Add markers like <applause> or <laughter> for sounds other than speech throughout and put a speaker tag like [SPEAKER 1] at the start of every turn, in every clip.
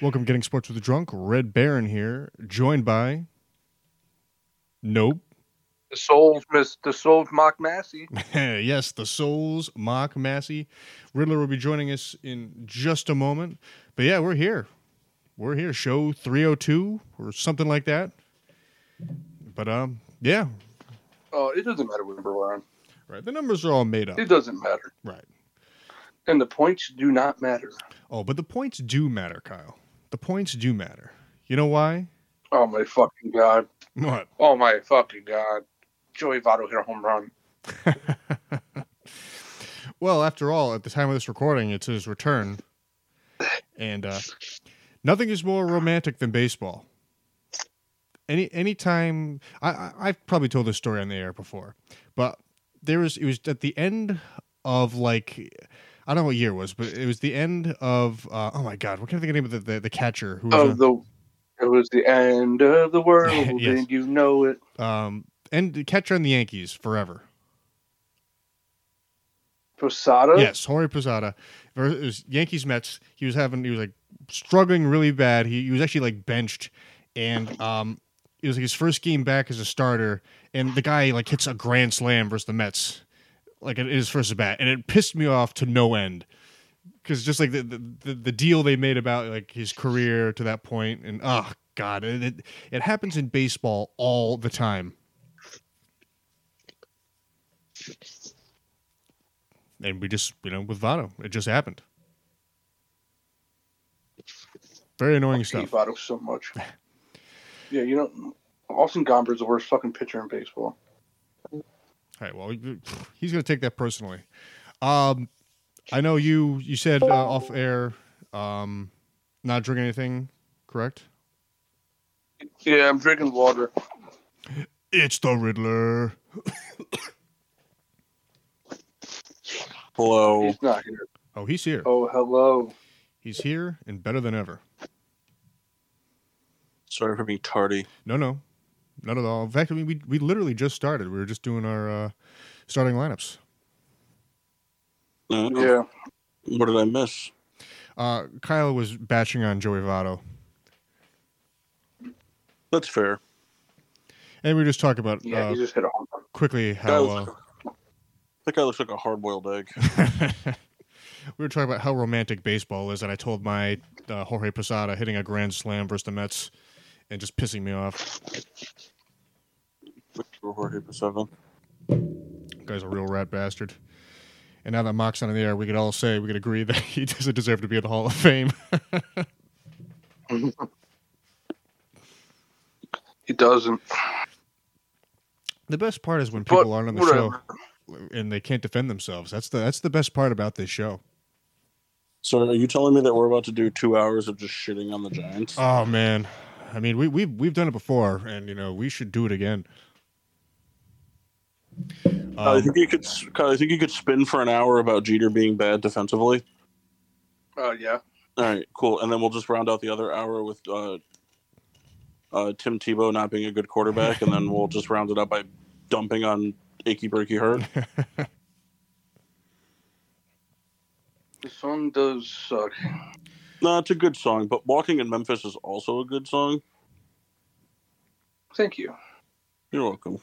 [SPEAKER 1] Welcome, to Getting Sports with the Drunk. Red Baron here, joined by. Nope. <laughs>
[SPEAKER 2] The soul's miss the soul's Mock Massey.
[SPEAKER 1] yes, the Souls, Mock Massey. Riddler will be joining us in just a moment. But yeah, we're here. We're here. Show 302 or something like that. But um, yeah,
[SPEAKER 2] Oh, it doesn't matter what number we're on.
[SPEAKER 1] right. The numbers are all made up.
[SPEAKER 2] It doesn't matter.
[SPEAKER 1] Right.
[SPEAKER 2] And the points do not matter.
[SPEAKER 1] Oh, but the points do matter, Kyle. The points do matter. You know why?
[SPEAKER 2] Oh my fucking god.
[SPEAKER 1] What?
[SPEAKER 2] Oh my fucking god. Joey Votto hit a home run.
[SPEAKER 1] Well, after all, at the time of this recording, it's his return. And uh, nothing is more romantic than baseball. Any any time I, I I've probably told this story on the air before, but there was it was at the end of like I don't know what year it was, but it was the end of uh, oh my god, what can I think of the name of the, the, the catcher who was
[SPEAKER 2] Oh
[SPEAKER 1] on-
[SPEAKER 2] the it was the end
[SPEAKER 1] <laughs>
[SPEAKER 2] of the world
[SPEAKER 1] Yes.
[SPEAKER 2] and you know it.
[SPEAKER 1] um and the catcher on the Yankees forever.
[SPEAKER 2] Posada?
[SPEAKER 1] Yes, Jorge Posada versus Yankees Mets. He was having he was like struggling really bad. He, he was actually like benched, and um, it was like his first game back as a starter, and the guy like hits a grand slam versus the Mets, like in his first at bat, and it pissed me off to no end. Because just like the, the the- the deal they made about like his career to that point, and oh god, it, it it happens in baseball all the time. and we just you know with Votto, it just happened. Very annoying
[SPEAKER 2] Hate
[SPEAKER 1] stuff.
[SPEAKER 2] Votto so
[SPEAKER 1] <laughs>
[SPEAKER 2] much. yeah, you know Austin Gomber's the worst fucking pitcher in baseball.
[SPEAKER 1] All right, well, you- he's going to take that personally. Um, I know you. You said uh, off air, um, not drinking anything, correct?
[SPEAKER 2] Yeah, I'm drinking water.
[SPEAKER 1] It's the Riddler.
[SPEAKER 3] Hello.
[SPEAKER 2] He's not here.
[SPEAKER 1] Oh, he's here.
[SPEAKER 2] Oh hello.
[SPEAKER 1] He's here and better than ever.
[SPEAKER 3] Sorry for being tardy.
[SPEAKER 1] No, no, not at all. In fact, I mean, we we literally just started. We were just doing our uh, starting lineups. Oh.
[SPEAKER 3] Uh,
[SPEAKER 2] Yeah.
[SPEAKER 3] What did I miss?
[SPEAKER 1] Uh, Kyle was batching on Joey Votto.
[SPEAKER 3] That's fair.
[SPEAKER 1] And we were just talking about
[SPEAKER 2] Yeah,
[SPEAKER 1] uh,
[SPEAKER 2] he just hit a home run.
[SPEAKER 1] quickly
[SPEAKER 3] Guy
[SPEAKER 1] how uh,
[SPEAKER 3] looks- that guy looks like a hard-boiled egg. <laughs>
[SPEAKER 1] <laughs> we were talking about how romantic baseball is, and I told my uh, Jorge Posada hitting a grand slam versus the Mets and just pissing me off.
[SPEAKER 3] Victor Jorge Posada.
[SPEAKER 1] Guy's a real rat bastard. And now that Mock's not in the air, we could all say we could agree <laughs> that he doesn't deserve to be in the Hall of Fame. <laughs>
[SPEAKER 2] He doesn't.
[SPEAKER 1] the best part is when
[SPEAKER 2] But
[SPEAKER 1] people aren't on the
[SPEAKER 2] whatever.
[SPEAKER 1] show and they can't defend themselves. That's the that's the best part about this show.
[SPEAKER 3] So are you telling me that we're about to do two hours of just shitting on the Giants?
[SPEAKER 1] Oh man, I mean we we've we've done it before, and you know we should do it again.
[SPEAKER 3] Kyle, Uh, I
[SPEAKER 1] Um,
[SPEAKER 3] think you could. s- Kyle, I think you could spin for an hour about Jeter being bad defensively.
[SPEAKER 2] Oh yeah.
[SPEAKER 3] All right, cool. And then we'll just round out the other hour with uh, uh, Tim Tebow not being a good quarterback, and then we'll just round it up by dumping on achy
[SPEAKER 1] <laughs>
[SPEAKER 3] breaky hurt.
[SPEAKER 1] Um,
[SPEAKER 2] The song does suck.
[SPEAKER 3] no, it's a good song, but "Walking in Memphis" is also a good song.
[SPEAKER 2] Thank you.
[SPEAKER 3] You're welcome.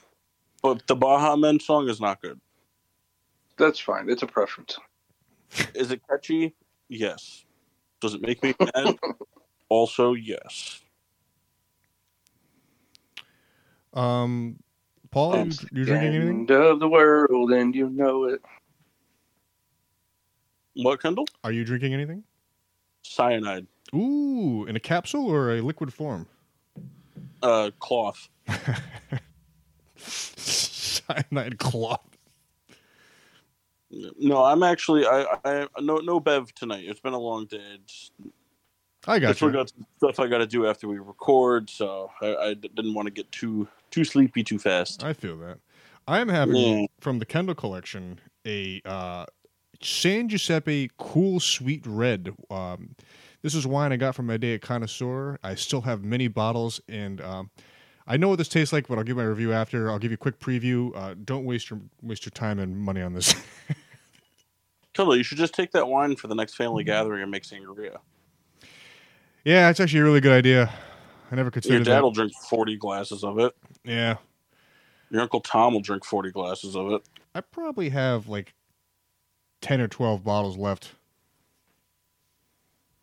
[SPEAKER 3] But the Baja Men song is not good.
[SPEAKER 2] That's fine. It's a preference.
[SPEAKER 3] Is it catchy? Yes. Does it make me mad? also, yes.
[SPEAKER 1] um, Paul,
[SPEAKER 3] Oh,
[SPEAKER 1] you, you drinking anything?
[SPEAKER 2] End of the world, and you know it.
[SPEAKER 3] What, Kendall?
[SPEAKER 1] Are you drinking anything?
[SPEAKER 3] Cyanide.
[SPEAKER 1] Ooh, in a capsule or a liquid form? <laughs>
[SPEAKER 3] Uh, cloth.
[SPEAKER 1] Cyanide cloth.
[SPEAKER 3] No, I'm actually I, I no no Bev tonight. It's been a long day. It's,
[SPEAKER 1] I got
[SPEAKER 3] that's
[SPEAKER 1] you.
[SPEAKER 3] what I got stuff I got to do after we record. So I, I d- didn't want to get too too sleepy too fast.
[SPEAKER 1] I feel that. I am having
[SPEAKER 3] Yeah.
[SPEAKER 1] from the Kendall collection a uh, San Giuseppe Cool Sweet Red. Um, this is wine I got from my day at Connoisseur. I still have many bottles, and um, I know what this tastes like, but I'll give my review after. I'll give you a quick preview. Uh, don't waste your waste your time and money on this. <laughs>
[SPEAKER 3] Kendall, you should just take that wine for the next family
[SPEAKER 1] Mm-hmm.
[SPEAKER 3] gathering and make sangria.
[SPEAKER 1] yeah, it's actually a really good idea. I never
[SPEAKER 3] Your
[SPEAKER 1] considered
[SPEAKER 3] dad
[SPEAKER 1] that.
[SPEAKER 3] will drink forty glasses of it.
[SPEAKER 1] Yeah,
[SPEAKER 3] Your uncle Tom will drink forty glasses of it.
[SPEAKER 1] I probably have like ten or twelve bottles left.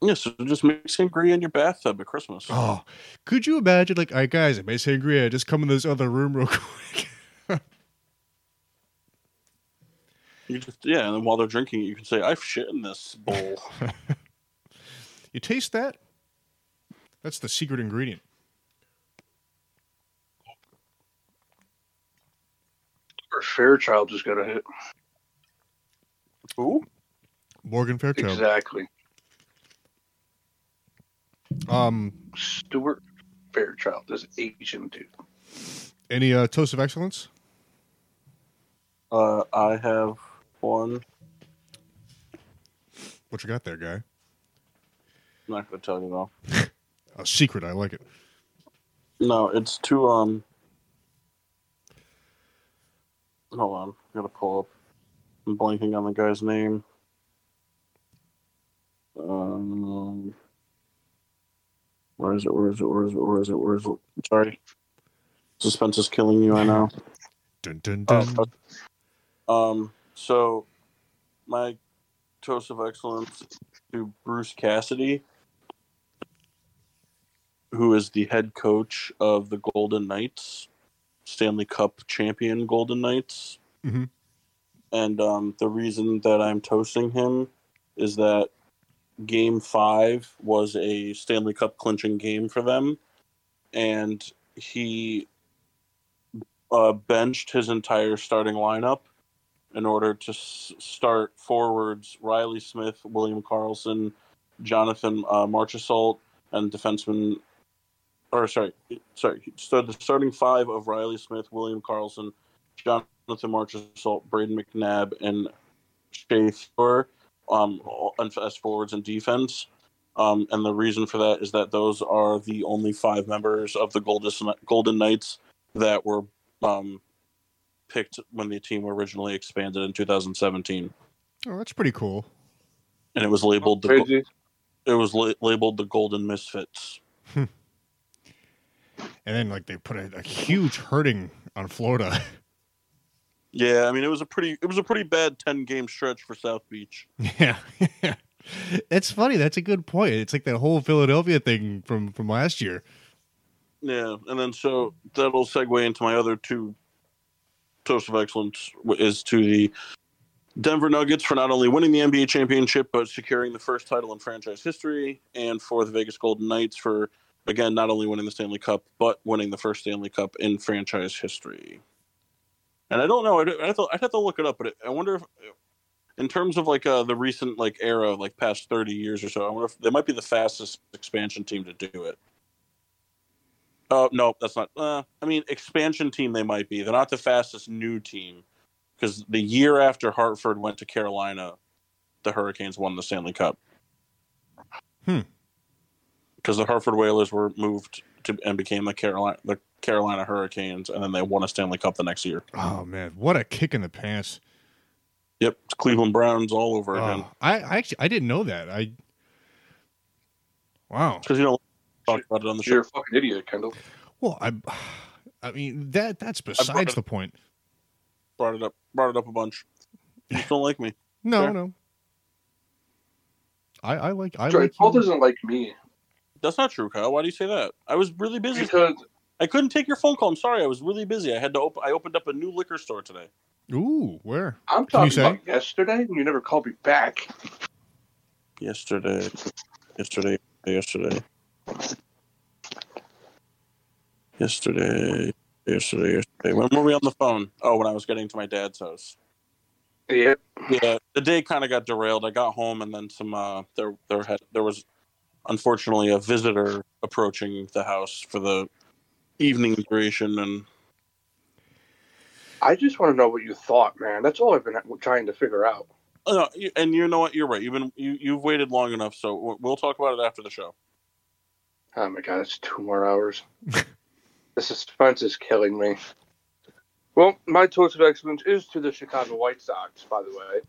[SPEAKER 3] Yeah, so just make sangria in your bathtub at Christmas.
[SPEAKER 1] Oh, could you imagine? Like, all right, guys, I made sangria. Just come in this other room real <laughs> quick.
[SPEAKER 3] You just yeah, and then while they're drinking, you can say I've shit in this bowl.
[SPEAKER 1] You taste that? That's the secret ingredient.
[SPEAKER 2] Or Fairchild just got a hit.
[SPEAKER 3] Ooh,
[SPEAKER 1] Morgan Fairchild.
[SPEAKER 2] Exactly.
[SPEAKER 1] Um,
[SPEAKER 2] Stuart Fairchild, this Asian dude.
[SPEAKER 1] any uh, toast of excellence?
[SPEAKER 3] uh, I have one.
[SPEAKER 1] What you got there, guy?
[SPEAKER 3] I'm not going to tell you though.
[SPEAKER 1] A secret. I like it.
[SPEAKER 3] No, it's to um. Hold on, I gotta pull up. I'm blanking on the guy's name. Um, where is it? Where is it? Where is it? Where is it? Where is it? Sorry, suspense is killing you. I know.
[SPEAKER 1] Dun dun dun.
[SPEAKER 3] Oh, Um, so my toast of excellence to Bruce Cassidy, who is the head coach of the Golden Knights, Stanley Cup champion Golden Knights.
[SPEAKER 1] Mhm.
[SPEAKER 3] And um, the reason that I'm toasting him is that game five was a Stanley Cup clinching game for them. And he uh, benched his entire starting lineup in order to s- start forwards Riley Smith, William Carlson, Jonathan uh, Marchessault, and defenseman. Or sorry, sorry. So the starting five of Riley Smith, William Carlson, Jonathan Marchessault, Braden McNabb, and Shea Fuhr, um, all- and as forwards and defense. Um, and the reason for that is that those are the only five members of the Golden Golden Knights that were um, picked when the team originally expanded in 2017,
[SPEAKER 1] Oh, that's pretty cool.
[SPEAKER 3] and it was labeled the
[SPEAKER 2] Crazy.
[SPEAKER 3] it was la- labeled the Golden Misfits.
[SPEAKER 1] And then like they put a, a huge hurting on Florida. <laughs>
[SPEAKER 3] Yeah, I mean it was a pretty it was a pretty bad 10 game stretch for South Beach.
[SPEAKER 1] yeah. <laughs> That's funny. That's a good point. It's like that whole Philadelphia thing from from last year.
[SPEAKER 3] Yeah, and then so that'll segue into my other two toast of excellence wh- is to the Denver Nuggets for not only winning the NBA championship but securing the first title in franchise history, and for the Vegas Golden Knights for again not only winning the Stanley Cup but winning the first Stanley Cup in franchise history. And I don't know. I'd, I'd, have, to, I'd have to look it up, but I wonder if, in terms of like uh, the recent like era, like past thirty years or so, I wonder if they might be the fastest expansion team to do it. Oh no, that's not. Uh, I mean, expansion team they might be. They're not the fastest new team because the year after Hartford went to Carolina, the Hurricanes won the Stanley Cup.
[SPEAKER 1] Hmm.
[SPEAKER 3] Because the Hartford Whalers were moved to and became the Carolina the Carolina Hurricanes, and then they won a Stanley Cup the next year.
[SPEAKER 1] Oh man, what a kick in the pants.
[SPEAKER 3] Yep, it's Cleveland Browns all over again.
[SPEAKER 1] Oh, I, I actually I didn't know that. I Wow.
[SPEAKER 3] Because you don't talk about it on the show.
[SPEAKER 2] You're a fucking idiot, Kendall.
[SPEAKER 1] Well, I, I mean that that's
[SPEAKER 3] brought
[SPEAKER 1] besides
[SPEAKER 3] it-
[SPEAKER 1] the point.
[SPEAKER 3] Brought it up. Brought it up a bunch. You just don't like me.
[SPEAKER 1] No,
[SPEAKER 3] Sure.
[SPEAKER 1] no. I I like I
[SPEAKER 2] Sorry,
[SPEAKER 1] like
[SPEAKER 2] Paul
[SPEAKER 1] you.
[SPEAKER 2] doesn't like me
[SPEAKER 3] That's not true, Kyle. Why do you say that? I was really busy.
[SPEAKER 2] because
[SPEAKER 3] I couldn't take your phone call. I'm sorry. I was really busy. I had to open. I opened up a new liquor store today.
[SPEAKER 1] Ooh, where?
[SPEAKER 2] I'm
[SPEAKER 1] Can you
[SPEAKER 2] talking
[SPEAKER 1] say?
[SPEAKER 2] about yesterday and you never called me back.
[SPEAKER 3] Yesterday, yesterday, yesterday, yesterday, yesterday, yesterday. When were we on the phone? Oh, when I was getting to my dad's house.
[SPEAKER 2] Yeah.
[SPEAKER 3] yeah, the day kind of got derailed. I got home, and then some. Uh, there, there had there was, unfortunately, a visitor approaching the house for the evening duration, and
[SPEAKER 2] I just want to know what you thought, man. That's all I've been trying to figure out.
[SPEAKER 3] oh, no, you- and you know what? You're right. You've been you, you've waited long enough, so we'll- we'll talk about it after the show.
[SPEAKER 2] Oh my god, it's two more
[SPEAKER 1] <laughs>
[SPEAKER 2] hours. the suspense is killing me. Well, my toast of excellence is to the Chicago White Sox, by the way,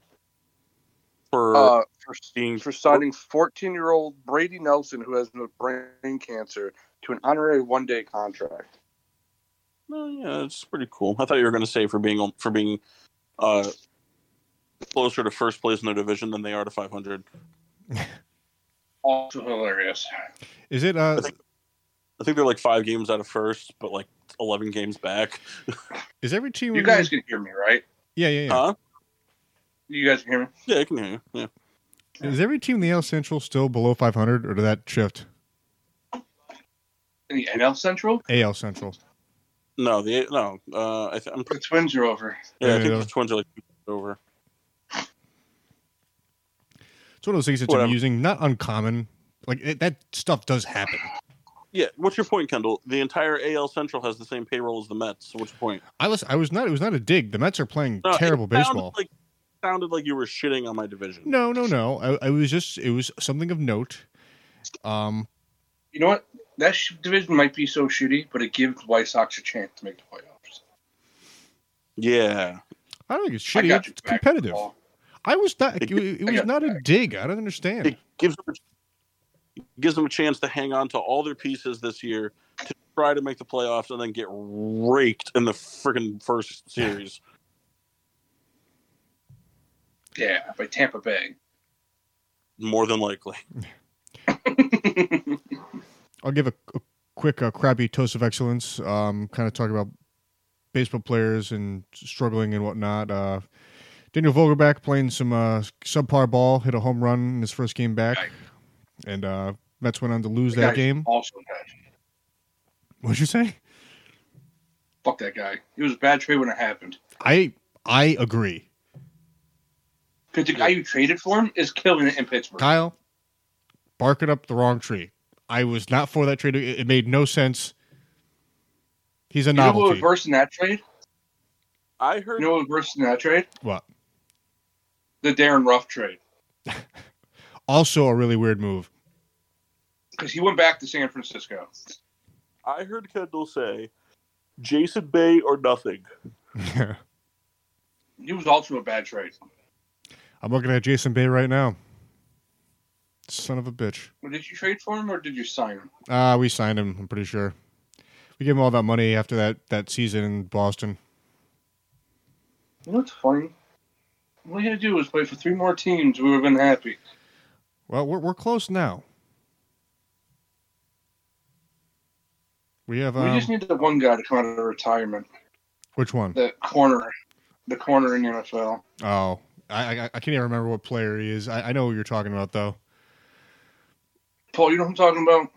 [SPEAKER 3] For
[SPEAKER 2] uh, for,
[SPEAKER 3] being
[SPEAKER 2] for signing 14 year old Brady Nelson, who has no brain cancer, to an honorary one day contract.
[SPEAKER 3] Oh, yeah, it's pretty cool. I thought you were going to say for being for being uh, closer to first place in their division than they are to 500.
[SPEAKER 2] Also hilarious.
[SPEAKER 1] Is it uh
[SPEAKER 3] I think they're like five games out of first, but like 11 games back.
[SPEAKER 1] is every team
[SPEAKER 2] You
[SPEAKER 1] in-
[SPEAKER 2] guys Uh, can hear me, right?
[SPEAKER 1] Yeah, yeah, yeah.
[SPEAKER 3] Huh?
[SPEAKER 2] You guys can hear me?
[SPEAKER 3] Yeah, I can hear you. Yeah.
[SPEAKER 1] Is every team in the AL Central still below 500 or did that shift?
[SPEAKER 2] In the NL Central?
[SPEAKER 1] AL Central.
[SPEAKER 3] No, the no. Uh, I th- I'm
[SPEAKER 2] The
[SPEAKER 3] pretty,
[SPEAKER 2] Twins are over.
[SPEAKER 3] yeah, I
[SPEAKER 1] Yeah,
[SPEAKER 3] think
[SPEAKER 1] yeah.
[SPEAKER 3] the Twins are like over.
[SPEAKER 1] It's one of those things that's
[SPEAKER 3] Whatever.
[SPEAKER 1] amusing, not uncommon. Like it, that stuff does happen.
[SPEAKER 3] Yeah. What's your point, Kendall? The entire AL Central has the same payroll as the Mets. So what's your point?
[SPEAKER 1] I was I was not it was not a dig. The Mets are playing
[SPEAKER 3] No, it
[SPEAKER 1] terrible
[SPEAKER 3] sounded
[SPEAKER 1] baseball.
[SPEAKER 3] Like, sounded like you were shitting on my division.
[SPEAKER 1] No, no, no. I, I was just it was something of note. Um,
[SPEAKER 2] You know what? That sh- division might be so shitty, but it gives White Sox a chance to make the playoffs.
[SPEAKER 3] Yeah.
[SPEAKER 1] I don't think it's
[SPEAKER 2] I
[SPEAKER 1] shitty.
[SPEAKER 2] got you
[SPEAKER 1] It's
[SPEAKER 2] back,
[SPEAKER 1] competitive.
[SPEAKER 2] Paul.
[SPEAKER 1] I was not.
[SPEAKER 3] I
[SPEAKER 1] It,
[SPEAKER 3] got-
[SPEAKER 1] it
[SPEAKER 2] I
[SPEAKER 1] was
[SPEAKER 2] got
[SPEAKER 1] not a dig. I don't understand.
[SPEAKER 3] It gives them a, gives them a chance to hang on to all their pieces this year to try to make the playoffs and then get raked in the freaking first series.
[SPEAKER 2] Yeah, by Tampa Bay. <laughs>
[SPEAKER 3] More than likely.
[SPEAKER 1] I'll give a, a quick uh, crappy toast of excellence. Um, kind of talk about baseball players and struggling and whatnot. Uh, Daniel Vogelback playing some uh, subpar ball, hit a home run in his first game back,
[SPEAKER 2] Right.
[SPEAKER 1] and uh, Mets went on to lose
[SPEAKER 2] That
[SPEAKER 1] that
[SPEAKER 2] guy's
[SPEAKER 1] game.
[SPEAKER 2] Also bad.
[SPEAKER 1] What'd you say?
[SPEAKER 2] Fuck that guy. It was a bad trade when it happened.
[SPEAKER 1] I I agree,
[SPEAKER 2] Because the guy you traded for him is killing it in Pittsburgh.
[SPEAKER 1] Kyle. Barking up the wrong tree. I was not for that trade. It, it made no sense. He's a
[SPEAKER 2] you know what
[SPEAKER 1] novelty.
[SPEAKER 2] was worse than that trade?
[SPEAKER 3] I heard
[SPEAKER 2] You know what was worse than that trade?
[SPEAKER 1] what?
[SPEAKER 2] The Darren Ruff trade.
[SPEAKER 1] Also, a really weird move. <laughs>
[SPEAKER 2] Because he went back to San Francisco.
[SPEAKER 3] I heard Kendall say Jason Bay or nothing.
[SPEAKER 2] It was also a bad trade.
[SPEAKER 1] I'm looking at Jason Bay right now. Son of a bitch.
[SPEAKER 2] Well, Did you trade for him or did you sign him?
[SPEAKER 1] Ah, we signed him. I'm pretty sure. We gave him all that money after that that season in Boston.
[SPEAKER 2] You know what's funny? All he had to do was play for three more teams. We would have been happy.
[SPEAKER 1] Well, we're we're close now. We have um,
[SPEAKER 2] we just need that one guy to come out of retirement.
[SPEAKER 1] which one?
[SPEAKER 2] The corner. The corner in the NFL.
[SPEAKER 1] Oh, I, I I can't even remember what player he is. I, I know who you're talking about though.
[SPEAKER 2] Paul, you know what I'm talking about?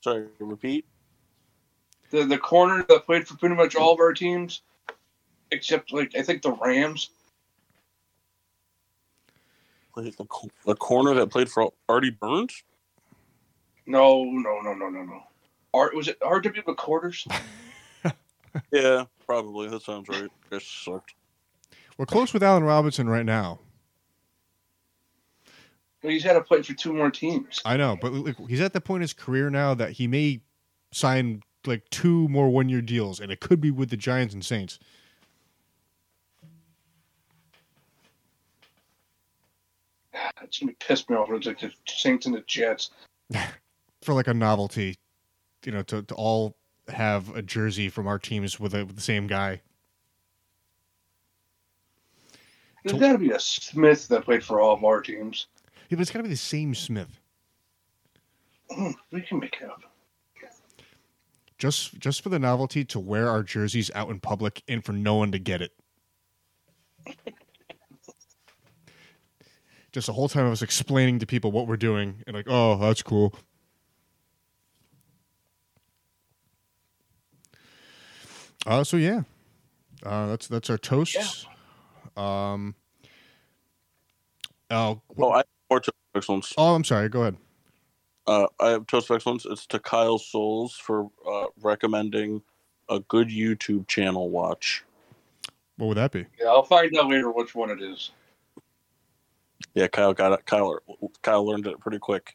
[SPEAKER 3] Sorry, repeat.
[SPEAKER 2] the the corner that played for pretty much all of our teams, except like I think the Rams.
[SPEAKER 3] Played The, co- the corner that played for Artie Burns?
[SPEAKER 2] No, no, no, no, no, no. R was it RW McCorders?
[SPEAKER 3] Yeah, probably. That sounds right. That sucked.
[SPEAKER 1] We're close with Allen Robinson right now.
[SPEAKER 2] He's had to play for two more teams.
[SPEAKER 1] I know, but like, he's at the point in his career now that he may sign like two more one year deals, and it could be with the Giants and Saints.
[SPEAKER 2] That's gonna piss me off. Ah, It's like the Saints and the Jets.
[SPEAKER 1] for like a novelty, you know, to, to all have a jersey from our teams with, a, with the same guy.
[SPEAKER 2] There's gotta be a Smith that played for all of our teams.
[SPEAKER 1] Yeah, but it's got to be the same Smith.
[SPEAKER 2] Hmm, We can make it up.
[SPEAKER 1] Just just for the novelty to wear our jerseys out in public and for no one to get
[SPEAKER 3] <laughs>
[SPEAKER 1] it. Just the whole time I was explaining to people what we're doing and like, oh, that's cool. Uh, so yeah, uh, that's that's our toasts. Um, Oh, wh-
[SPEAKER 3] Oh, I have more toast of excellence.
[SPEAKER 1] oh, I'm sorry. Go ahead.
[SPEAKER 3] Uh, I have toast of excellence. It's to Kyle Souls for uh, recommending a good YouTube channel watch.
[SPEAKER 1] What would that be?
[SPEAKER 2] Yeah, I'll find out later which one it is.
[SPEAKER 3] Yeah, Kyle got it. Kyle Kyle learned it pretty quick.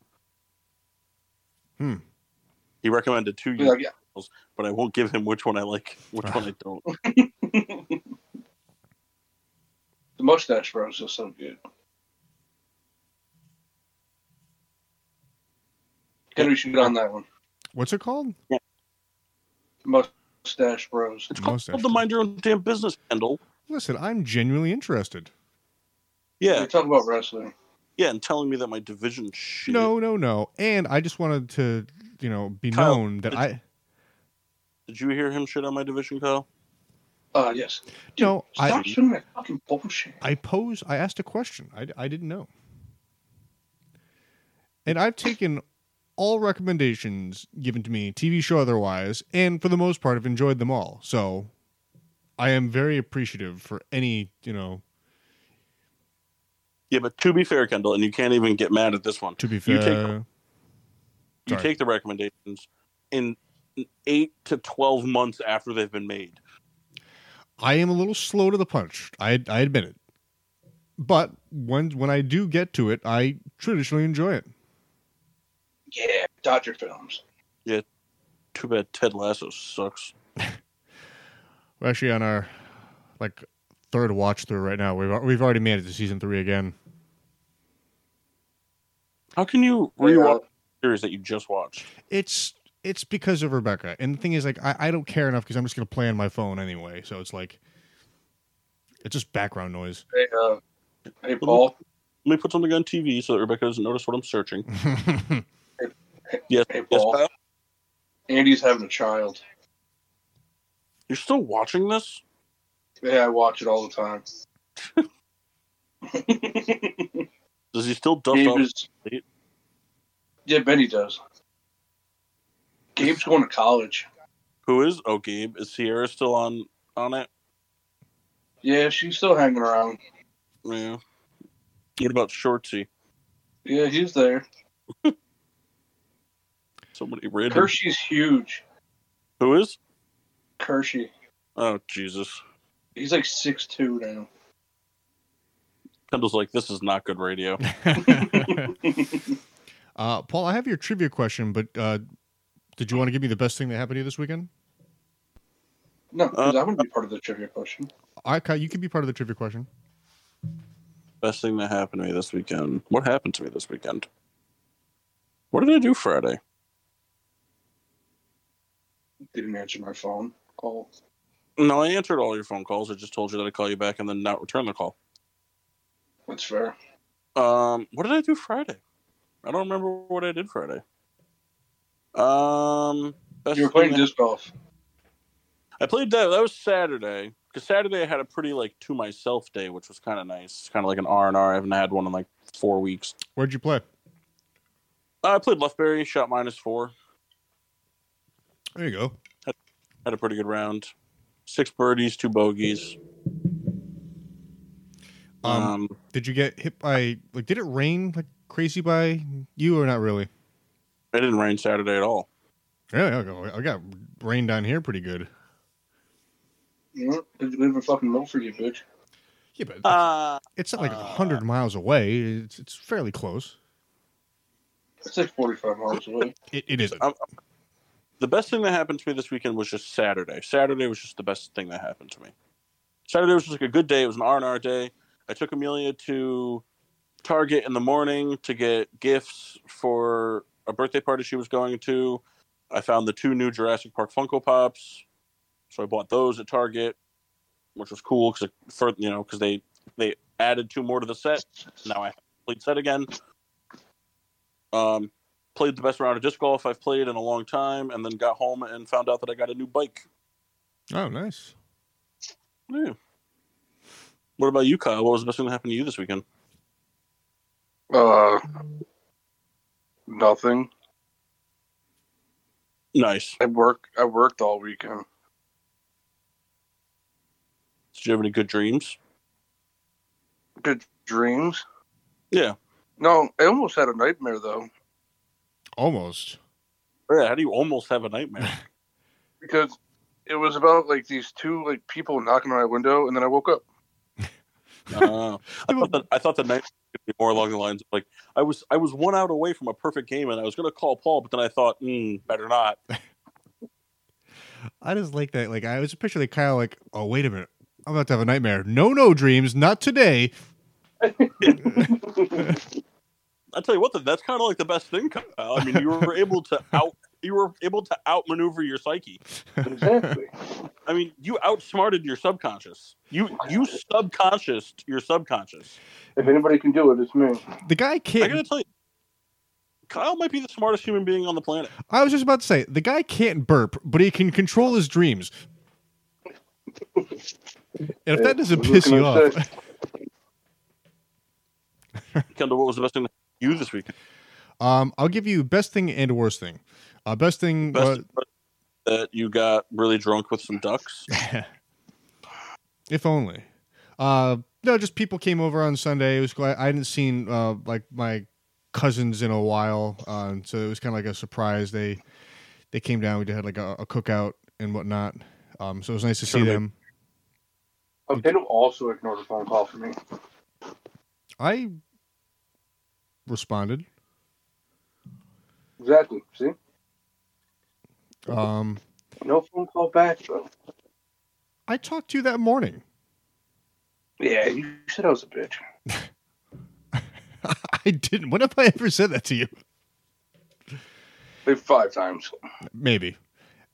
[SPEAKER 1] Hmm.
[SPEAKER 3] He recommended two,
[SPEAKER 2] Yeah,
[SPEAKER 3] YouTube,
[SPEAKER 2] yeah.
[SPEAKER 3] but I won't give him which one I like, which
[SPEAKER 1] <laughs>
[SPEAKER 3] one I don't.
[SPEAKER 2] The Mustache Bros is so good. Henry should get on that one.
[SPEAKER 1] What's it called?
[SPEAKER 2] Mustache Bros.
[SPEAKER 3] It's called
[SPEAKER 1] Most
[SPEAKER 3] the
[SPEAKER 1] excellent.
[SPEAKER 3] Mind Your Own Damn Business handle.
[SPEAKER 1] Listen, I'm genuinely interested.
[SPEAKER 3] Yeah,
[SPEAKER 2] You're talking about wrestling.
[SPEAKER 3] yeah, and telling me that my division shit.
[SPEAKER 1] No, no, no. And I just wanted to, you know, be
[SPEAKER 3] Kyle,
[SPEAKER 1] known that
[SPEAKER 3] did-
[SPEAKER 1] I
[SPEAKER 3] Did you hear him shit on my division, Kyle?
[SPEAKER 2] Uh, yes.
[SPEAKER 1] no, I
[SPEAKER 2] Stop shooting that fucking bullshit.
[SPEAKER 1] I pose. I asked a question. I I didn't know. And I've taken all recommendations given to me, TV show otherwise, and for the most part, I've enjoyed them all. So I am very appreciative for any, you know,
[SPEAKER 3] Yeah, but to be fair, Kendall, and you can't even get mad at this one.
[SPEAKER 1] to be
[SPEAKER 3] You take-
[SPEAKER 1] fair.
[SPEAKER 3] You
[SPEAKER 1] Sorry.
[SPEAKER 3] take the recommendations in eight to twelve months after they've been made.
[SPEAKER 1] I am a little slow to the punch. I I admit it. But when when I do get to it, I traditionally enjoy it.
[SPEAKER 2] Yeah, Dodger films.
[SPEAKER 3] Too bad Ted Lasso sucks.
[SPEAKER 1] We're actually on our like third watch through right now. We've al- we've already made it to season three again.
[SPEAKER 3] How can you
[SPEAKER 2] uh,
[SPEAKER 3] rewatch a series that you just watched?
[SPEAKER 1] It's it's because of Rebecca. And the thing is, like, I, I don't care enough because I'm just gonna play on my phone anyway. So it's like it's just background noise. <laughs>
[SPEAKER 2] Hey, uh, hey, Paul.
[SPEAKER 3] Let me put something on TV so that Rebecca doesn't notice what I'm searching. Yes,
[SPEAKER 2] Hey,
[SPEAKER 3] yes,
[SPEAKER 2] Paul.
[SPEAKER 3] Kyle?
[SPEAKER 2] Andy's having a child.
[SPEAKER 3] You're still watching this?
[SPEAKER 2] Yeah, I watch it all the time.
[SPEAKER 3] Does he still duff up?
[SPEAKER 2] Gabe's,
[SPEAKER 3] late.
[SPEAKER 2] yeah, Benny does. Gabe's going to college.
[SPEAKER 3] Who is? Oh, Gabe. Is Sierra still on on it?
[SPEAKER 2] Yeah, she's still hanging around.
[SPEAKER 3] Yeah. What about Shorty?
[SPEAKER 2] Yeah, he's there.
[SPEAKER 3] Somebody random.
[SPEAKER 2] Kershey's huge.
[SPEAKER 3] Who is?
[SPEAKER 2] Kershey.
[SPEAKER 3] Oh, Jesus.
[SPEAKER 2] He's like six two now. <laughs>
[SPEAKER 3] Kendall's like, this is not good radio.
[SPEAKER 1] uh, Paul, I have your trivia question, but uh, did you want to give me the best thing that happened to you this weekend?
[SPEAKER 2] No, 'cause I wouldn't be part of the trivia question.
[SPEAKER 1] I, Kyle, you can be part of the trivia question.
[SPEAKER 3] Best thing that happened to me this weekend. What happened to me this weekend? What did I do Friday?
[SPEAKER 2] Didn't answer my phone call.
[SPEAKER 3] No, I answered all your phone calls. I just told you that I'd call you back and then not return the call.
[SPEAKER 2] That's fair.
[SPEAKER 3] Um, what did I do Friday? I don't remember what I did Friday. Um, best
[SPEAKER 2] You were
[SPEAKER 3] thing
[SPEAKER 2] playing
[SPEAKER 3] that-
[SPEAKER 2] disc golf.
[SPEAKER 3] I played that. That was Saturday because Saturday I had a pretty like to myself day, which was kind of nice. It's kind of like an R and R. I haven't had one in like four weeks.
[SPEAKER 1] Where'd you play?
[SPEAKER 3] Uh, I played Leftberry, shot minus four,
[SPEAKER 1] There you go.
[SPEAKER 3] had a pretty good round, six birdies, two bogeys.
[SPEAKER 1] Um,
[SPEAKER 3] Um,
[SPEAKER 1] Did you get hit by like? Did it rain like crazy by you or not really?
[SPEAKER 3] it didn't rain Saturday at all.
[SPEAKER 1] Yeah, I got- I got rain down here pretty good.
[SPEAKER 2] You know, did you live in fucking Milford, you bitch?
[SPEAKER 1] Yeah, but
[SPEAKER 3] Uh,
[SPEAKER 1] it's not like a
[SPEAKER 3] uh,
[SPEAKER 1] hundred miles away. It's it's fairly close.
[SPEAKER 2] That's like forty five miles away.
[SPEAKER 1] It, it is.
[SPEAKER 3] Um, the best thing that happened to me this weekend was just Saturday. Saturday was just the best thing that happened to me. Saturday was just like a good day. It was an R and R day. I took Amelia to Target in the morning to get gifts for a birthday party she was going to. I found the two new Jurassic Park Funko Pops, so I bought those at Target, which was cool because for you know because they they added two more to the set. Now I have a complete set again. Um, played the best round of disc golf I've played in a long time, and then got home and found out that I got a new bike.
[SPEAKER 1] Oh, nice.
[SPEAKER 3] Yeah. What about you, Kyle? What was the best thing that happened to you this weekend?
[SPEAKER 2] Uh, nothing.
[SPEAKER 3] Nice.
[SPEAKER 2] I work. I worked all weekend.
[SPEAKER 3] Did you have any good dreams?
[SPEAKER 2] Good dreams.
[SPEAKER 3] Yeah.
[SPEAKER 2] No, I almost had a nightmare though
[SPEAKER 1] Almost.
[SPEAKER 3] Yeah. How do you almost have a nightmare?
[SPEAKER 2] because it was about like these two like people knocking on my window, and then I woke up.
[SPEAKER 3] Uh, I thought that I thought the night would be more along the lines of like I was I was one out away from a perfect game and I was going to call Paul, but then I thought, mm, better not.
[SPEAKER 1] I just like that. Like I was picturing like, Kyle like, oh wait a minute, I'm about to have a nightmare. No, no dreams, not today.
[SPEAKER 3] I tell you what, though, that's kind of like the best thing. Kyle. I mean, you were able to out you were able to outmaneuver your psyche.
[SPEAKER 2] <laughs> Exactly.
[SPEAKER 3] I mean, you outsmarted your subconscious. You you subconscious your subconscious.
[SPEAKER 2] if anybody can do it, it's me.
[SPEAKER 1] The guy
[SPEAKER 3] I
[SPEAKER 1] can't.
[SPEAKER 3] gotta tell you, Kyle might be the smartest human being on the planet.
[SPEAKER 1] I was just about to say the guy can't burp, but he can control his dreams. And if that doesn't
[SPEAKER 2] What
[SPEAKER 1] piss
[SPEAKER 2] can
[SPEAKER 1] you
[SPEAKER 2] I
[SPEAKER 1] off,
[SPEAKER 2] say?
[SPEAKER 3] Kendall, what was the best thing to you this week?
[SPEAKER 1] um, I'll give you best thing and worst thing. Uh, best thing.
[SPEAKER 3] Best that you got really drunk with some ducks.
[SPEAKER 1] uh, <laughs> if only. Uh, no, just people came over on Sunday. It was cool. I, I hadn't seen uh, like my cousins in a while, uh, and so it was kind of like a surprise. They they came down. We had like a, a cookout and whatnot. Um, so it was nice to see
[SPEAKER 3] Sure they-
[SPEAKER 1] them.
[SPEAKER 2] Oh, Kendall also ignored a phone call from me.
[SPEAKER 1] I responded.
[SPEAKER 2] Exactly. See,
[SPEAKER 1] Um,
[SPEAKER 2] no phone call back though.
[SPEAKER 1] I talked to you that morning. <laughs>
[SPEAKER 2] Yeah, you said I was a bitch.
[SPEAKER 1] I didn't. When have I ever said that to you?
[SPEAKER 2] Like five times.
[SPEAKER 1] Maybe.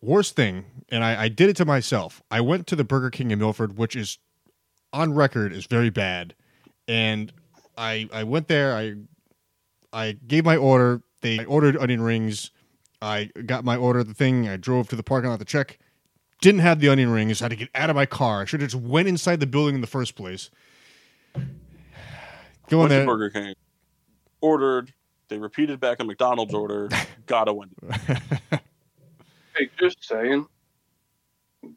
[SPEAKER 1] Worst thing, and I, I did it to myself. I went to the Burger King in Milford, which is on record is very bad. And I I went there. I I gave my order. They I ordered onion rings. I got my order. The thing. I drove to the parking lot to check. Didn't have the onion rings. Had to get out of my car. I should have just went inside the building in the first place. Go on
[SPEAKER 3] Went to
[SPEAKER 1] there.
[SPEAKER 3] Burger King, ordered. They repeated back a
[SPEAKER 1] <laughs>
[SPEAKER 3] McDonald's order. Got a Wendy's.
[SPEAKER 2] Hey, just saying.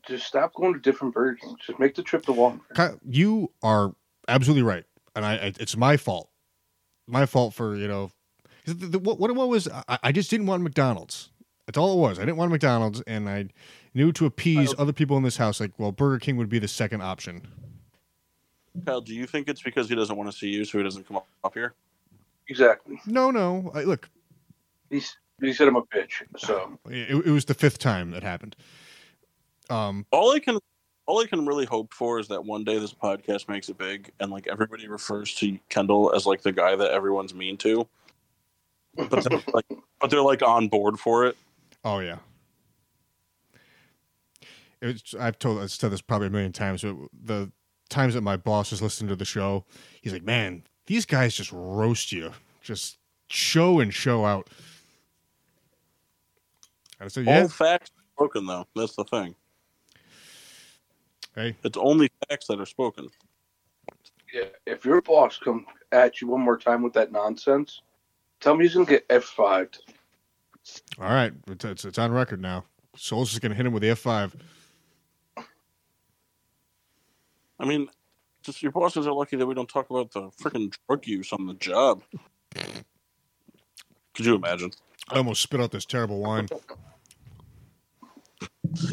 [SPEAKER 2] Just stop going to different Burger Kings. Just make the trip to Walmart.
[SPEAKER 1] Kyle, you are absolutely right, and I, I it's my fault, my fault for you know, 'cause the, the, what what it was I, I just didn't want McDonald's. That's all it was. I didn't want McDonald's, and I knew to appease
[SPEAKER 3] Kyle-
[SPEAKER 1] other people in this house, like well, Burger King would be the second option.
[SPEAKER 3] Kyle, do you think it's because he doesn't want to see you, so he doesn't come up, up here?
[SPEAKER 2] Exactly.
[SPEAKER 1] No, no, I, look,
[SPEAKER 2] He's, he said I'm a bitch. So
[SPEAKER 1] it, it was the fifth time that happened. Um,
[SPEAKER 3] All I can, all I can really hope for is that one day this podcast makes it big, and like everybody refers to Kendall as like the guy that everyone's mean to. But they're like, but they're like on board for it.
[SPEAKER 1] oh yeah. It was, I've told I've said this probably a million times, but the times that my boss has listened to the show, he's like, "Man, these guys just roast you, just show and show out." I said, "Yeah,
[SPEAKER 3] All facts are spoken though. That's the thing.
[SPEAKER 1] Hey.
[SPEAKER 3] It's only facts that are spoken.
[SPEAKER 2] yeah, if your boss come at you one more time with that nonsense, tell me he's gonna get F fived.
[SPEAKER 1] all right, it's, it's, it's on record now. Souls is gonna hit him with the F five.
[SPEAKER 3] I mean, just your bosses are lucky that we don't talk about the freaking drug use on the job. Could you imagine?
[SPEAKER 1] I almost spit out this terrible wine." <laughs>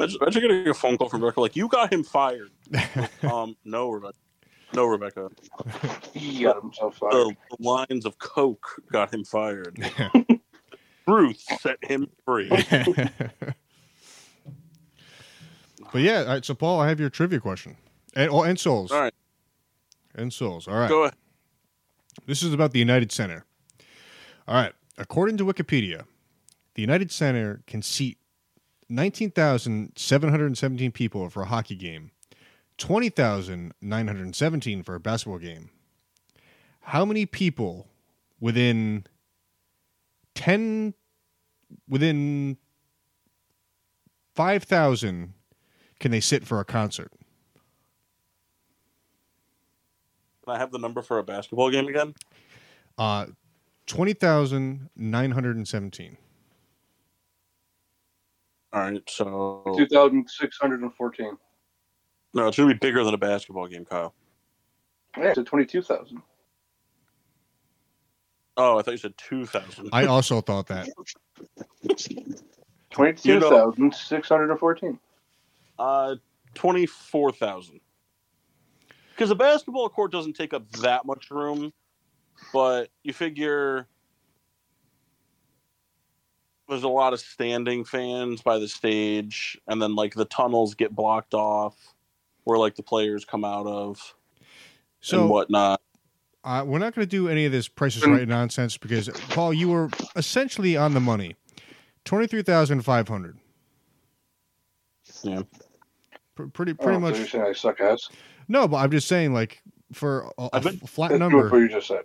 [SPEAKER 3] Imagine, imagine getting a phone call from Rebecca like, "You got him fired." Like, um, no, Rebecca. No, Rebecca.
[SPEAKER 2] He got himself fired.
[SPEAKER 1] Oh.
[SPEAKER 3] The lines of coke got him fired. Truth set him free.
[SPEAKER 1] but yeah, all right, so Paul, I have your trivia question, and oh, and souls.
[SPEAKER 3] All right.
[SPEAKER 1] And souls. All right.
[SPEAKER 3] Go ahead.
[SPEAKER 1] This is about the United Center. All right. According to Wikipedia, the United Center can seat 19,717 people for a hockey game, 20,917 for a basketball game. How many people within 10 within 5,000 can they sit for a concert?
[SPEAKER 3] Can I have the number for a basketball game again?
[SPEAKER 1] Uh 20,917.
[SPEAKER 3] All right. So
[SPEAKER 2] Two thousand six hundred and fourteen.
[SPEAKER 3] no, it's gonna be bigger than a basketball game, Kyle.
[SPEAKER 2] Yeah, to twenty two thousand.
[SPEAKER 3] Oh, I thought you said two thousand.
[SPEAKER 1] I also thought that.
[SPEAKER 3] You
[SPEAKER 2] Twenty-two
[SPEAKER 3] know-
[SPEAKER 2] thousand six hundred and fourteen.
[SPEAKER 3] Uh, twenty four thousand. Because a basketball court doesn't take up that much room, but you figure there's a lot of standing fans by the stage, and then like the tunnels get blocked off where like the players come out of and
[SPEAKER 1] So
[SPEAKER 3] whatnot.
[SPEAKER 1] uh, we're not going to do any of this prices right nonsense because Paul, you were essentially on the money. Twenty three thousand five hundred.
[SPEAKER 3] Yeah.
[SPEAKER 1] Pr- pretty pretty
[SPEAKER 2] oh, So
[SPEAKER 1] much.
[SPEAKER 2] you're saying I suck ass?
[SPEAKER 1] No, but I'm just saying like for a, a
[SPEAKER 3] I've been-
[SPEAKER 1] f- flat
[SPEAKER 2] That's what
[SPEAKER 1] number.
[SPEAKER 2] you just said.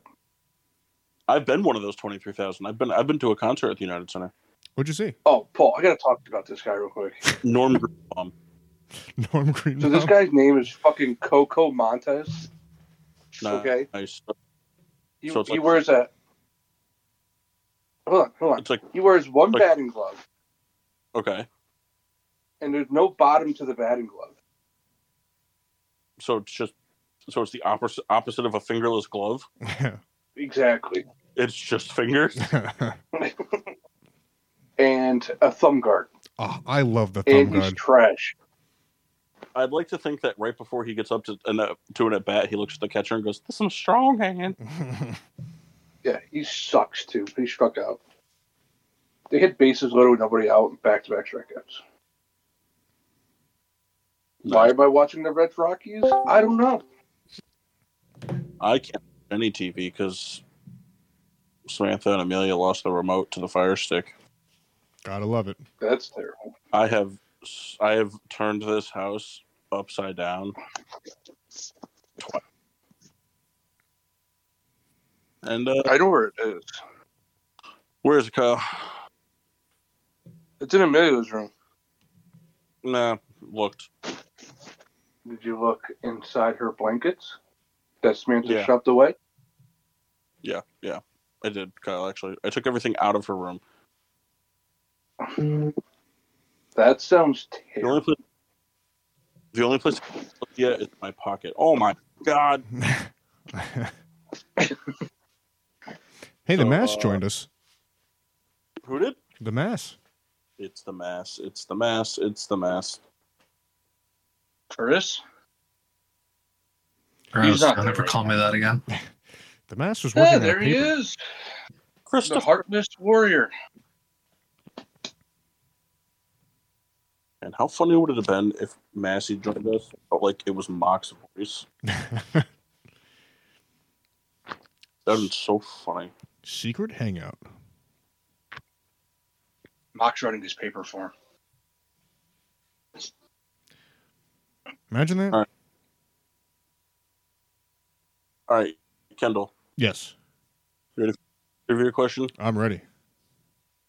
[SPEAKER 3] I've been one of those twenty three thousand. I've been I've been to a concert at the United Center.
[SPEAKER 1] What'd you see? <laughs>
[SPEAKER 2] Oh, Paul, I gotta talk about this guy real quick.
[SPEAKER 3] Norm Greenbaum.
[SPEAKER 1] Norm Green.
[SPEAKER 2] So this guy's name is fucking Coco Montes.
[SPEAKER 3] No.
[SPEAKER 2] Okay,
[SPEAKER 3] Nice.
[SPEAKER 2] he,
[SPEAKER 3] So it's
[SPEAKER 2] he
[SPEAKER 3] like-
[SPEAKER 2] wears a. Hold on, hold on.
[SPEAKER 3] It's like
[SPEAKER 2] He wears one
[SPEAKER 3] like-
[SPEAKER 2] batting glove,
[SPEAKER 3] okay.
[SPEAKER 2] and there's no bottom to the batting glove.
[SPEAKER 3] So it's just so it's the opposite opposite of a fingerless glove.
[SPEAKER 2] Exactly,
[SPEAKER 3] It's just fingers.
[SPEAKER 2] and a thumb guard,
[SPEAKER 1] <laughs> oh, I love the
[SPEAKER 2] and
[SPEAKER 1] thumb
[SPEAKER 2] he's
[SPEAKER 1] guard.
[SPEAKER 2] trash.
[SPEAKER 3] I'd like to think that right before he gets up to an uh, to an at bat, he looks at the catcher and goes, "This is some strong hand."
[SPEAKER 2] Yeah, he sucks too. He struck out. They hit bases loaded with nobody out and back to back strikeouts. Why am I watching the Red Rockies? I don't know.
[SPEAKER 3] I can't watch any TV because Samantha and Amelia lost the remote to the Fire Stick.
[SPEAKER 1] <laughs> Gotta love it. <laughs>
[SPEAKER 2] That's terrible.
[SPEAKER 3] I have s- I have turned this house upside down. Twice. And uh,
[SPEAKER 2] I know where it is.
[SPEAKER 3] where is it, Kyle?
[SPEAKER 2] It's in Amelia's room.
[SPEAKER 3] Nah, looked.
[SPEAKER 2] Did you look inside her blankets that Samantha
[SPEAKER 3] Yeah.
[SPEAKER 2] shoved away?
[SPEAKER 3] Yeah, yeah. I did, Kyle, actually. I took everything out of her room.
[SPEAKER 2] That sounds
[SPEAKER 3] The
[SPEAKER 2] terrible.
[SPEAKER 3] only place the only place I look yet is my pocket. Oh my god.
[SPEAKER 1] Hey, the
[SPEAKER 3] So,
[SPEAKER 1] mass
[SPEAKER 3] uh,
[SPEAKER 1] joined us.
[SPEAKER 3] Who did?
[SPEAKER 1] The mass.
[SPEAKER 3] It's the mass. It's the mass. It's the mass.
[SPEAKER 2] Chris?
[SPEAKER 4] Gross.
[SPEAKER 2] not
[SPEAKER 4] Don't ever
[SPEAKER 2] there.
[SPEAKER 4] call me that again.
[SPEAKER 1] The mass was working.
[SPEAKER 2] Yeah,
[SPEAKER 1] on a
[SPEAKER 2] there he
[SPEAKER 1] paper.
[SPEAKER 2] is. The
[SPEAKER 3] Christopher
[SPEAKER 2] Heartless Warrior.
[SPEAKER 3] And how funny would it have been if Massey joined us? But like it was Mock's voice.
[SPEAKER 1] <laughs>
[SPEAKER 3] That was so funny.
[SPEAKER 1] Secret hangout.
[SPEAKER 2] Mock's writing his paper for him.
[SPEAKER 1] Imagine that.
[SPEAKER 3] All right. All right, Kendall,
[SPEAKER 1] Yes,
[SPEAKER 3] trivia question.
[SPEAKER 1] I'm ready.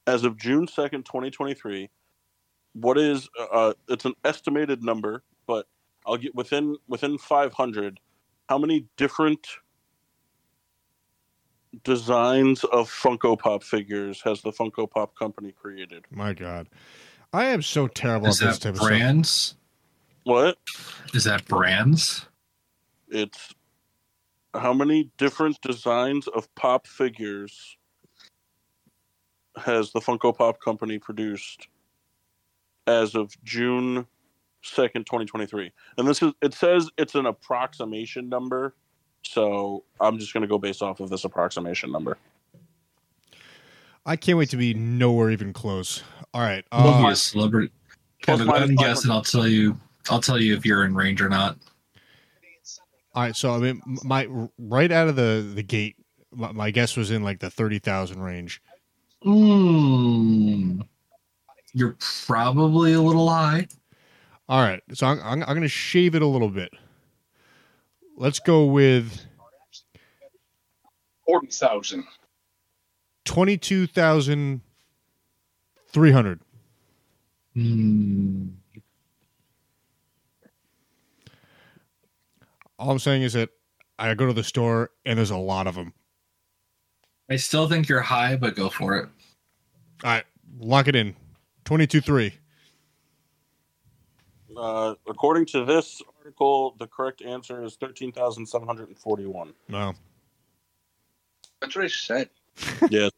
[SPEAKER 3] As of June second, twenty twenty three, what is uh it's an estimated number, but I'll get within within five hundred, how many different designs of Funko Pop figures has the Funko Pop company created?
[SPEAKER 1] My God, I am so terrible
[SPEAKER 4] Is
[SPEAKER 1] at this
[SPEAKER 4] that
[SPEAKER 1] type of stuff.
[SPEAKER 4] brands?
[SPEAKER 3] What?
[SPEAKER 4] Is that brands?
[SPEAKER 3] It's how many different designs of pop figures has the Funko Pop company produced as of June 2nd, 2023? And this is it says it's an approximation number. So I'm just going to go based off of this approximation number.
[SPEAKER 1] I can't wait to be nowhere even close. All right.
[SPEAKER 4] We'll be
[SPEAKER 1] Uh,
[SPEAKER 4] a celebrity.
[SPEAKER 3] Plus
[SPEAKER 4] Kevin,
[SPEAKER 3] minus
[SPEAKER 4] I'm
[SPEAKER 3] five
[SPEAKER 4] guessing
[SPEAKER 3] hundred.
[SPEAKER 4] I'll tell you. I'll tell you if you're in range or not.
[SPEAKER 1] all right. So I mean, my right out of the the gate, my, my guess was in like the thirty thousand range.
[SPEAKER 4] Mm, you're probably a little high.
[SPEAKER 1] All right. So I'm I'm, I'm going to shave it a little bit. Let's go with
[SPEAKER 2] 40,000.
[SPEAKER 1] twenty-two thousand three hundred.
[SPEAKER 4] Mm,
[SPEAKER 1] All I'm saying is that I go to the store and there's a lot of them.
[SPEAKER 4] I still think you're high, but go for it.
[SPEAKER 1] All right, lock it in. Twenty-two three.
[SPEAKER 3] Uh, according to this article, the correct answer is 13,741.
[SPEAKER 1] No,
[SPEAKER 2] That's what I said.
[SPEAKER 3] yeah.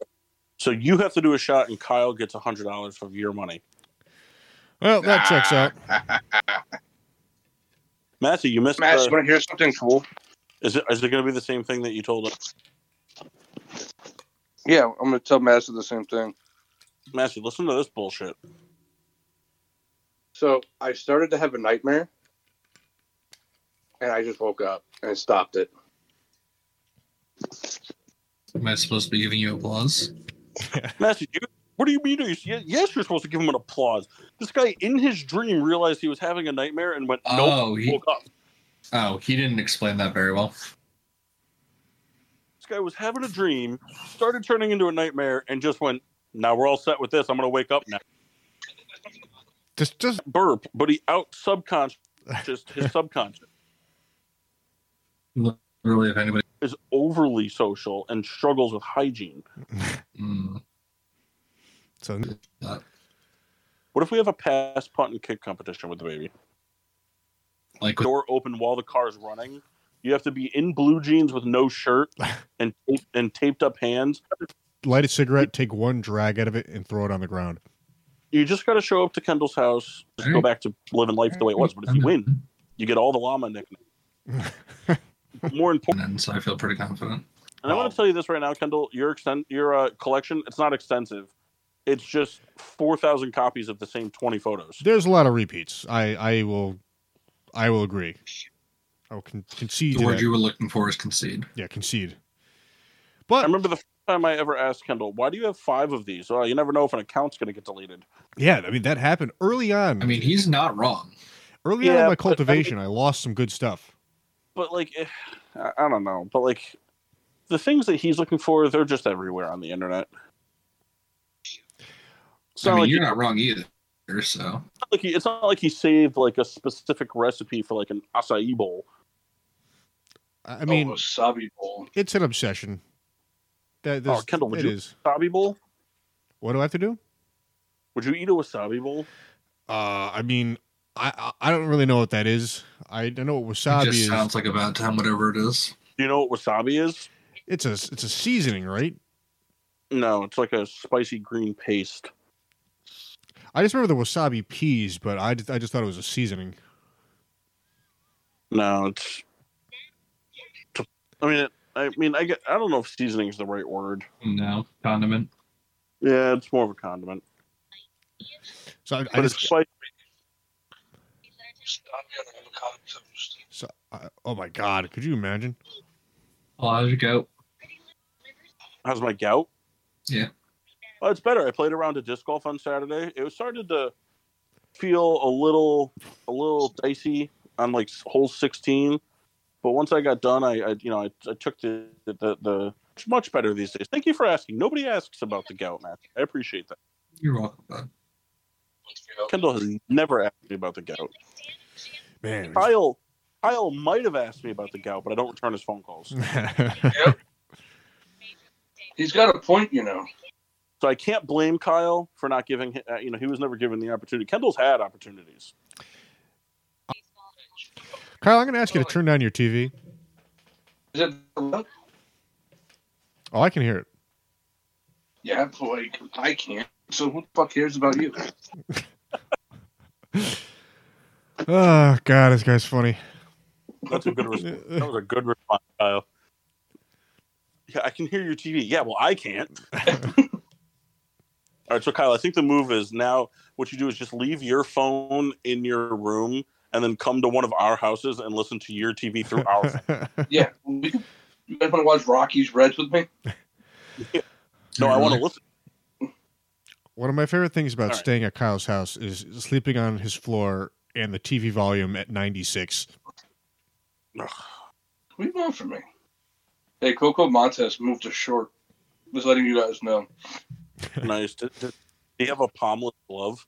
[SPEAKER 3] So you have to do a shot, and Kyle gets a hundred dollars of your money.
[SPEAKER 1] Well, that checks
[SPEAKER 3] Ah.
[SPEAKER 1] out.
[SPEAKER 3] Matthew, you missed.
[SPEAKER 2] Matt,
[SPEAKER 3] the-
[SPEAKER 2] you want to hear something cool?
[SPEAKER 3] is it is it going to be the same thing that you told us?
[SPEAKER 2] Yeah, I'm gonna tell Madison the same thing.
[SPEAKER 3] Matthew, listen to this bullshit.
[SPEAKER 2] So I started to have a nightmare, and I just woke up and stopped it.
[SPEAKER 4] Am I supposed to be giving you applause?
[SPEAKER 3] Matthew, you, what do you mean? Are you, yes, yes, you're supposed to give him an applause. This guy, in his dream, realized he was having a nightmare and went, "Nope."
[SPEAKER 4] Oh, he,
[SPEAKER 3] Woke up.
[SPEAKER 4] oh, he didn't explain that very well.
[SPEAKER 3] This guy was having a dream, started turning into a nightmare, and just went, "Now we're all set with this. I'm going to wake up now."
[SPEAKER 1] This just
[SPEAKER 3] Burp, but he out
[SPEAKER 4] <laughs>
[SPEAKER 3] subconscious, just his subconscious.
[SPEAKER 4] Really, if anybody.
[SPEAKER 3] is overly social and struggles with hygiene.
[SPEAKER 4] Mm,
[SPEAKER 1] so
[SPEAKER 3] What if we have a pass, punt, and kick competition with the baby?
[SPEAKER 4] like with
[SPEAKER 3] Door open while the car is running. You have to be in blue jeans with no shirt and tape, and taped up hands.
[SPEAKER 1] light a cigarette, take one drag out of it, and throw it on the ground.
[SPEAKER 3] You just got to show up to Kendall's house, just go back to living life the way it was. But if you win, you get all the llama nicknames. More important,
[SPEAKER 4] and so I feel pretty confident.
[SPEAKER 3] and I want to tell you this right now, Kendall. Your extent, your uh, collection, it's not extensive. It's just four thousand copies of the same twenty photos.
[SPEAKER 1] There's a lot of repeats. I I will, I will agree. I will con- concede.
[SPEAKER 4] The
[SPEAKER 1] to
[SPEAKER 4] word
[SPEAKER 1] that.
[SPEAKER 4] you were looking for is concede.
[SPEAKER 1] Yeah, concede.
[SPEAKER 3] I
[SPEAKER 1] But
[SPEAKER 3] remember the first time I ever asked Kendall, "Why do you have five of these?" Well, you never know if an account's going to get deleted.
[SPEAKER 1] yeah, I mean that happened early on.
[SPEAKER 4] I mean, he's not wrong.
[SPEAKER 1] early on
[SPEAKER 3] Yeah,
[SPEAKER 1] in my
[SPEAKER 3] but I mean-
[SPEAKER 1] cultivation, I, lost some good stuff.
[SPEAKER 3] But like, eh, I I don't know. But like, the things that he's looking for, they're just everywhere on the internet. It's
[SPEAKER 4] I
[SPEAKER 3] not,
[SPEAKER 4] mean,
[SPEAKER 3] like, he,
[SPEAKER 4] you're not wrong either. So
[SPEAKER 3] not like he- it's not like he saved like a specific recipe for like an acai bowl.
[SPEAKER 1] I I mean,
[SPEAKER 2] oh, wasabi bowl.
[SPEAKER 1] it's an obsession. That
[SPEAKER 3] Oh,
[SPEAKER 1] this,
[SPEAKER 3] Kendall, would
[SPEAKER 1] it
[SPEAKER 3] you-
[SPEAKER 1] is.
[SPEAKER 3] Wasabi bowl?
[SPEAKER 1] What do I have to do?
[SPEAKER 3] Would you eat a wasabi bowl?
[SPEAKER 1] Uh, I mean, I I I don't really know what that is. I, I know what
[SPEAKER 4] it
[SPEAKER 1] wasabi
[SPEAKER 4] just
[SPEAKER 1] is.
[SPEAKER 4] sounds like about time, whatever it is.
[SPEAKER 3] Do you know what wasabi is?
[SPEAKER 1] It's a it's a seasoning, right?
[SPEAKER 3] No, it's like a spicy green paste.
[SPEAKER 1] I just remember the wasabi peas, but I just, I just thought it was a seasoning.
[SPEAKER 3] No, it's. I mean, it, I mean, I get, I don't know if seasoning is the right word.
[SPEAKER 4] No condiment.
[SPEAKER 3] Yeah, it's more of a condiment,
[SPEAKER 1] So I, I
[SPEAKER 3] but
[SPEAKER 1] just
[SPEAKER 3] it's spicy.
[SPEAKER 2] Wasabi on avocado toast.
[SPEAKER 1] so, I, oh my god, could you imagine?
[SPEAKER 4] Well, how'd you go?
[SPEAKER 3] How's my gout?
[SPEAKER 4] Yeah.
[SPEAKER 3] Oh, it's better. I played around at disc golf on Saturday. It was started to feel a little, a little dicey on like hole sixteen, but once I got done, I, I you know, I, I took the the, the the it's much better these days. Thank you for asking. Nobody asks about the gout, man. I appreciate that.
[SPEAKER 4] You're welcome, bud.
[SPEAKER 3] Kendall has never asked me about the gout.
[SPEAKER 1] Man, <laughs>
[SPEAKER 3] Kyle, Kyle might have asked me about the gout, but I don't return his phone calls,
[SPEAKER 2] He's got a point, you know.
[SPEAKER 3] so I can't blame Kyle for not giving. hi- Uh, you know, he was never given the opportunity. Kendall's had opportunities.
[SPEAKER 1] Kyle, I'm gonna ask you to turn down your TV.
[SPEAKER 2] Is it the look?
[SPEAKER 1] Oh, I can hear it.
[SPEAKER 2] Yeah, but like I can't. So who the fuck cares about you?
[SPEAKER 1] Oh god, this guy's funny. <laughs>
[SPEAKER 3] That's a good. Response. That was a good response, Kyle. Yeah, I can hear your TV. Yeah, well, I can't. All right, so Kyle, I think the move is now what you do is just leave your phone in your room and then come to one of our houses and listen to your TV through
[SPEAKER 1] <laughs>
[SPEAKER 3] our phone.
[SPEAKER 2] Yeah, <laughs> we could- you guys want to watch Rockies Reds with me?
[SPEAKER 3] No, I want to
[SPEAKER 4] Really?
[SPEAKER 3] listen.
[SPEAKER 1] One of my favorite things about
[SPEAKER 3] All right.
[SPEAKER 1] staying at Kyle's house is sleeping on his floor and the TV volume at 96.
[SPEAKER 2] What do you want from me? Hey, Coco Montes moved to short. Just letting you guys know.
[SPEAKER 3] Nice. Do, do- do you have a palmless glove?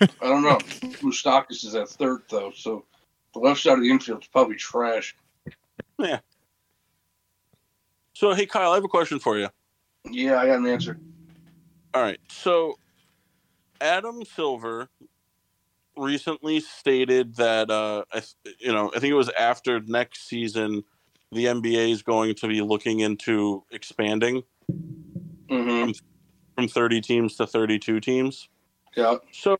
[SPEAKER 2] I don't know. Moustakis is at third though, so the left side of the infield's probably trash.
[SPEAKER 3] So, hey, Kyle, I have a question for you.
[SPEAKER 2] Yeah, I got an answer.
[SPEAKER 3] All right. So Adam Silver recently stated that uh I, th- you know, I think it was after next season the NBA is going to be looking into expanding
[SPEAKER 2] Mm-hmm.
[SPEAKER 3] from 30 teams to 32 teams.
[SPEAKER 2] Yeah.
[SPEAKER 3] So,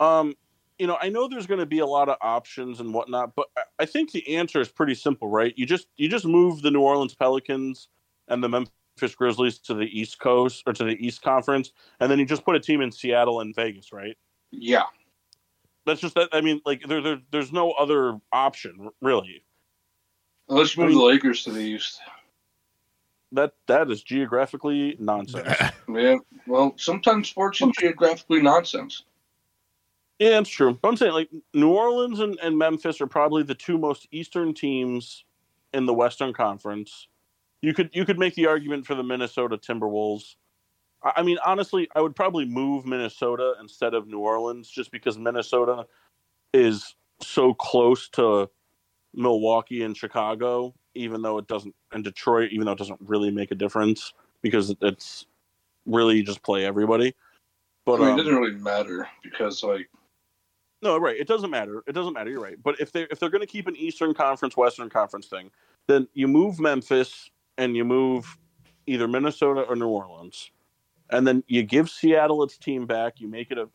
[SPEAKER 3] um, you know, I know there's going to be a lot of options and whatnot, but I- I think the answer is pretty simple, right? You just you just move the New Orleans Pelicans and the Memphis Grizzlies to the East Coast or to the East Conference, and then you just put a team in Seattle and Vegas, right?
[SPEAKER 2] Yeah.
[SPEAKER 3] That's just that. I mean, like there, there there's no other option really.
[SPEAKER 2] Let's move the Lakers to the East.
[SPEAKER 3] That that is geographically nonsense.
[SPEAKER 2] Yeah. Well, sometimes sports are geographically nonsense.
[SPEAKER 3] Yeah, it's true. But I'm saying like New Orleans and, and Memphis are probably the two most eastern teams in the Western Conference. You could you could make the argument for the Minnesota Timberwolves. I, I mean, honestly, I would probably move Minnesota instead of New Orleans just because Minnesota is so close to Milwaukee and Chicago, even though it doesn't and Detroit, even though it doesn't really make a difference because it's really you just play everybody. But
[SPEAKER 2] I mean,
[SPEAKER 3] um,
[SPEAKER 2] it doesn't really matter because, like,
[SPEAKER 3] no, right. It doesn't matter. It doesn't matter. You're right. But if they if they're going to keep an Eastern Conference Western Conference thing, then you move Memphis and you move either Minnesota or New Orleans, and then you give Seattle its team back. You make it a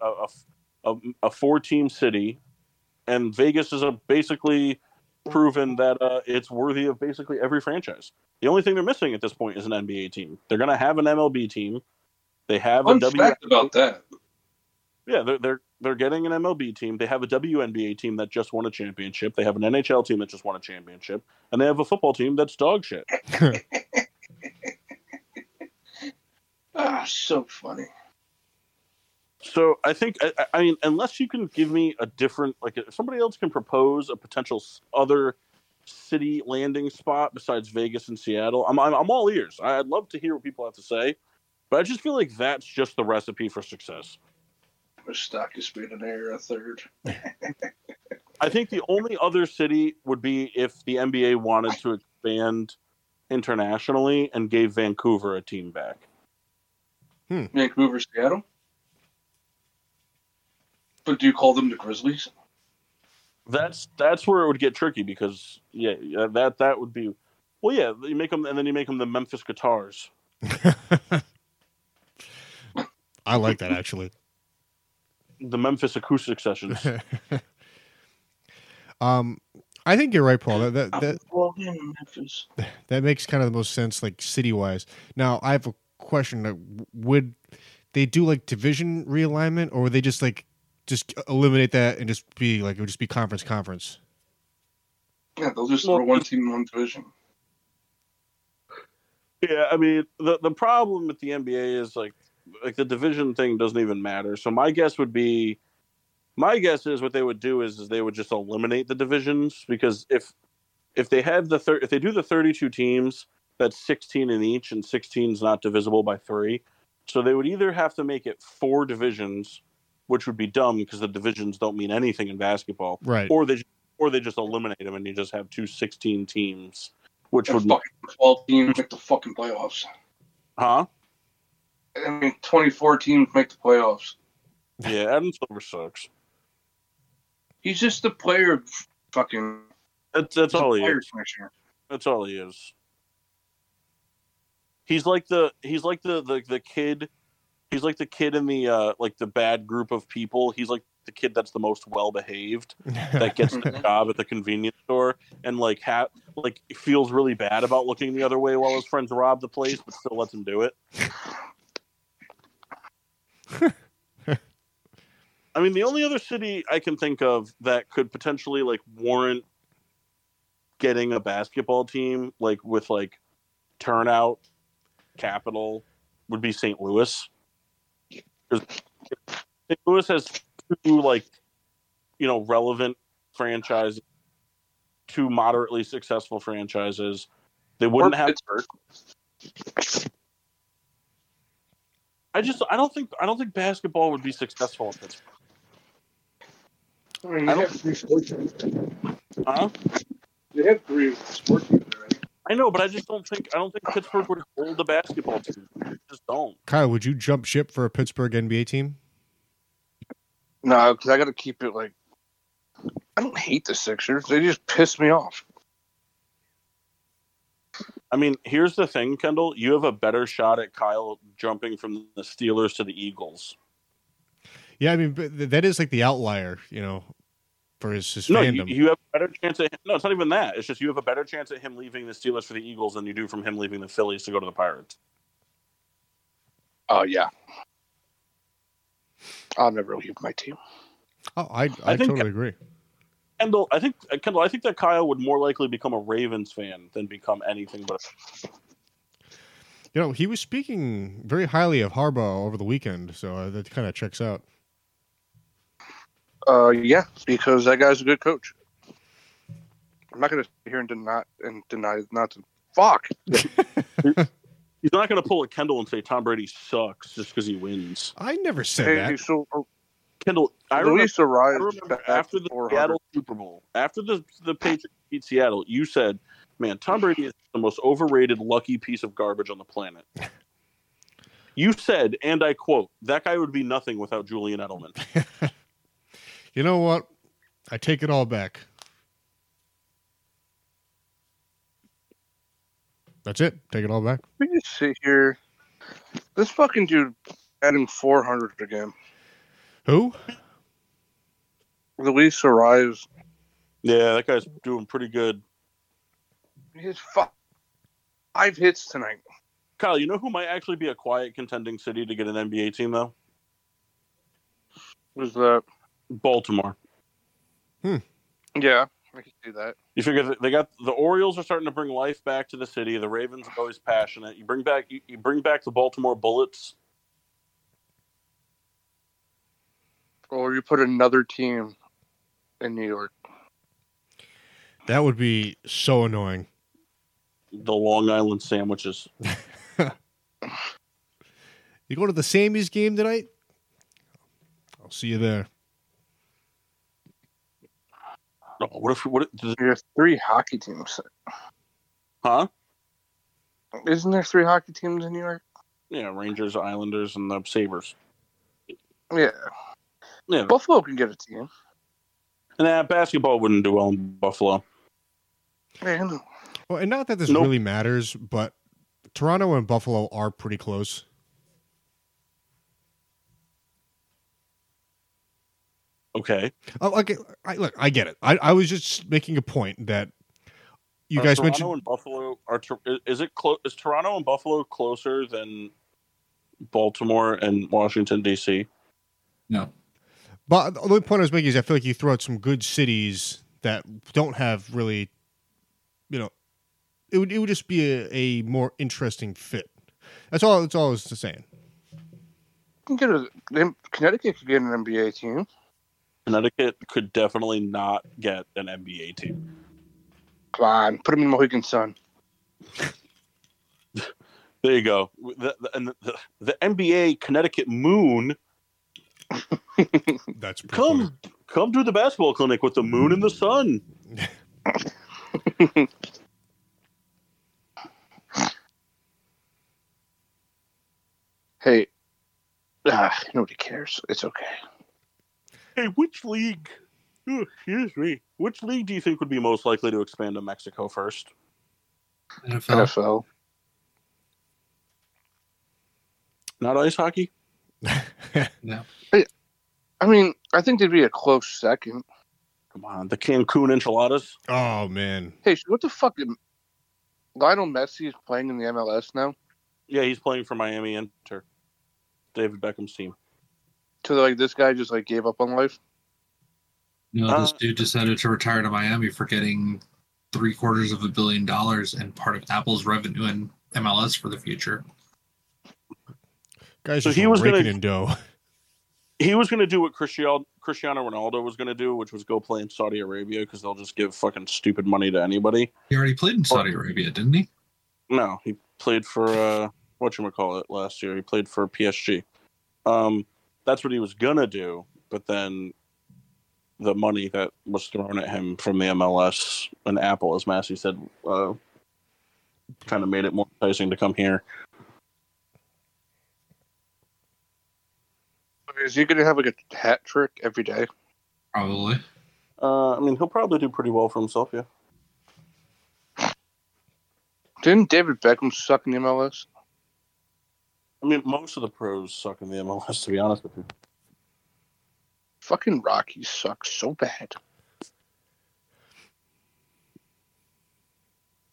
[SPEAKER 3] a, a, four team city, and Vegas is a basically proven that uh, it's worthy of basically every franchise. The only thing they're missing at this point is an NBA team. They're going to have an MLB team. They have a
[SPEAKER 2] fun
[SPEAKER 3] W.
[SPEAKER 2] fact about that.
[SPEAKER 3] Yeah, they're they're they're getting an MLB team. They have a WNBA team that just won a championship. They have an NHL team that just won a championship, and they have a football team that's dog shit.
[SPEAKER 2] Ah, so funny.
[SPEAKER 3] So I think I, I- I mean, unless you can give me a different like, if somebody else can propose a potential s- other city landing spot besides Vegas and Seattle, I'm I'm, I'm all ears. I- I'd love to hear what people have to say, but I just feel like that's just the recipe for success.
[SPEAKER 2] My stock is being an air a third.
[SPEAKER 3] I think the only other city would be if the NBA wanted to expand internationally and gave Vancouver a team back.
[SPEAKER 2] Vancouver, Seattle. But do you call them the Grizzlies?
[SPEAKER 3] That's that's where it would get tricky because yeah, yeah, that that would be well, yeah, you make them and then you make them the Memphis Guitars.
[SPEAKER 1] <laughs> I like that actually. <laughs>
[SPEAKER 3] The Memphis acoustic sessions.
[SPEAKER 1] um, I think you're right, Paul. That that that,
[SPEAKER 2] Well, yeah, Memphis.
[SPEAKER 1] that makes kind of the most sense, like city wise. Now, I have a question: that Would they do like division realignment, or would they just like just eliminate that and just be like it would just be conference conference?
[SPEAKER 2] Yeah, they'll just
[SPEAKER 3] Well,
[SPEAKER 2] throw one team in one division.
[SPEAKER 3] yeah, I mean the the problem with the NBA is like like the division thing doesn't even matter. So my guess would be my guess is what they would do is, is they would just eliminate the divisions because if if they have the thir- if they do the 32 teams that's 16 in each and 16 is not divisible by 3 so they would either have to make it four divisions which would be dumb because the divisions don't mean anything in basketball
[SPEAKER 1] <laughs> Right.
[SPEAKER 3] or they or they just eliminate them and you just have two 16 teams which
[SPEAKER 2] That
[SPEAKER 3] would
[SPEAKER 2] fucking 12 teams make the fucking playoffs.
[SPEAKER 3] huh
[SPEAKER 2] I mean, 24 teams make the playoffs.
[SPEAKER 3] yeah adam silver sucks
[SPEAKER 2] He's just the player fucking.
[SPEAKER 3] that's that's all he is
[SPEAKER 2] player commissioner.
[SPEAKER 3] That's all he is. He's like the he's like the the, the kid he's like the kid in the uh like the bad group of people. He's like the kid that's the most well behaved that gets the job at the convenience store and like ha- like feels really bad about looking the other way while his friends rob the place but still lets him do it. I mean, the only other city I can think of that could potentially like warrant getting a basketball team like with like turnout capital would be St. Louis. 'Cause St. Louis has two like you know relevant franchises, two moderately successful franchises. They wouldn't
[SPEAKER 2] Or
[SPEAKER 3] have
[SPEAKER 2] Pittsburgh.
[SPEAKER 3] I just I don't think I don't think basketball would be successful in Pittsburgh.
[SPEAKER 2] I mean,
[SPEAKER 3] I
[SPEAKER 2] they
[SPEAKER 3] don't-
[SPEAKER 2] have three sports teams.
[SPEAKER 3] Huh?
[SPEAKER 2] They have three sports teams already.
[SPEAKER 3] I know, but I just don't think I don't think Pittsburgh would hold the basketball team. I just don't.
[SPEAKER 1] Kyle, would you jump ship for a Pittsburgh NBA team?
[SPEAKER 2] No, because I got to keep it like. I don't hate the Sixers. They just piss me off.
[SPEAKER 3] I mean, here's the thing, Kendall. You have a better shot at Kyle jumping from the Steelers to the Eagles.
[SPEAKER 1] Yeah, I mean but th- that is like the outlier, you know, for his, his
[SPEAKER 3] No, you,
[SPEAKER 1] fandom.
[SPEAKER 3] you have a better chance at him. No, it's not even that. It's just you have a better chance at him leaving the Steelers for the Eagles than you do from him leaving the Phillies to go to the Pirates.
[SPEAKER 2] Oh yeah. I'll never leave my team.
[SPEAKER 1] oh, I, I,
[SPEAKER 3] I think-
[SPEAKER 1] totally agree.
[SPEAKER 3] Kendall, I think uh, Kendall, I think that Kyle would more likely become a Ravens fan than become anything but.
[SPEAKER 1] You know, he was speaking very highly of Harbaugh over the weekend, so uh, that kind of checks out.
[SPEAKER 2] Uh, yeah, because that guy's a good coach. I'm not gonna sit here and deny and deny not to fuck.
[SPEAKER 3] He's not going to pull a Kendall and say Tom Brady sucks just because he wins.
[SPEAKER 1] I never said
[SPEAKER 2] Hey,
[SPEAKER 1] that.
[SPEAKER 2] so uh,
[SPEAKER 3] Kendall, I remember
[SPEAKER 2] Luis Ariz
[SPEAKER 3] I remember after the Seattle Super Bowl, after the the Patriots beat Seattle, you said, "Man, Tom Brady is the most overrated, lucky piece of garbage on the <laughs> planet." You said, and I quote, "That guy would be nothing without Julian Edelman."
[SPEAKER 1] You know what? I take it all back. That's it. Take it all back.
[SPEAKER 2] We just sit here. This fucking dude adding 400 again.
[SPEAKER 1] Who?
[SPEAKER 2] Luis Ariz.
[SPEAKER 3] Yeah, that guy's doing pretty good.
[SPEAKER 2] He's fu- five hits tonight.
[SPEAKER 3] Kyle, you know who might actually be a quiet contending city to get an NBA team though?
[SPEAKER 2] Was that?
[SPEAKER 3] Baltimore.
[SPEAKER 2] Yeah, I can see that.
[SPEAKER 3] You figure that they got the Orioles are starting to bring life back to the city. The Ravens are always passionate. You bring back you, you bring back the Baltimore Bullets.
[SPEAKER 2] Or you put another team in New York.
[SPEAKER 1] That would be so annoying.
[SPEAKER 3] The Long Island sandwiches.
[SPEAKER 1] You go to the Sammys game tonight? I'll see you there.
[SPEAKER 3] No, what if what? if-
[SPEAKER 2] There are three hockey teams.
[SPEAKER 3] Huh?
[SPEAKER 2] Isn't there three hockey teams in New York?
[SPEAKER 3] Yeah, Rangers, Islanders, and the Sabers.
[SPEAKER 2] Yeah.
[SPEAKER 3] Yeah,
[SPEAKER 2] Buffalo can get a team.
[SPEAKER 3] and that basketball wouldn't do well in Buffalo.
[SPEAKER 2] Yeah, I know.
[SPEAKER 1] Well, and not that this
[SPEAKER 3] Nope.
[SPEAKER 1] really matters, but Toronto and Buffalo are pretty close.
[SPEAKER 3] Okay,
[SPEAKER 1] Oh, okay, I, look, I get it. I, I was just making a point that you
[SPEAKER 3] Are
[SPEAKER 1] guys
[SPEAKER 3] Uh, Toronto
[SPEAKER 1] mentioned.
[SPEAKER 3] and Buffalo are Tor- is it close? Is Toronto and Buffalo closer than Baltimore and Washington D.C.?
[SPEAKER 4] No.
[SPEAKER 1] But the only point I was making is I feel like you throw out some good cities that don't have really, you know, it would it would just be a, a more interesting fit. That's all. That's all I was just saying.
[SPEAKER 2] Can get a, them- Connecticut could get an NBA team.
[SPEAKER 3] Connecticut could definitely not get an NBA team.
[SPEAKER 2] Come on, put them in Mohegan Sun.
[SPEAKER 3] There you go. The, the, and the, the NBA Connecticut Moon
[SPEAKER 1] That's pretty funny.
[SPEAKER 3] come come to the basketball clinic with the moon and the sun.
[SPEAKER 2] Hey, ah, nobody cares. It's okay.
[SPEAKER 3] Hey, which league? Ooh, Excuse me. Which league do you think would be most likely to expand to Mexico first?
[SPEAKER 4] NFL.
[SPEAKER 2] NFL.
[SPEAKER 3] Not ice hockey.
[SPEAKER 2] I mean, I think they'd be a close second.
[SPEAKER 3] Come on, the Cancun enchiladas.
[SPEAKER 1] <laughs> Oh man,
[SPEAKER 2] Hey, so what the fuck? did- Lionel Messi is playing in the MLS now.
[SPEAKER 3] Yeah, he's playing for Miami Inter. David Beckham's team.
[SPEAKER 2] So like, this guy just like gave up on life.
[SPEAKER 4] No, this
[SPEAKER 3] Uh,
[SPEAKER 4] dude decided to retire to Miami for getting three quarters of a billion dollars and part of Apple's revenue in MLS for the future.
[SPEAKER 1] guys,
[SPEAKER 3] So
[SPEAKER 1] just
[SPEAKER 3] he was
[SPEAKER 1] raking
[SPEAKER 3] gonna-
[SPEAKER 1] in dough. <laughs>
[SPEAKER 3] He was going to do what Cristiano Cristiano Ronaldo was going to do, which was go play in Saudi Arabia because they'll just give fucking stupid money to anybody.
[SPEAKER 4] He already played in Saudi Arabia, didn't he?
[SPEAKER 3] No, he played for uh, what you call it last year. He played for PSG. Um, that's what he was gonna do, but then the money that was thrown at him from the MLS and Apple, as Massey said, uh, kind of made it more enticing to come here.
[SPEAKER 2] Is he gonna have like a hat trick every day?
[SPEAKER 4] Probably.
[SPEAKER 3] Uh, I mean, he'll probably do pretty well for himself, yeah.
[SPEAKER 2] Didn't David Beckham suck in the MLS?
[SPEAKER 3] I mean, most of the pros suck in the MLS, to be honest with you.
[SPEAKER 2] Fucking Rocky sucks so bad.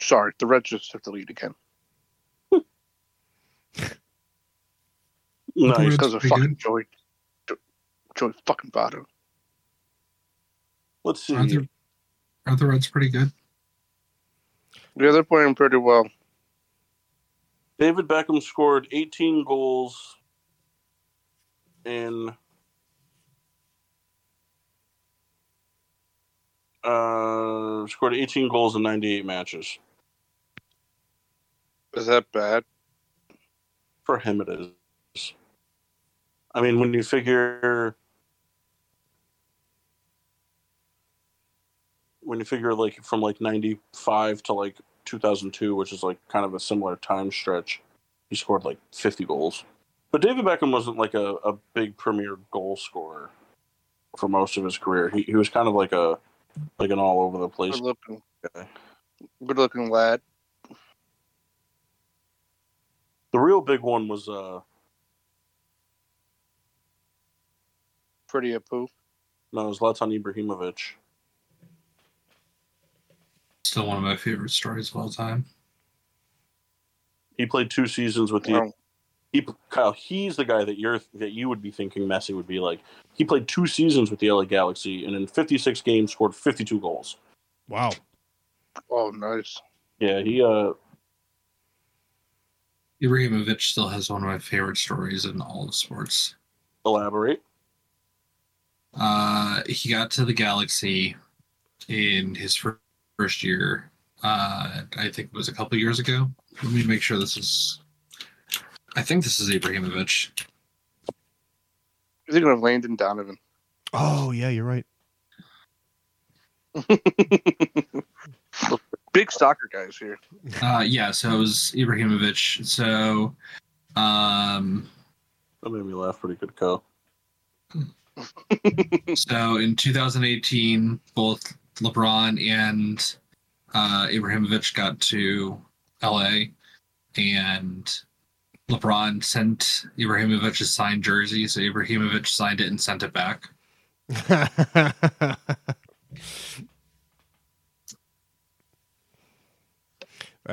[SPEAKER 2] Sorry, the Reds just took the lead again.
[SPEAKER 4] Nice.
[SPEAKER 3] Nice.
[SPEAKER 2] Because of
[SPEAKER 4] They
[SPEAKER 2] fucking
[SPEAKER 4] did?
[SPEAKER 2] Joey, Jo- Joey fucking Votto.
[SPEAKER 3] Let's see.
[SPEAKER 4] Aren't the, aren't the Reds pretty good?
[SPEAKER 2] Yeah, they're playing pretty well.
[SPEAKER 3] David Beckham scored 18 goals in uh scored 18 goals in 98 matches.
[SPEAKER 2] Is that bad?
[SPEAKER 3] For him it is. I mean, when you figure when you figure like from like 95 to like 2002, which is like kind of a similar time stretch, he scored like 50 goals. But David Beckham wasn't like a, a big premier goal scorer for most of his career. He, he was kind of like a like an all over the place.
[SPEAKER 2] Good looking,
[SPEAKER 3] Okay.
[SPEAKER 2] good looking lad.
[SPEAKER 3] The real big one was uh
[SPEAKER 2] Pretty a poo.
[SPEAKER 3] no, it was Latan Ibrahimovic.
[SPEAKER 4] Still one of my favorite stories of all time.
[SPEAKER 3] He played two seasons with the
[SPEAKER 2] Well,
[SPEAKER 3] he Kyle, he's the guy that you're that you would be thinking Messi would be like. He played two seasons with the LA Galaxy and in 56 games scored 52 goals.
[SPEAKER 1] Wow.
[SPEAKER 2] oh, nice.
[SPEAKER 3] Yeah, he uh
[SPEAKER 4] Ibrahimovic still has one of my favorite stories in all of sports.
[SPEAKER 3] elaborate.
[SPEAKER 4] Uh, he got to the Galaxy in his fir- first year. Uh, I think it was a couple years ago. Let me make sure this is. I think this is Ibrahimovic.
[SPEAKER 2] Is he gonna have Landon Donovan?
[SPEAKER 1] Oh yeah, you're right.
[SPEAKER 2] Big soccer guys here.
[SPEAKER 4] Uh, yeah, so it was Ibrahimovic. So, um,
[SPEAKER 3] That made me laugh pretty good, Kyle.
[SPEAKER 4] so in 2018, both LeBron and uh, Ibrahimovic got to LA, and LeBron sent Ibrahimovic a signed jersey. So Ibrahimovic signed it and sent it back.
[SPEAKER 1] <laughs> that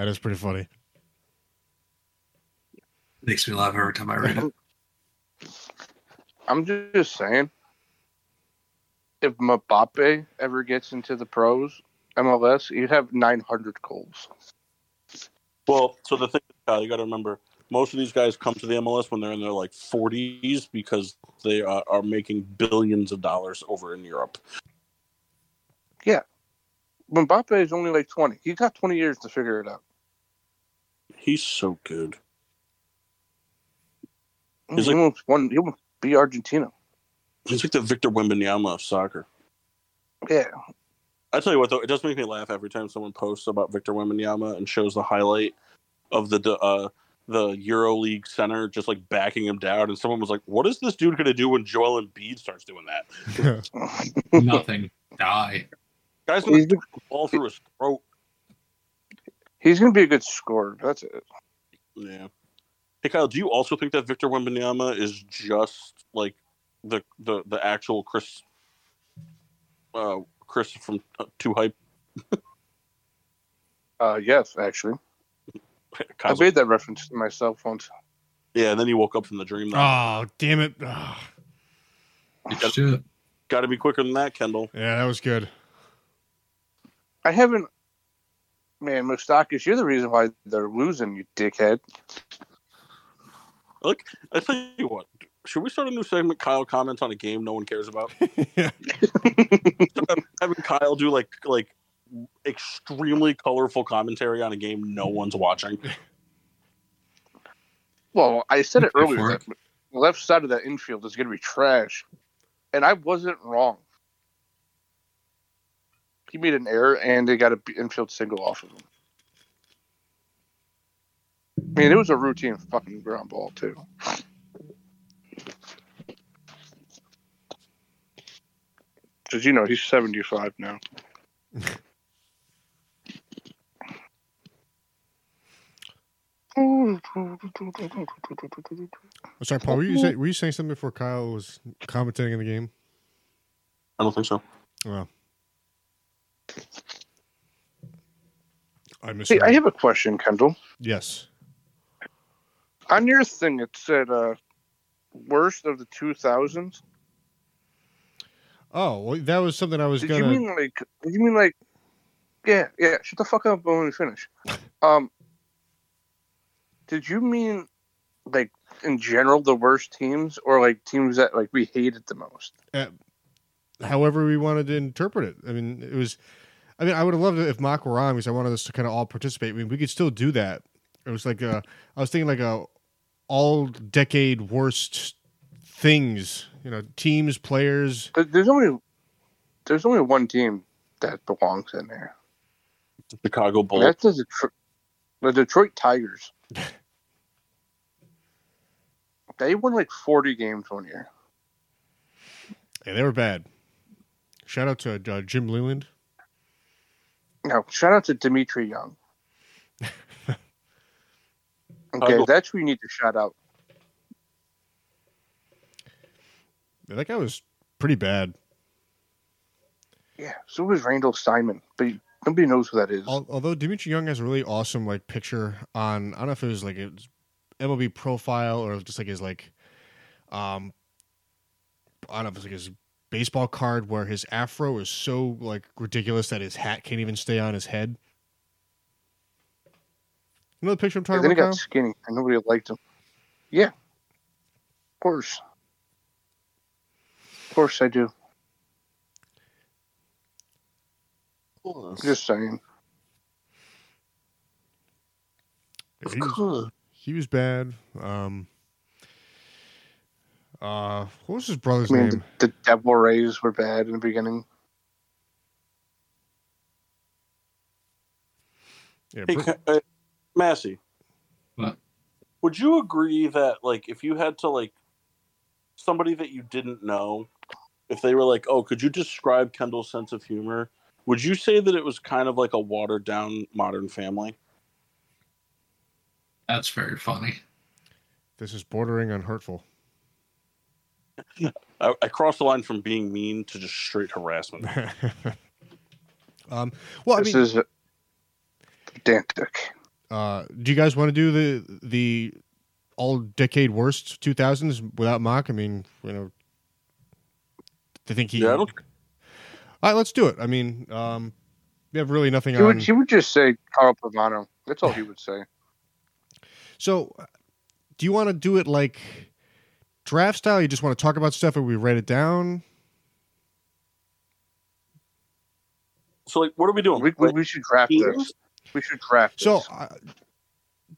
[SPEAKER 1] is pretty funny. <laughs>
[SPEAKER 4] Makes me laugh every time I read it.
[SPEAKER 2] I'm ju- just saying, if Mbappe ever gets into the pros MLS, you'd have 900 goals.
[SPEAKER 3] Well, so the thing, Kyle, you got to remember, most of these guys come to the MLS when they're in their like 40s because they are, are making billions of dollars over in Europe.
[SPEAKER 2] Mbappe is only like 20. He's got 20 years to figure it out.
[SPEAKER 3] He's so good.
[SPEAKER 2] He
[SPEAKER 3] He's like-
[SPEAKER 2] almost won. He almost beat Argentina.
[SPEAKER 3] He's like the Victor Wembanyama of soccer.
[SPEAKER 2] Yeah,
[SPEAKER 3] I tell you what, though, it does make me laugh every time someone posts about Victor Wembanyama and shows the highlight of the uh, the EuroLeague center just like backing him down, and someone was like, "What is this dude going to do when Joel Embiid starts doing that?"
[SPEAKER 4] Nothing. Die.
[SPEAKER 3] Guy's going
[SPEAKER 2] he's,
[SPEAKER 3] to fall through his throat.
[SPEAKER 2] he's gonna be a good scorer. That's it.
[SPEAKER 3] Yeah. Hey Kyle, do you also think that Victor Wembanyama is just like the the the actual Chris uh Chris from uh, Too Hype? <laughs>
[SPEAKER 2] Uh, yes, actually,
[SPEAKER 3] Kyle's
[SPEAKER 2] I
[SPEAKER 3] like,
[SPEAKER 2] made that reference to myself once.
[SPEAKER 3] yeah, and then he woke up from the dream. Though.
[SPEAKER 1] oh damn it! Ah,
[SPEAKER 4] Good shit.
[SPEAKER 3] Got to be quicker than that, Kendall.
[SPEAKER 1] yeah, that was good.
[SPEAKER 2] I haven't. Man, Mustakis, you're the reason why they're losing, you dickhead.
[SPEAKER 3] I tell you what, should we start a new segment? Kyle comments on a game no one cares about.
[SPEAKER 1] Yeah.
[SPEAKER 3] Having Kyle do like like extremely colorful commentary on a game no one's watching.
[SPEAKER 2] Well, I said it
[SPEAKER 4] Go
[SPEAKER 2] earlier
[SPEAKER 4] for
[SPEAKER 2] that the left side of that infield is going to be trash, and I wasn't wrong. He made an error, and they got an infield single off of him. I mean, it was a routine fucking ground ball too. Because you know he's seventy-five now.
[SPEAKER 1] I'm sorry, Paul. Were you, say, were you saying something before Kyle was commentating in the game?
[SPEAKER 3] I don't think so.
[SPEAKER 1] I missed.
[SPEAKER 2] Hey, I have a question, Kendall.
[SPEAKER 1] Yes.
[SPEAKER 2] On your thing, it said uh, worst of the 2000s.
[SPEAKER 1] Oh, well, that was something I was
[SPEAKER 2] Did
[SPEAKER 1] gonna.
[SPEAKER 2] you mean like? Did you mean like? Yeah, yeah. Shut the fuck up when we finish. Um, did you mean like in general the worst teams, or like teams that like we hated the most?
[SPEAKER 1] however we wanted to interpret it. I mean, it was. I mean, I would have loved it if Mock were on because I wanted us to kind of all participate. I mean, we could still do that. It was like a. I was thinking like a all decade worst things. You know, teams, players.
[SPEAKER 2] There- There's only there's only one team that belongs in there.
[SPEAKER 3] The Chicago
[SPEAKER 2] And
[SPEAKER 3] Bulls.
[SPEAKER 2] That's the Detroit, the Detroit Tigers. they won like 40 games one year.
[SPEAKER 1] Yeah, they were bad. Shout out to uh, Jim Leland.
[SPEAKER 2] Now, shout out to Dimitri Young. okay,
[SPEAKER 3] Chicago-
[SPEAKER 2] that's who you need to shout out.
[SPEAKER 1] Yeah, that guy was pretty bad.
[SPEAKER 2] Yeah, so was Randall Simon, but nobody knows who that is.
[SPEAKER 1] Al- although Dimitri Young has a really awesome like picture on I don't know if it was like his MLB profile or just like his like um I don't know if it's like his baseball card where his afro is so like ridiculous that his hat can't even stay on his head. You know the picture I'm
[SPEAKER 2] And
[SPEAKER 1] talking
[SPEAKER 2] then he
[SPEAKER 1] about?
[SPEAKER 2] got
[SPEAKER 1] Kyle?
[SPEAKER 2] skinny, and nobody liked him. Yeah, of course. Of course I do. Just saying.
[SPEAKER 1] He was- he was bad. Um uh what was his brother's
[SPEAKER 2] I mean,
[SPEAKER 1] name?
[SPEAKER 2] the, the Devil Rays were bad in the beginning.
[SPEAKER 1] Yeah,
[SPEAKER 3] Hey,
[SPEAKER 1] Br-
[SPEAKER 3] Ca- uh, Massey.
[SPEAKER 4] What?
[SPEAKER 3] Would you agree that, like, if you had to, like, somebody that you didn't know, if they were like, oh, could you describe Kendall's sense of humor? Would you say that it was kind of like a watered down modern family?
[SPEAKER 4] That's very funny.
[SPEAKER 1] this is bordering on hurtful. <laughs>
[SPEAKER 3] I, I crossed the line from being mean to just
[SPEAKER 2] <laughs>
[SPEAKER 3] straight harassment.
[SPEAKER 1] um well I
[SPEAKER 2] this
[SPEAKER 1] mean
[SPEAKER 2] is pedantic.
[SPEAKER 1] Uh, do you guys want to do the the all decade worst 2000s without mock? I mean, you know, I think he.
[SPEAKER 3] Yeah, I
[SPEAKER 1] all
[SPEAKER 3] don't-
[SPEAKER 1] right, let's do it. I mean, um, we have really nothing
[SPEAKER 2] He
[SPEAKER 1] on.
[SPEAKER 2] would, he would just say Carl Pavano. That's all he would say.
[SPEAKER 1] So, uh, do you want to do it like draft style? You just want to talk about stuff, or we write it down?
[SPEAKER 3] So, like, what are we doing?
[SPEAKER 2] We, we,
[SPEAKER 3] Like,
[SPEAKER 2] we should draft
[SPEAKER 3] teams?
[SPEAKER 2] this. We should draft
[SPEAKER 1] So,
[SPEAKER 2] this.
[SPEAKER 1] uh,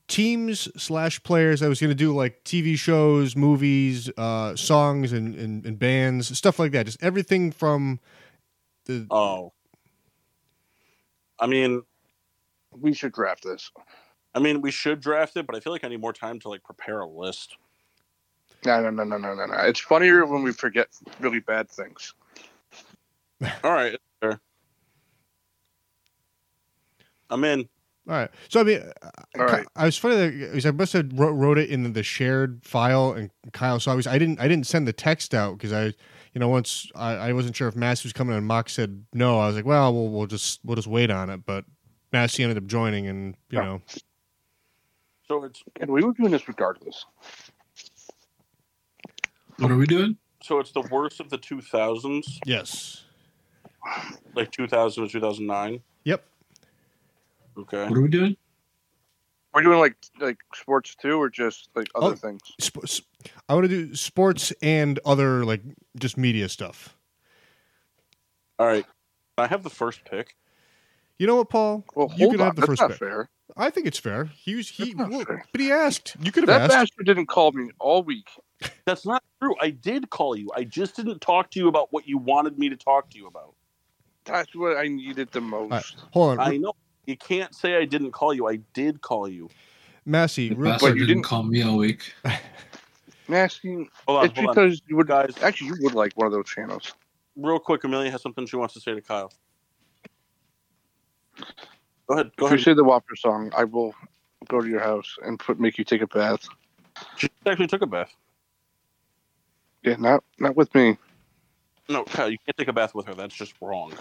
[SPEAKER 1] teams slash players. I was going to do like TV shows, movies, uh, songs, and, and and bands, stuff like that. Just everything from the
[SPEAKER 3] Oh. I mean,
[SPEAKER 2] We should draft this.
[SPEAKER 3] I mean, we should draft it, but I feel like I need more time to like prepare a list.
[SPEAKER 2] No, no, no, no, no, no, no. It's funnier when we forget really bad things.
[SPEAKER 3] All right, fair. I'm in.
[SPEAKER 1] All right. So I mean, I-
[SPEAKER 2] All right.
[SPEAKER 1] I was funny that because I must have wrote, wrote it in the shared file, and Kyle saw. it. I didn't. I didn't send the text out because I, you know, once I, I wasn't sure if Massey was coming, and Mock said no. I was like, well, we'll, we'll just we'll just wait on it. But Massey ended up joining, and you
[SPEAKER 2] Yeah.
[SPEAKER 1] know,
[SPEAKER 3] So it's
[SPEAKER 2] And we were doing this regardless.
[SPEAKER 4] What are we doing?
[SPEAKER 3] so it's the worst of the 2000s,
[SPEAKER 1] yes,
[SPEAKER 3] like 2000 to 2009.
[SPEAKER 1] yep.
[SPEAKER 3] Okay.
[SPEAKER 4] What are we doing?
[SPEAKER 2] We're doing like like sports too, or just like other
[SPEAKER 1] Oh.
[SPEAKER 2] things.
[SPEAKER 1] Sports. I want to do sports and other like just media stuff.
[SPEAKER 3] All right. I have the first pick.
[SPEAKER 1] You know what, Paul?
[SPEAKER 2] Well,
[SPEAKER 1] you
[SPEAKER 2] hold
[SPEAKER 1] could
[SPEAKER 2] on.
[SPEAKER 1] have the
[SPEAKER 2] That's
[SPEAKER 1] first
[SPEAKER 2] not
[SPEAKER 1] pick.
[SPEAKER 2] fair.
[SPEAKER 1] I think it's fair. He was he,
[SPEAKER 2] That's not
[SPEAKER 1] well,
[SPEAKER 2] fair.
[SPEAKER 1] but he asked. You could have
[SPEAKER 2] That
[SPEAKER 1] asked.
[SPEAKER 2] bastard didn't call me all week.
[SPEAKER 3] That's not true. I did call you. I just didn't talk to you about what you wanted me to talk to you about.
[SPEAKER 2] That's what I needed the most.
[SPEAKER 1] right. Hold on,
[SPEAKER 2] Mm-hmm.
[SPEAKER 3] I know you can't say I didn't call you. I did call you.
[SPEAKER 1] Massey.
[SPEAKER 4] The
[SPEAKER 1] Real
[SPEAKER 4] bastard
[SPEAKER 2] you
[SPEAKER 4] didn't,
[SPEAKER 2] didn't-
[SPEAKER 4] call me all week.
[SPEAKER 2] Nasty.
[SPEAKER 3] Hold on,
[SPEAKER 2] It's
[SPEAKER 3] hold on.
[SPEAKER 2] because you would
[SPEAKER 3] Guys.
[SPEAKER 2] actually you would like one of those channels.
[SPEAKER 3] Real quick, Amelia has something she wants to say to Kyle. Go ahead. Go
[SPEAKER 2] If you
[SPEAKER 3] ahead.
[SPEAKER 2] say the Whopper song, I will go to your house and put make you take a bath.
[SPEAKER 3] She actually took a bath.
[SPEAKER 2] Yeah, not not with me.
[SPEAKER 3] No, Kyle, you can't take a bath with her. That's just wrong.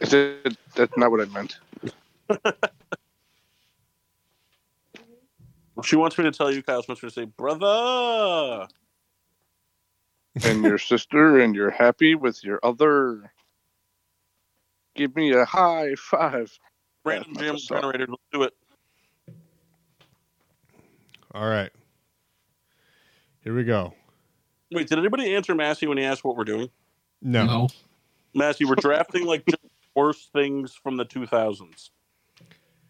[SPEAKER 2] Is it, that's not what I meant.
[SPEAKER 3] She wants me to tell you, Kyle. She wants me to say, brother.
[SPEAKER 2] And your sister, and you're happy with your other. Give me a high five.
[SPEAKER 3] Random
[SPEAKER 2] That's not
[SPEAKER 3] jam
[SPEAKER 2] the song.
[SPEAKER 3] generator. Let's do it.
[SPEAKER 1] All right. Here we go.
[SPEAKER 3] Wait, did anybody answer Massey when he asked what we're doing?
[SPEAKER 1] No.
[SPEAKER 4] No.
[SPEAKER 3] Massey, we're drafting like
[SPEAKER 2] <laughs>
[SPEAKER 3] just worst things from the 2000s.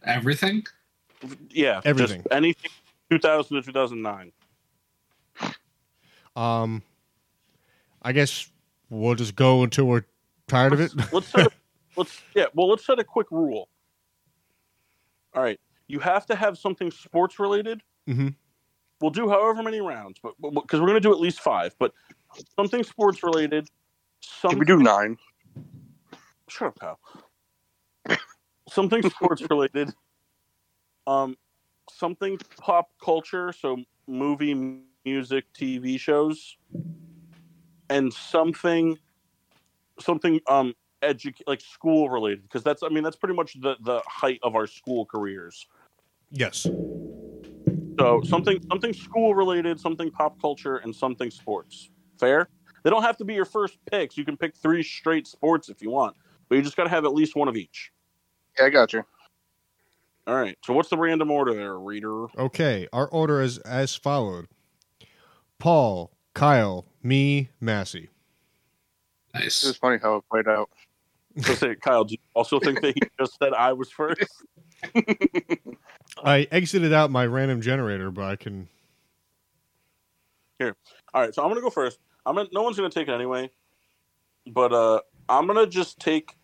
[SPEAKER 4] Everything?
[SPEAKER 3] Yeah, just
[SPEAKER 1] Everything.
[SPEAKER 3] anything 2000 to 2009.
[SPEAKER 1] Um, I guess we'll just go until we're tired of it.
[SPEAKER 3] Let's
[SPEAKER 1] <laughs>
[SPEAKER 3] set a, let's yeah. Well, let's set a quick rule. All right, you have to have something sports related.
[SPEAKER 1] Mhm.
[SPEAKER 3] We'll do however many rounds, but because we're going to do at least five, but something sports related.
[SPEAKER 2] Did we
[SPEAKER 3] Some
[SPEAKER 2] do nine?
[SPEAKER 3] shut up, Kyle. <laughs> something sports related. Um, something pop culture, so movie, m- music, TV shows, and something, something um, edu- like school related, because that's I mean that's pretty much the the height of our school careers.
[SPEAKER 1] <laughs> yes.
[SPEAKER 3] So something something school related, something pop culture, and something sports. Fair. They don't have to be your first picks. You can pick three straight sports if you want, but you just got to have at least one of each.
[SPEAKER 2] Yeah, I got you.
[SPEAKER 3] All right. So what's the random order there, reader?
[SPEAKER 1] Okay. Our order is as followed: Paul, Kyle, me, Massey.
[SPEAKER 2] This is
[SPEAKER 4] Nice.
[SPEAKER 2] funny how it played out.
[SPEAKER 3] So say, Kyle, do you also think that he just said I was first?
[SPEAKER 1] I exited out my random generator, but I can.
[SPEAKER 3] All right. So I'm gonna go first. I'm gonna, no one's gonna take it anyway, but uh, I'm gonna just take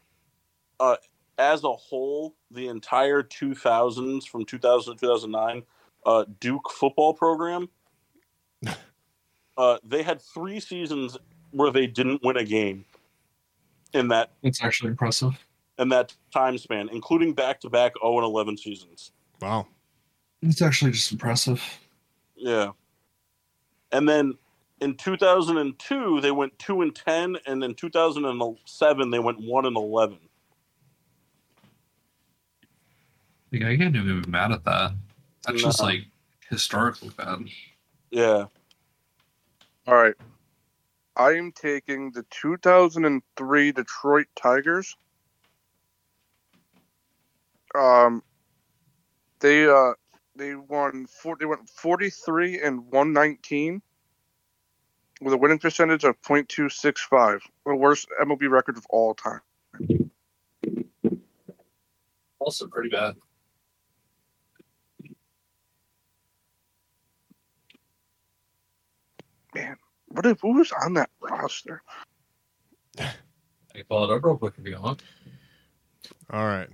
[SPEAKER 3] uh, as a whole the entire 2000s from 2000 to 2009 uh, Duke football program. uh, they had three seasons where they didn't win a game in that
[SPEAKER 4] That's actually impressive.
[SPEAKER 3] in that time span, including back to back 0 and 11 seasons.
[SPEAKER 1] Wow.
[SPEAKER 4] It's actually just impressive.
[SPEAKER 3] Yeah. And then in 2002 they went 2 and 10 and in 2007 they went 1 and 11.
[SPEAKER 4] Like, I can't even be mad at that. That's just
[SPEAKER 3] No.
[SPEAKER 4] like historically bad.
[SPEAKER 3] Yeah.
[SPEAKER 2] All right. I am taking the 2003 Detroit Tigers. Um, they uh, they won four, they went 43 and 119 with a winning percentage of .265, the worst MLB record of all time.
[SPEAKER 4] Also pretty bad.
[SPEAKER 2] What if who was on that roster?
[SPEAKER 4] I can pull it up real quick if you want.
[SPEAKER 1] All right.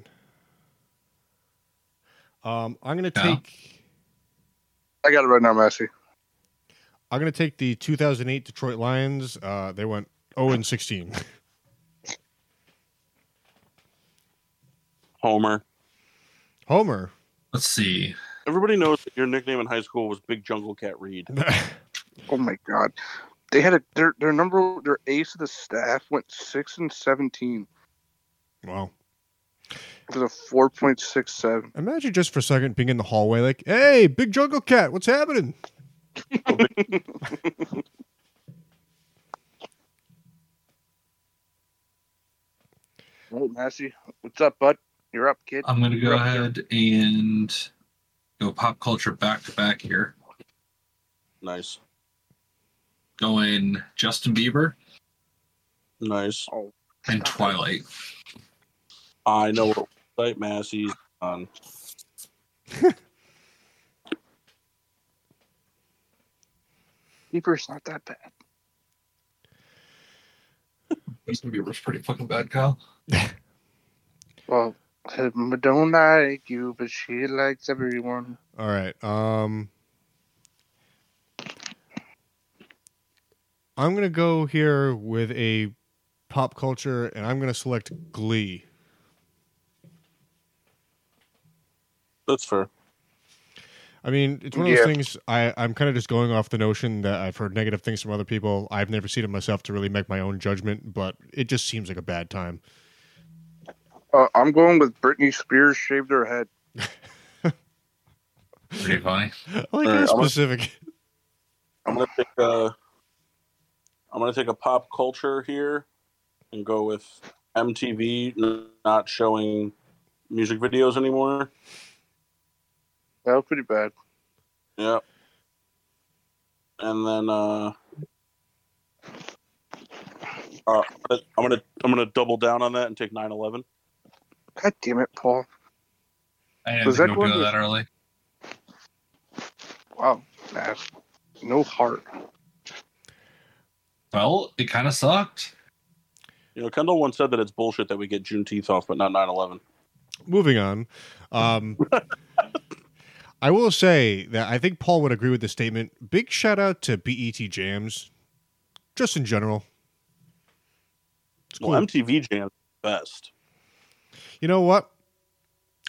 [SPEAKER 1] Um, I'm gonna
[SPEAKER 4] Yeah.
[SPEAKER 1] take.
[SPEAKER 2] I got it right now, Massey.
[SPEAKER 1] I'm gonna take the 2008 Detroit Lions. Uh, they went 0 and 16.
[SPEAKER 3] Homer.
[SPEAKER 1] <laughs> Homer. <laughs>
[SPEAKER 4] Let's see.
[SPEAKER 3] Everybody knows that your nickname in high school was Big Jungle Cat Reed.
[SPEAKER 2] Oh my God, they had a their their number their ace of the staff went six and 17.
[SPEAKER 1] wow.
[SPEAKER 2] with a 4.67.
[SPEAKER 1] Imagine just for a second being in the hallway, like, "Hey, big jungle cat, what's happening?"
[SPEAKER 2] Hey, Massey, what's up, bud? You're up, kid.
[SPEAKER 4] I'm going to go ahead and go pop culture back to back here.
[SPEAKER 3] Nice.
[SPEAKER 4] Going Justin Bieber
[SPEAKER 3] Nice.
[SPEAKER 4] <laughs> and Twilight.
[SPEAKER 3] I know what site Massey's on.
[SPEAKER 2] Keeper's not that bad.
[SPEAKER 4] Justin Bieber's pretty fucking bad, Kyle.
[SPEAKER 2] Well, uh, I don't like you, but she likes everyone.
[SPEAKER 1] All right. Um, I'm gonna go here with a pop culture, and I'm gonna select Glee.
[SPEAKER 3] That's fair.
[SPEAKER 1] I mean, it's one of
[SPEAKER 2] Yeah.
[SPEAKER 1] those things. I I'm kind of just going off the notion that I've heard negative things from other people. I've never seen it myself to really make my own judgment, but it just seems like a bad time. <laughs>
[SPEAKER 2] Uh, I'm going with Britney Spears shaved her head.
[SPEAKER 4] Pretty funny.
[SPEAKER 1] I like
[SPEAKER 3] Alright,
[SPEAKER 1] how
[SPEAKER 3] I'm gonna-
[SPEAKER 1] specific.
[SPEAKER 3] I'm gonna take a. I'm gonna take a pop culture here, and go with MTV n- not showing music videos anymore.
[SPEAKER 2] That was pretty bad.
[SPEAKER 3] Yep. And then uh, uh I'm gonna I'm gonna double down on that and take 9/11.
[SPEAKER 2] God damn it, Paul.
[SPEAKER 4] I didn't
[SPEAKER 2] Was
[SPEAKER 4] think
[SPEAKER 2] that
[SPEAKER 4] it would go
[SPEAKER 2] one-
[SPEAKER 4] that early.
[SPEAKER 2] Wow. Nah, no heart.
[SPEAKER 4] Well, it kind of sucked.
[SPEAKER 3] You know, Kendall once said that it's bullshit that we get Juneteenth off, but not 9/11.
[SPEAKER 1] Moving on. Um, I will say that I think Paul would agree with the statement. Big shout out to BET Jams, just in general. It's cool.
[SPEAKER 3] Well, MTV Jam is best.
[SPEAKER 1] you know what?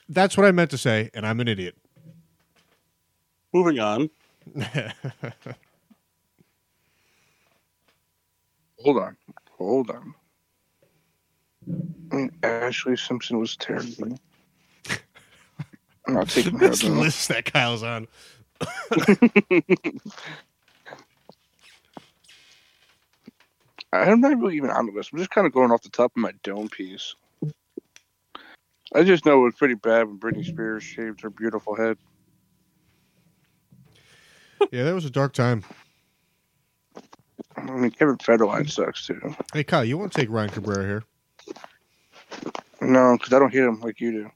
[SPEAKER 1] That's what I meant to say, and I'm an idiot.
[SPEAKER 3] Moving on.
[SPEAKER 1] <laughs>
[SPEAKER 2] Hold on. Hold on. Mm, Ashley Simpson was terrible. I'm
[SPEAKER 1] <laughs>
[SPEAKER 2] not taking her.
[SPEAKER 1] this
[SPEAKER 2] no.
[SPEAKER 1] list that Kyle's on.
[SPEAKER 2] I'm not really even on the list. I'm just kind of going off the top of my dome piece. I just know it was pretty bad when Britney Spears shaved her beautiful head.
[SPEAKER 1] Yeah, that was a dark time.
[SPEAKER 2] I mean, Kevin Federline sucks too.
[SPEAKER 1] Hey, Kyle, you want to take Ryan Cabrera here?
[SPEAKER 2] No, because I don't hate him like you do.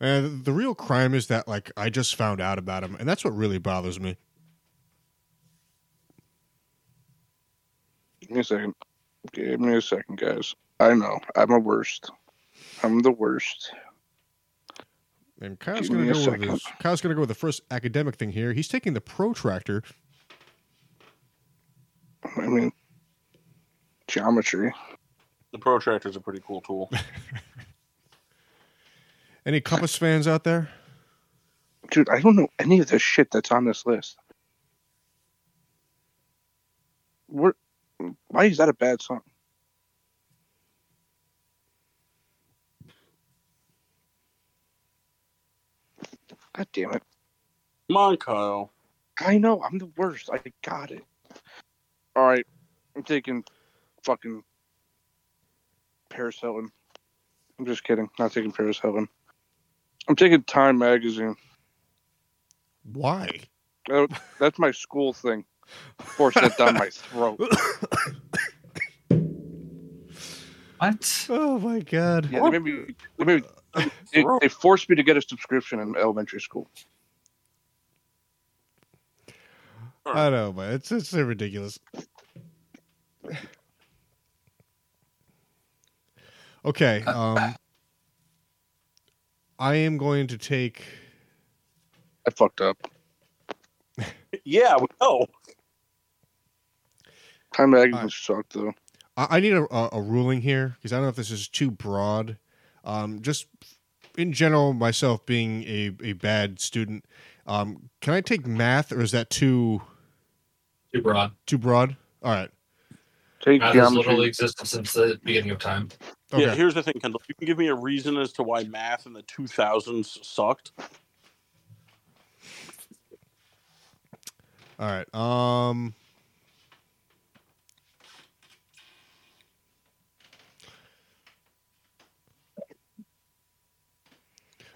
[SPEAKER 1] And the real crime is that, like, I just found out about him, and that's what really bothers me.
[SPEAKER 2] Give me a second. Give me a second, guys. I know. I'm a worst. I'm the worst.
[SPEAKER 1] And Kyle's
[SPEAKER 2] Give
[SPEAKER 1] gonna
[SPEAKER 2] me a
[SPEAKER 1] go with
[SPEAKER 2] second.
[SPEAKER 1] his, Kyle's gonna go with the first academic thing here. He's taking the protractor.
[SPEAKER 2] I mean, geometry.
[SPEAKER 3] The protractor is a pretty
[SPEAKER 1] <laughs>
[SPEAKER 3] cool tool.
[SPEAKER 1] Any compass fans out there?
[SPEAKER 2] Dude, I don't know any of the shit that's on this list. Where, why is that a bad song? God damn it.
[SPEAKER 3] Come on, Kyle.
[SPEAKER 2] I know, I'm the worst. I got it. All right, I'm taking fucking Paris Hilton. I'm just kidding. Not taking Paris Hilton. I'm taking Time Magazine.
[SPEAKER 1] Why?
[SPEAKER 2] <coughs> That, Oh, that's my school thing. Force that down my throat.
[SPEAKER 4] What?
[SPEAKER 1] Oh my god.
[SPEAKER 2] Yeah, they, made me,
[SPEAKER 1] <laughs>
[SPEAKER 2] they, made me- they, they forced me to get a subscription in elementary school.
[SPEAKER 1] I know, man. It's it's so ridiculous. Okay.
[SPEAKER 2] Uh,
[SPEAKER 1] Um, I am going to take.
[SPEAKER 2] I fucked up.
[SPEAKER 3] Yeah, we know.
[SPEAKER 2] Time Magazine
[SPEAKER 1] Alright.
[SPEAKER 2] sucked, though.
[SPEAKER 1] I, I need a, a, a ruling here because I don't know if this is too broad. Um, just in general, myself being a, a bad student, um, can I take math or is that too
[SPEAKER 4] Too broad.
[SPEAKER 1] too broad? All right.
[SPEAKER 2] Take
[SPEAKER 4] That has literally
[SPEAKER 2] geometry.
[SPEAKER 4] existed since the beginning of time.
[SPEAKER 1] Okay.
[SPEAKER 3] Yeah, here's the thing, Kendall. You can give me a reason as to why math in the 2000s sucked.
[SPEAKER 1] All right. Um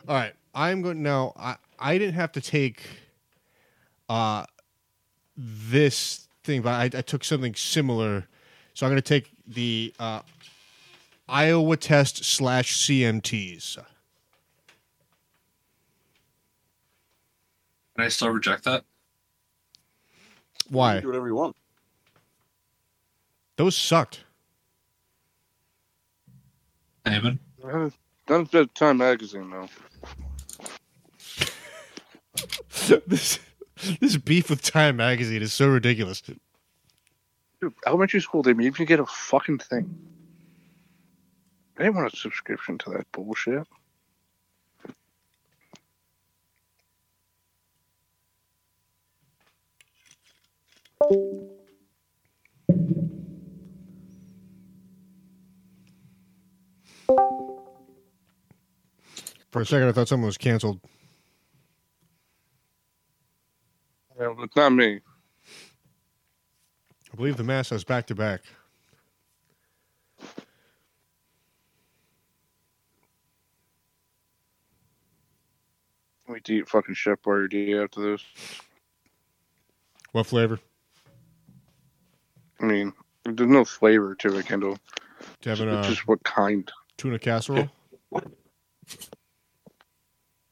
[SPEAKER 1] All right. I'm going now I I didn't have to take uh this thing but I, I took something similar. So I'm going to take the uh Iowa test slash CMTs.
[SPEAKER 4] Can I still reject that?
[SPEAKER 3] You
[SPEAKER 1] Why?
[SPEAKER 3] can do whatever you want.
[SPEAKER 1] Those sucked.
[SPEAKER 4] David?
[SPEAKER 2] None of the Time Magazine, though.
[SPEAKER 1] <laughs> this this beef with Time magazine is so ridiculous.
[SPEAKER 2] Dude, elementary school, they made me get a fucking thing. I didn't want a subscription to that bullshit.
[SPEAKER 1] For a second, I thought someone was canceled.
[SPEAKER 2] Yeah, but it's not me.
[SPEAKER 1] I believe the mass has back to back.
[SPEAKER 2] Wait to eat fucking Chef Boyardee after this.
[SPEAKER 1] What flavor?
[SPEAKER 2] I mean, there's no flavor to it, Kendall.
[SPEAKER 1] Do you have an
[SPEAKER 2] It's
[SPEAKER 1] uh,
[SPEAKER 2] just what kind.
[SPEAKER 1] tuna casserole?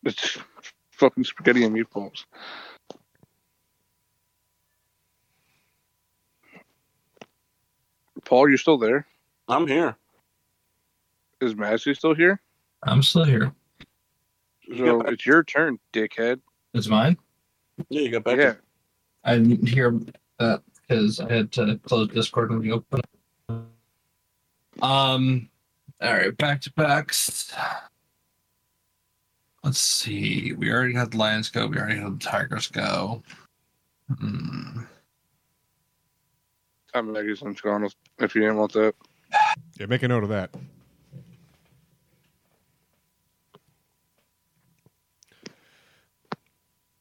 [SPEAKER 2] It's fucking spaghetti and meatballs. Paul, you still there?
[SPEAKER 3] I'm here.
[SPEAKER 2] Is Massey still here?
[SPEAKER 4] I'm still here.
[SPEAKER 2] So it's your turn, dickhead.
[SPEAKER 4] It's mine.
[SPEAKER 3] Yeah, you got back.
[SPEAKER 2] yeah.
[SPEAKER 4] I didn't hear that because I had to close Discord and reopen. it. Um. All right, back to backs. Let's see. We already had Lions go. We already had Tigers go. Hmm.
[SPEAKER 2] I'm Maggie's and Toronto. If you didn't want that,
[SPEAKER 1] Yeah, make a note of that.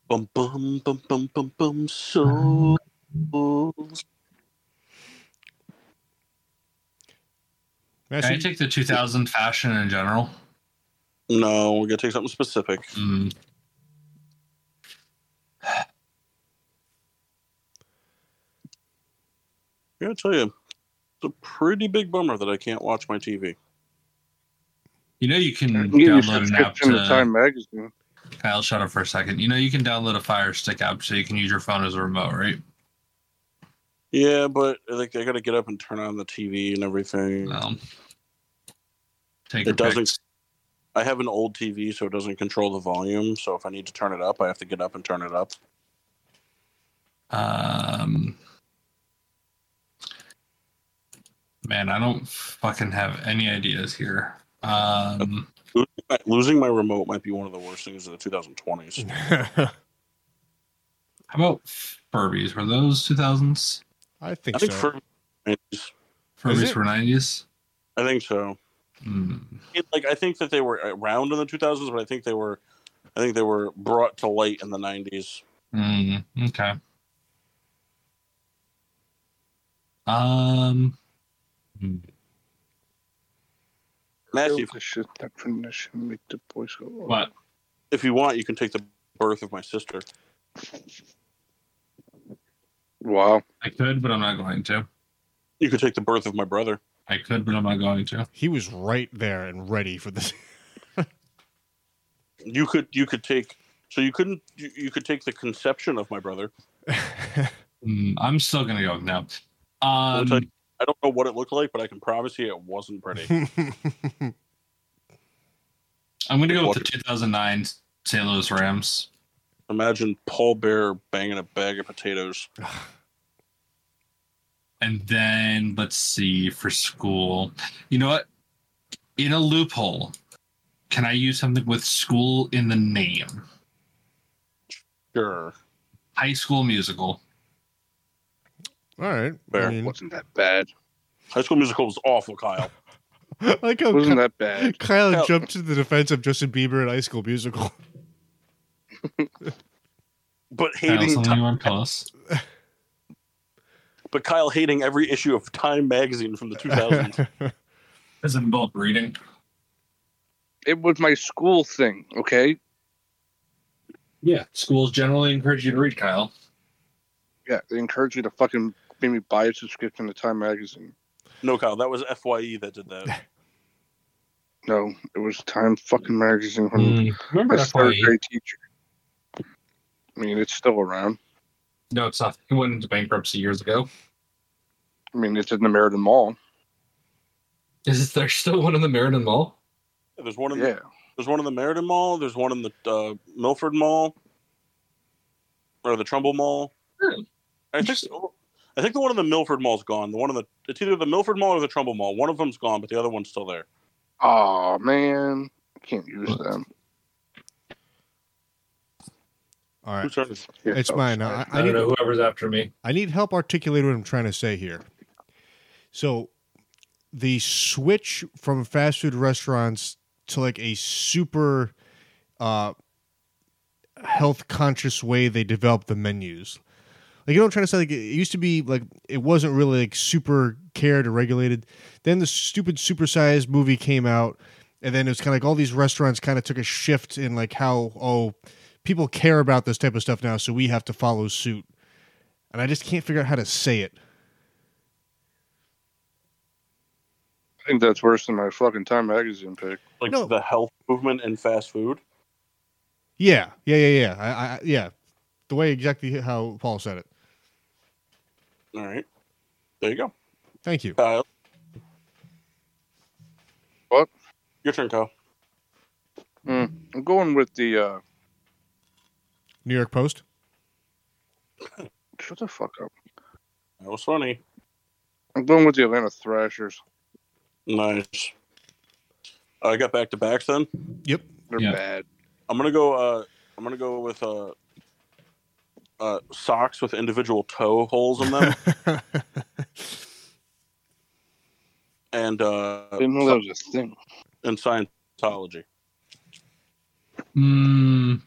[SPEAKER 3] Bum bum bum bum bum bum souls.
[SPEAKER 4] Can I
[SPEAKER 1] Massey,
[SPEAKER 4] take the 2000 fashion in general?
[SPEAKER 3] No, we're gonna take something specific.
[SPEAKER 1] Mm-hmm.
[SPEAKER 4] Mm.
[SPEAKER 3] I gotta tell you, it's a pretty big bummer that I can't watch my TV.
[SPEAKER 4] You know you can
[SPEAKER 2] I can give you
[SPEAKER 4] Mm, download an app
[SPEAKER 2] subscription to Time
[SPEAKER 4] to.
[SPEAKER 2] Magazine.
[SPEAKER 4] Kyle, shut up for a second. You know you can download a Fire Stick app so you can use your phone as a remote, right?
[SPEAKER 3] Yeah, but like I gotta get up and turn on the TV and everything.
[SPEAKER 1] Uh,
[SPEAKER 4] Um, take
[SPEAKER 3] It
[SPEAKER 4] your pick.
[SPEAKER 3] doesn't- I have an old TV, so it doesn't control the volume. So if I need to turn it up, I have to get up and turn it up.
[SPEAKER 4] Um, man, I don't fucking have any ideas here. Um,
[SPEAKER 3] Losing my remote might be one of the worst things of the 2020s.
[SPEAKER 4] how about Furbies? Were those 2000s?
[SPEAKER 1] <laughs> I think
[SPEAKER 3] I think
[SPEAKER 1] so.
[SPEAKER 3] for, I
[SPEAKER 1] Is
[SPEAKER 4] Furbies
[SPEAKER 1] it?
[SPEAKER 4] were 90s?
[SPEAKER 3] think so.
[SPEAKER 4] Hmm.
[SPEAKER 3] It- like I think that they were around in the 2000s, but I think they were, I think they were brought to light in the 90s.
[SPEAKER 4] Mm, okay. Um, hmm.
[SPEAKER 3] Matthew,
[SPEAKER 2] Build the shit that finish and make the boys go.
[SPEAKER 4] what?
[SPEAKER 3] if you want, you can take the birth of my sister.
[SPEAKER 2] Wow.
[SPEAKER 4] I could, but I'm not going to.
[SPEAKER 3] You could take the birth of my brother.
[SPEAKER 4] I could, but I'm not going to.
[SPEAKER 1] He was right there and ready for this.
[SPEAKER 3] You could, you could take. So you couldn't. You, you could take the conception of my brother.
[SPEAKER 4] Hmm, I'm still gonna go with no. Um,
[SPEAKER 3] Looks I don't know what it looked like, but I can promise you it wasn't
[SPEAKER 1] <laughs>
[SPEAKER 3] pretty.
[SPEAKER 4] I'm gonna go with the 2009 St. Louis Rams.
[SPEAKER 3] Imagine Paul Bear banging a bag of potatoes.
[SPEAKER 4] And then let's see for school. You know what? In a loophole, can I use something with school in the name?
[SPEAKER 3] Sure.
[SPEAKER 4] High School Musical.
[SPEAKER 1] All right. I,
[SPEAKER 3] Fair.
[SPEAKER 1] mean,
[SPEAKER 2] Wasn't that bad?
[SPEAKER 3] High School Musical was awful, Kyle.
[SPEAKER 1] I <laughs> like how
[SPEAKER 2] Wasn't
[SPEAKER 1] Ky- <laughs>
[SPEAKER 2] that bad?
[SPEAKER 1] Kyle
[SPEAKER 3] Hell.
[SPEAKER 1] jumped to the defense of Justin Bieber and High School Musical.
[SPEAKER 3] But
[SPEAKER 4] Kyle,
[SPEAKER 3] hating,
[SPEAKER 4] something
[SPEAKER 3] Ti-
[SPEAKER 4] you want to tell us?
[SPEAKER 3] but Kyle hating every issue of Time magazine from
[SPEAKER 1] <laughs>
[SPEAKER 3] the 2000s.
[SPEAKER 4] Does it involve reading?
[SPEAKER 2] It was my school thing, okay?
[SPEAKER 4] Yeah, schools generally encourage you to read, Kyle.
[SPEAKER 2] Yeah, they encourage you to fucking make me buy a subscription to Time Magazine.
[SPEAKER 3] no, Kyle, that was Fye that did that.
[SPEAKER 2] No, it was Time fucking Magazine from
[SPEAKER 1] Hmm.
[SPEAKER 4] Remember
[SPEAKER 2] my third
[SPEAKER 4] FYE?
[SPEAKER 2] grade teacher. I mean, it's still around.
[SPEAKER 4] No, it's not. It went into bankruptcy years ago.
[SPEAKER 2] I mean, it's in the Meriden Mall.
[SPEAKER 4] Is there still one in the Meriden Mall?
[SPEAKER 3] There's one in the,
[SPEAKER 2] Yeah.
[SPEAKER 3] there's one in the Meriden Mall. There's one in the uh, Milford Mall, or the Trumbull Mall.
[SPEAKER 4] Really?
[SPEAKER 3] I think I think the one in the Milford Mall's gone. The one in the it's either the Milford Mall or the Trumbull Mall. One of them's gone, but the other one's still there.
[SPEAKER 2] Oh man, I can't use them.
[SPEAKER 1] All
[SPEAKER 3] Who
[SPEAKER 1] right,
[SPEAKER 3] turns?
[SPEAKER 1] it's mine. Now, I,
[SPEAKER 5] I,
[SPEAKER 1] I
[SPEAKER 5] don't
[SPEAKER 1] need
[SPEAKER 5] know whoever's after me.
[SPEAKER 1] I need help articulating what I'm trying to say here. So, the switch from fast food restaurants to like a super uh, health conscious way they develop the menus. Like, you know what I'm trying to say? Like, it used to be like it wasn't really like super cared or regulated. Then the stupid supersized movie came out, and then it was kind of like all these restaurants kind of took a shift in like how, oh, people care about this type of stuff now, so we have to follow suit and I just can't figure out how to say it.
[SPEAKER 2] I think that's worse than my fucking Time magazine pick.
[SPEAKER 3] Like
[SPEAKER 1] No.
[SPEAKER 3] the health movement and fast food.
[SPEAKER 1] Yeah, yeah, yeah, yeah. I, I, yeah, the way exactly how Paul said it.
[SPEAKER 3] All right. There you go.
[SPEAKER 1] Thank you.
[SPEAKER 3] Kyle.
[SPEAKER 2] What?
[SPEAKER 3] Your turn, Kyle.
[SPEAKER 2] I'm going with the. uh
[SPEAKER 1] New York Post.
[SPEAKER 2] Shut the fuck up.
[SPEAKER 3] That was funny.
[SPEAKER 2] I'm going with the Atlanta Thrashers.
[SPEAKER 3] Nice. I got back to backs then.
[SPEAKER 1] Yep.
[SPEAKER 2] They're
[SPEAKER 4] Yeah.
[SPEAKER 2] bad.
[SPEAKER 3] I'm gonna go. Uh, I'm gonna go with uh, uh, socks with individual toe holes in them, and uh,
[SPEAKER 2] I didn't know that was a thing.
[SPEAKER 3] and Scientology.
[SPEAKER 4] Mm,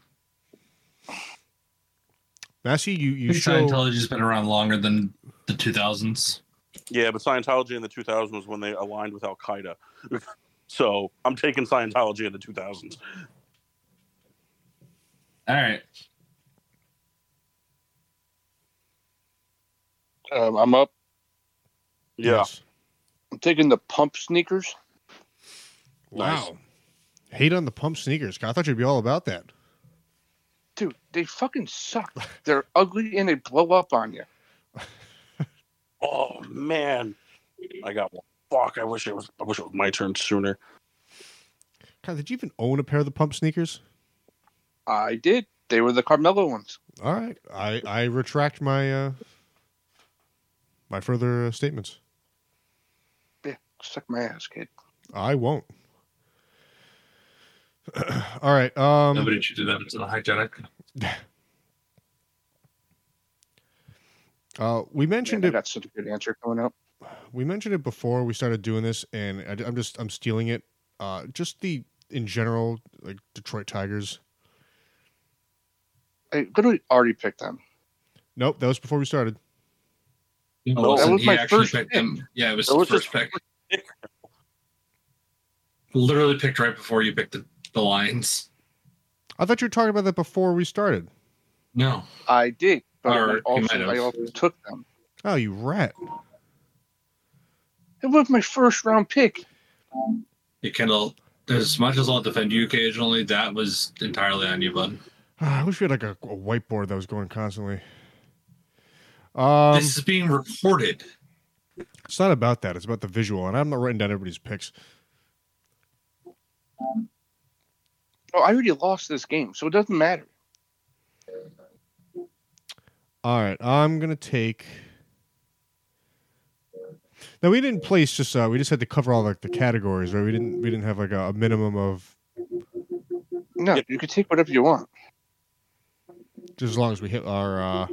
[SPEAKER 1] <laughs> Massey, you
[SPEAKER 4] I
[SPEAKER 1] you
[SPEAKER 4] think
[SPEAKER 1] show
[SPEAKER 4] Scientology's been around longer than the 2000s.
[SPEAKER 3] Yeah, but Scientology in the 2000s was when they aligned with Al Qaeda. <laughs> So I'm taking Scientology in the 2000s.
[SPEAKER 4] All right.
[SPEAKER 2] Um, I'm up.
[SPEAKER 3] Yeah,
[SPEAKER 1] Yes.
[SPEAKER 2] I'm taking the pump sneakers.
[SPEAKER 1] Wow. Hate on the pump sneakers. I thought you'd be all about that.
[SPEAKER 2] Dude, they
[SPEAKER 1] <laughs>
[SPEAKER 2] fucking suck. They're ugly and they blow up on you.
[SPEAKER 3] Oh man, I got one. Fuck! I wish it was. I wish it was my turn sooner.
[SPEAKER 1] God, did you even own a pair of the pump sneakers?
[SPEAKER 2] I did. They were the Carmelo ones.
[SPEAKER 1] All right, I I retract my uh my further uh, statements.
[SPEAKER 2] Suck my ass, kid.
[SPEAKER 1] I won't. <clears throat> all right. Um.
[SPEAKER 4] Nobody treated them as hygienic.
[SPEAKER 1] Uh, we mentioned
[SPEAKER 2] Man, I
[SPEAKER 1] it.
[SPEAKER 2] got such a good answer coming up.
[SPEAKER 1] we mentioned it before we started doing this, and I, am just I'm stealing it. Uh, just the in general, like Detroit Tigers.
[SPEAKER 2] I literally already picked them.
[SPEAKER 1] Nope, that was before we started.
[SPEAKER 4] No,
[SPEAKER 3] that
[SPEAKER 4] listen,
[SPEAKER 2] was
[SPEAKER 4] he
[SPEAKER 2] my
[SPEAKER 4] actually
[SPEAKER 2] first
[SPEAKER 4] picked them. Yeah, it was
[SPEAKER 3] That
[SPEAKER 4] the
[SPEAKER 3] was
[SPEAKER 4] first pick. Literally picked right before you picked the, the lines.
[SPEAKER 1] I thought you were talking about that before we started.
[SPEAKER 4] No.
[SPEAKER 2] I did, but
[SPEAKER 4] Or
[SPEAKER 2] I
[SPEAKER 4] you
[SPEAKER 2] also,
[SPEAKER 4] might have.
[SPEAKER 2] I also took them.
[SPEAKER 1] Oh, you rat!
[SPEAKER 2] It was my first round pick.
[SPEAKER 4] You Kendall, as much as I'll defend you occasionally, that was entirely on you, bud.
[SPEAKER 1] Ah, I wish we had like a, a whiteboard that was going constantly. Um,
[SPEAKER 4] this is being recorded.
[SPEAKER 1] it's not about that. It's about the visual, and I'm not writing down everybody's picks.
[SPEAKER 2] Oh, I already lost this game, so it doesn't matter.
[SPEAKER 1] All right, I'm gonna take. Now we didn't place just uh, we just had to cover all like the categories, right? We didn't we didn't have like a, a minimum of
[SPEAKER 2] No,
[SPEAKER 3] Yep.
[SPEAKER 2] you can take whatever you want.
[SPEAKER 1] just as long as we hit our. Uh,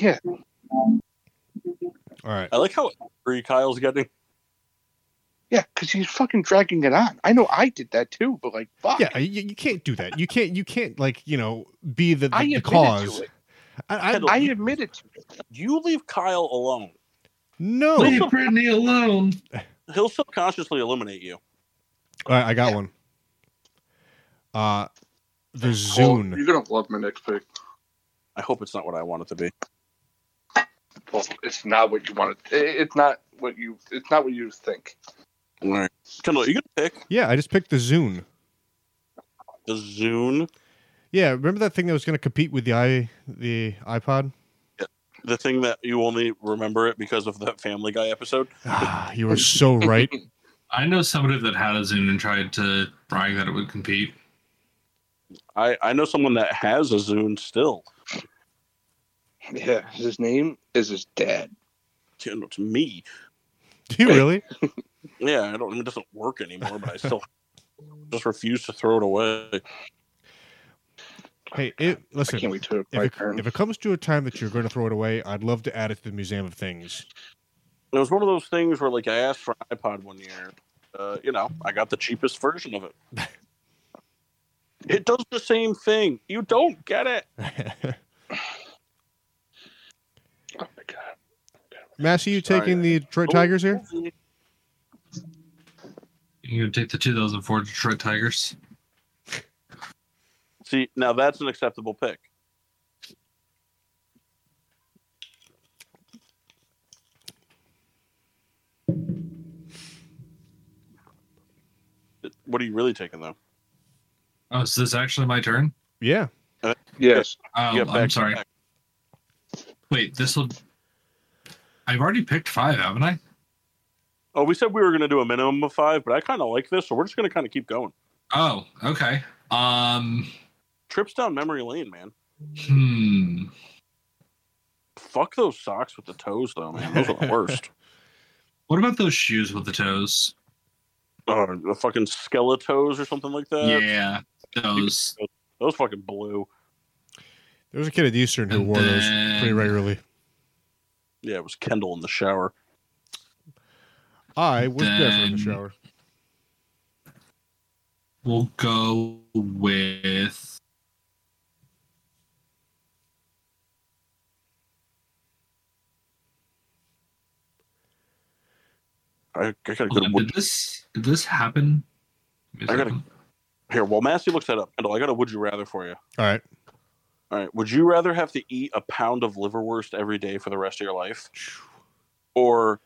[SPEAKER 2] Yeah,
[SPEAKER 1] all right,
[SPEAKER 3] I like how angry Kyle's getting.
[SPEAKER 2] yeah, because he's fucking dragging it on. I know I did that too, but like, fuck.
[SPEAKER 1] yeah, you, you can't do that. You can't you can't like you know be the,
[SPEAKER 2] I
[SPEAKER 1] the, the
[SPEAKER 2] admitted
[SPEAKER 1] cause.
[SPEAKER 2] to it.
[SPEAKER 1] I, I
[SPEAKER 2] I admitted to it.
[SPEAKER 3] You leave Kyle alone.
[SPEAKER 2] <laughs>
[SPEAKER 1] no.
[SPEAKER 4] Leave
[SPEAKER 1] All
[SPEAKER 4] Brittany alone.
[SPEAKER 3] He'll subconsciously eliminate you.
[SPEAKER 1] right, I got one. Uh, the Zune.
[SPEAKER 2] you're gonna love my next pick.
[SPEAKER 3] I hope it's not what I want it to be.
[SPEAKER 2] Well, it's not what you wanted. it- It's not what you. It's not what you think.
[SPEAKER 3] All right. Kendall, are you gonna pick
[SPEAKER 1] Yeah, I just picked the Zune.
[SPEAKER 3] the Zune,
[SPEAKER 1] Yeah, remember that thing that was going to compete with the i the iPod?
[SPEAKER 3] the thing that you only remember it because of that Family Guy episode?
[SPEAKER 1] Ah, you were so
[SPEAKER 2] <laughs>
[SPEAKER 1] right.
[SPEAKER 4] I know somebody that had a Zune and tried to brag that it would compete.
[SPEAKER 3] I I know someone that has a Zune still.
[SPEAKER 2] Yeah, his name is his dad.
[SPEAKER 3] Kendall, it's me.
[SPEAKER 1] Do you really?
[SPEAKER 3] Yeah, I don't. It doesn't work <laughs> anymore, but I still just refuse to throw it away.
[SPEAKER 1] Hey, it,
[SPEAKER 2] I
[SPEAKER 1] listen.
[SPEAKER 2] can't wait to
[SPEAKER 1] If
[SPEAKER 2] acquire
[SPEAKER 1] it,
[SPEAKER 2] Karen.
[SPEAKER 1] if it comes to a time that you're going to throw it away, I'd love to add it to the museum of things. <laughs>
[SPEAKER 3] It was one of those things where, like, I asked for an iPod one year. Uh, you know, I got the cheapest
[SPEAKER 1] <laughs>
[SPEAKER 3] version of it. it does the same thing. You don't get it.
[SPEAKER 2] Oh my god.
[SPEAKER 1] Massey, you
[SPEAKER 3] Sorry,
[SPEAKER 1] taking the Detroit
[SPEAKER 3] Oh.
[SPEAKER 1] Tigers here?
[SPEAKER 4] You're gonna take the 2004 Detroit Tigers.
[SPEAKER 3] See, now that's an acceptable pick. What are you really taking though?
[SPEAKER 4] Oh, so this is actually my turn?
[SPEAKER 1] Yeah.
[SPEAKER 2] Yes.
[SPEAKER 4] Oh,
[SPEAKER 3] Yeah,
[SPEAKER 4] I'm
[SPEAKER 3] back-
[SPEAKER 4] sorry.
[SPEAKER 3] back.
[SPEAKER 4] Wait, this will. I've already picked five, haven't I?
[SPEAKER 3] Oh, we said we were going to do a minimum of five, but I kind of like this, so we're just going to kind of keep going.
[SPEAKER 4] Oh, okay. Um,
[SPEAKER 3] Trips down memory lane, man.
[SPEAKER 4] hmm.
[SPEAKER 3] Fuck those socks with the toes, though, man. Those are the
[SPEAKER 4] <laughs>
[SPEAKER 3] worst.
[SPEAKER 4] What about those shoes with the toes?
[SPEAKER 3] Oh, the fucking skeletos or something like that.
[SPEAKER 4] yeah, those.
[SPEAKER 3] Those fucking blew.
[SPEAKER 1] There was a kid at Eastern who
[SPEAKER 4] And
[SPEAKER 1] wore those pretty
[SPEAKER 4] then-
[SPEAKER 1] regularly.
[SPEAKER 3] Yeah, it was Kendall in the shower.
[SPEAKER 1] I was never in the
[SPEAKER 4] Then-
[SPEAKER 1] shower.
[SPEAKER 4] We'll go with.
[SPEAKER 3] I, I got a
[SPEAKER 4] Hold
[SPEAKER 3] good
[SPEAKER 4] on,
[SPEAKER 3] wood
[SPEAKER 4] did this did this happen? Is
[SPEAKER 3] I
[SPEAKER 4] that-
[SPEAKER 3] gotta- Here, while Massey looks that up, Kendall, I got a would you rather for you.
[SPEAKER 1] All right.
[SPEAKER 3] All right. Would you rather have to eat a pound of liverwurst every day for the rest of your life? Or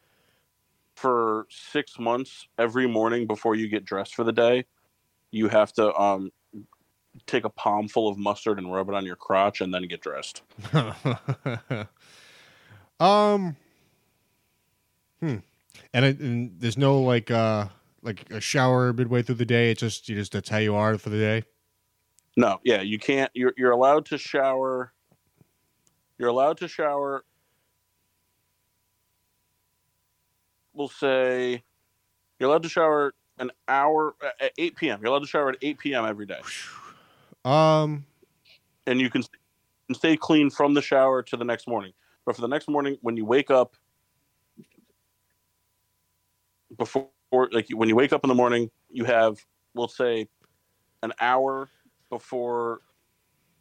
[SPEAKER 3] for six months, every morning before you get dressed for the day, you have to um, take a palm full of mustard and rub it on your crotch and then get dressed.
[SPEAKER 1] <laughs> um. Hmm. And, it, and there's no like uh like a shower midway through the day. It's just you just that's how you are for the day. <sighs>
[SPEAKER 3] No, yeah, you can't. You're, you're allowed to shower. You're allowed to shower. We'll say you're allowed to shower an hour uh, at 8 p.m. You're allowed to shower at 8 p.m. every day,
[SPEAKER 1] Um.
[SPEAKER 3] and you can, st- can stay clean from the shower to the next morning. But for the next morning, when you wake up, before like when you wake up in the morning, you have we'll say an hour before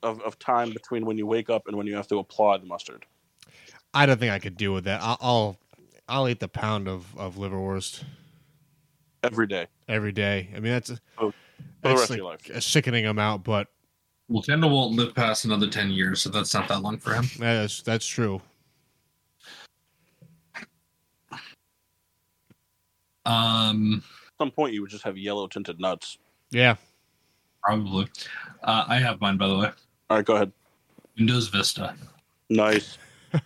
[SPEAKER 3] of, of time between when you wake up and when you have to apply the mustard.
[SPEAKER 1] I don't think I could deal with that. I'll I'll, I'll eat the pound of of liverwurst
[SPEAKER 3] every day
[SPEAKER 1] every day. I mean that's a-
[SPEAKER 3] Oh, for the
[SPEAKER 1] that's
[SPEAKER 3] rest
[SPEAKER 1] like
[SPEAKER 3] of your life.
[SPEAKER 1] a sickening amount, but
[SPEAKER 4] Well, Kendall won't live past another ten years, so that's not that long for him.
[SPEAKER 1] that's that's true.
[SPEAKER 4] Um,
[SPEAKER 3] At some point, you would just have yellow tinted nuts.
[SPEAKER 1] Yeah.
[SPEAKER 4] probably. Uh, I have mine, by the way.
[SPEAKER 3] All right, go ahead.
[SPEAKER 4] Windows Vista.
[SPEAKER 3] Nice.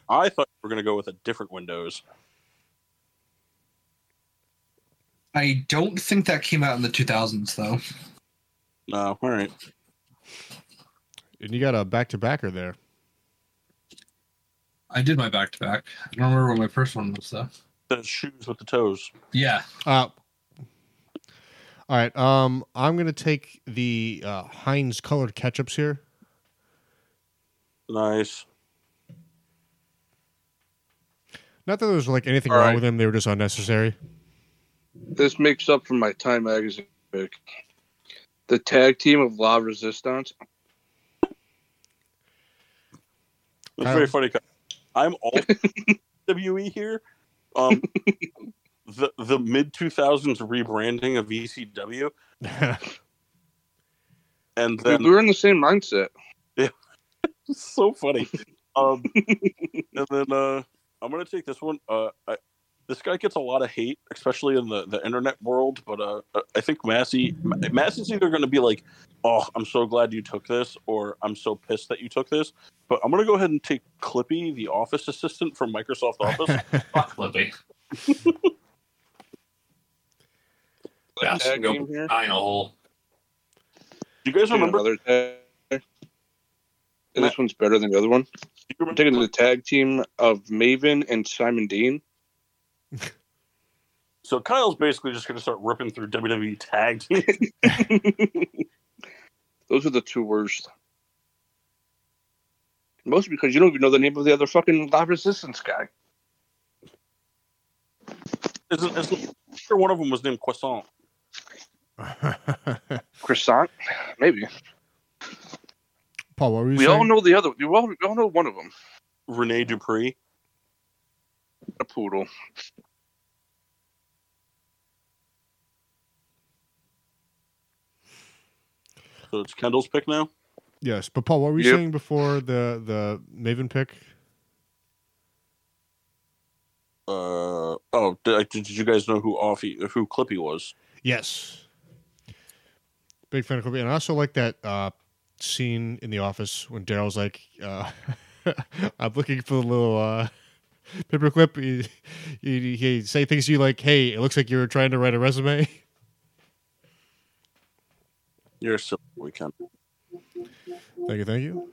[SPEAKER 3] I thought we were going to go with a different Windows.
[SPEAKER 4] I don't think that came out in the 2000s, though.
[SPEAKER 3] No, all right.
[SPEAKER 1] And you got a back to backer there.
[SPEAKER 4] I did my back to back. I don't remember what my first one was, though.
[SPEAKER 3] The shoes with the toes.
[SPEAKER 4] Yeah.
[SPEAKER 1] Uh, all right. Um, I'm gonna take the uh, Heinz colored ketchups here.
[SPEAKER 3] Nice.
[SPEAKER 1] Not that there was like anything
[SPEAKER 2] All
[SPEAKER 1] wrong
[SPEAKER 2] right.
[SPEAKER 1] with them; they were just unnecessary.
[SPEAKER 2] This makes up for my Time magazine pick. The tag team of La Resistance.
[SPEAKER 3] It's
[SPEAKER 1] Um,
[SPEAKER 3] very funny. 'cause I'm all WE here. Um, the the mid 2000s rebranding of E ECW, and
[SPEAKER 2] Dude,
[SPEAKER 3] then
[SPEAKER 2] we were in the same mindset.
[SPEAKER 3] It's <laughs> so funny. Um, and then uh, I'm gonna take this one. Uh, I, this guy gets a lot of hate, especially in the, the internet world. But uh, I- I think Massey Ma- Massey's either gonna be like, "Oh, I'm so glad you took this," or "I'm so pissed that you took this." But I'm gonna go ahead and take Clippy, the office assistant from Microsoft
[SPEAKER 1] <laughs>
[SPEAKER 3] Office.
[SPEAKER 4] Fuck Libby. Yeah, so
[SPEAKER 2] Tag
[SPEAKER 4] go
[SPEAKER 2] team here.
[SPEAKER 4] nine hole.
[SPEAKER 3] Do you guys
[SPEAKER 2] Taking
[SPEAKER 3] remember?
[SPEAKER 2] another tag. And this one's better than the other one.
[SPEAKER 3] do you
[SPEAKER 2] I'm
[SPEAKER 3] remember
[SPEAKER 2] taking the tag team of Maven and Simon Dean.
[SPEAKER 3] so Kyle's basically just gonna start ripping through E <laughs> WWE tag team.
[SPEAKER 2] Those are the two worst. Mostly because you don't even know the name of the other fucking live resistance guy.
[SPEAKER 3] Isn't, isn't I'm sure one of them was named Croissant?
[SPEAKER 2] Croissant? <sighs> Maybe.
[SPEAKER 1] Paul, what were you
[SPEAKER 2] we
[SPEAKER 1] saying?
[SPEAKER 2] all know the other. We all, we all know one of them.
[SPEAKER 3] Rene Dupree.
[SPEAKER 2] A poodle.
[SPEAKER 3] So it's Kendall's pick now.
[SPEAKER 1] yes, but Paul, what were you
[SPEAKER 2] Yep.
[SPEAKER 1] saying before the the Maven pick?
[SPEAKER 3] Uh oh! Did, did you guys know who Offie, who Clippy was?
[SPEAKER 1] Yes. Big fan of Kobe. And I also like that uh, scene in The Office when Daryl's like, uh, <laughs> I'm looking for the little uh, paperclip. He, he, he say things to you like, hey, it looks like you were trying to write a resume. <laughs>
[SPEAKER 3] You're silly, we can.
[SPEAKER 1] Thank you, thank you.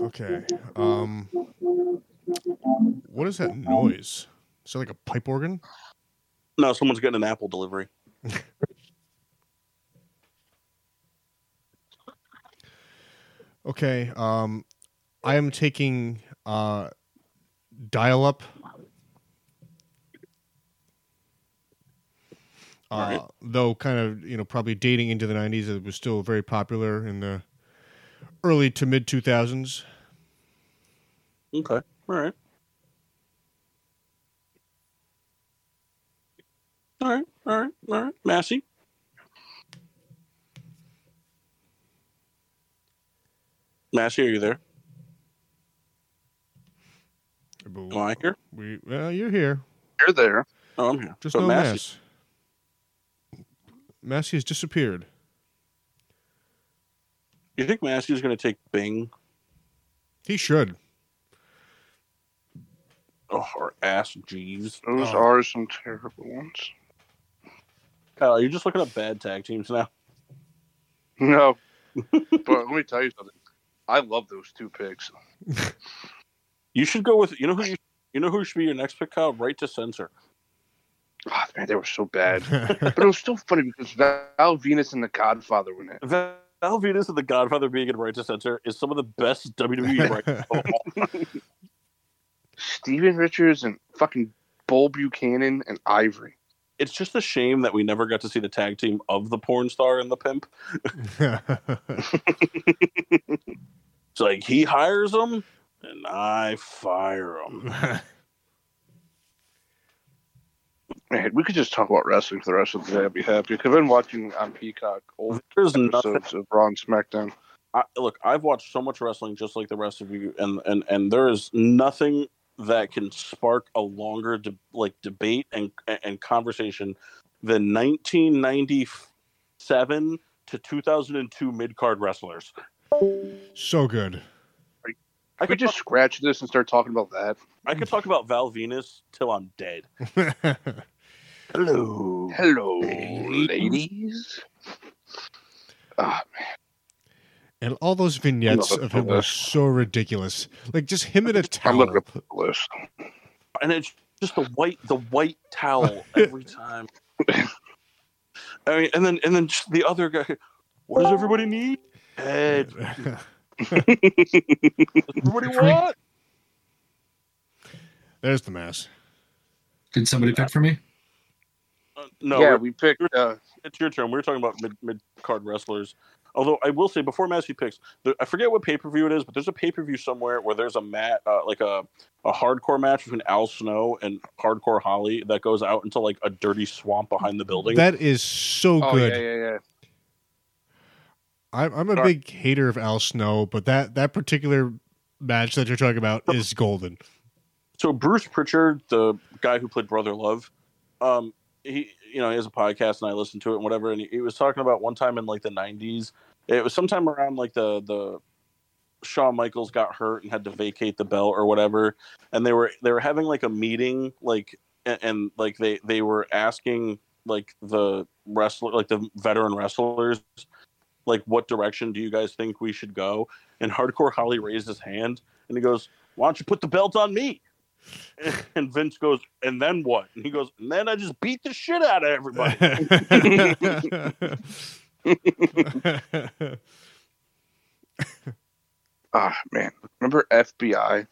[SPEAKER 1] Okay. Um, what is that noise? Is that like a pipe organ?
[SPEAKER 3] No, someone's getting an Apple delivery.
[SPEAKER 1] Okay. Um, I am taking uh, dial up.
[SPEAKER 3] All
[SPEAKER 1] Uh,
[SPEAKER 3] right.
[SPEAKER 1] Though kind of you know probably dating into the '90s, it was still very popular in the early to mid 2000s.
[SPEAKER 3] Okay, all right, all right, all right, all right. Massey, Massey, are you there? Am I here?
[SPEAKER 1] We well, you're here.
[SPEAKER 2] You're there.
[SPEAKER 3] Oh, I'm here.
[SPEAKER 1] Just
[SPEAKER 3] So
[SPEAKER 1] no
[SPEAKER 3] Massey-
[SPEAKER 1] Mass. Massey has disappeared.
[SPEAKER 3] you think Massey's going to take Bing
[SPEAKER 1] He should.
[SPEAKER 3] oh, or Ass Jeeves?
[SPEAKER 2] Those
[SPEAKER 1] Oh.
[SPEAKER 2] are some terrible ones.
[SPEAKER 3] Kyle, are you just looking at bad tag teams now?
[SPEAKER 2] No. but let me tell you something. I love those two picks.
[SPEAKER 3] You should go with you know who you, you know who should be your next pick, Kyle. Right to censor.
[SPEAKER 2] Oh, man, they were so bad.
[SPEAKER 1] <laughs>
[SPEAKER 2] but it was still funny because Val Venus and the Godfather were in it.
[SPEAKER 3] Val Venus and the Godfather being in Right to Center is some of the best
[SPEAKER 1] <laughs>
[SPEAKER 3] WWE right of all time.
[SPEAKER 2] Steven Richards and fucking Bull Buchanan and Ivory.
[SPEAKER 3] It's just a shame that we never got to see the tag team of the porn star and the pimp. It's like he hires him and I fire him.
[SPEAKER 2] Man, we could just talk about wrestling for the rest of the day. I'd be happy. 'Cause I've been watching on Peacock old
[SPEAKER 3] There's nothing.
[SPEAKER 2] episodes of Raw and SmackDown.
[SPEAKER 3] I, look, I've watched so much wrestling just like the rest of you, and and and there is nothing that can spark a longer de- like debate and and conversation than 1997 to 2002 mid card wrestlers.
[SPEAKER 1] <laughs> so good. <laughs>
[SPEAKER 3] I
[SPEAKER 2] Could we
[SPEAKER 3] could
[SPEAKER 2] just scratch this and start talking about that?
[SPEAKER 3] I could talk about Val Venus till I'm dead. Hello.
[SPEAKER 2] Hello, ladies. Ah,
[SPEAKER 1] and all those vignettes
[SPEAKER 2] I'm not
[SPEAKER 1] of him
[SPEAKER 2] gonna-
[SPEAKER 1] were so ridiculous. Like just him in
[SPEAKER 2] <laughs>
[SPEAKER 1] a
[SPEAKER 2] I'm
[SPEAKER 1] towel.
[SPEAKER 2] looking up the list.
[SPEAKER 3] And it's just the white the white towel every time. I mean, and then and then just the other guy. What does everybody need? Head. Everybody want?
[SPEAKER 1] <laughs> There's the mass.
[SPEAKER 4] Did somebody pick for me?
[SPEAKER 3] Uh, no,
[SPEAKER 2] yeah,
[SPEAKER 3] we're-
[SPEAKER 2] we picked. Uh,
[SPEAKER 3] it's your turn. We were talking about mid mid card wrestlers. Although I will say before Massey picks, there, I forget what pay per view it is, but there's a pay per view somewhere where there's a mat uh, like a a hardcore match between Al Snow and Hardcore Holly that goes out into like a dirty swamp behind the building.
[SPEAKER 1] That is so
[SPEAKER 2] oh
[SPEAKER 1] good.
[SPEAKER 2] yeah, yeah, yeah.
[SPEAKER 1] I'm, I'm a
[SPEAKER 2] Sorry.
[SPEAKER 1] big hater of Al Snow, but that that particular match that you're talking about is
[SPEAKER 2] <laughs>
[SPEAKER 1] golden. <laughs>
[SPEAKER 3] so Bruce Pritchard, the guy who played Brother Love, um, he you know he has a podcast and I listened to it and whatever, and he, he was talking about one time in like the '90s. It was sometime around like the the Shawn Michaels got hurt and had to vacate the belt or whatever, and they were they were having like a meeting like and, and like they they were asking like the wrestler like the veteran wrestlers like what direction do you guys think we should go and hardcore holly raised his hand and he goes why don't you put the belt on me <laughs> and vince goes and then what and he goes and then i just beat the shit out
[SPEAKER 1] <laughs>
[SPEAKER 3] of everybody
[SPEAKER 2] Ah man, remember FBI,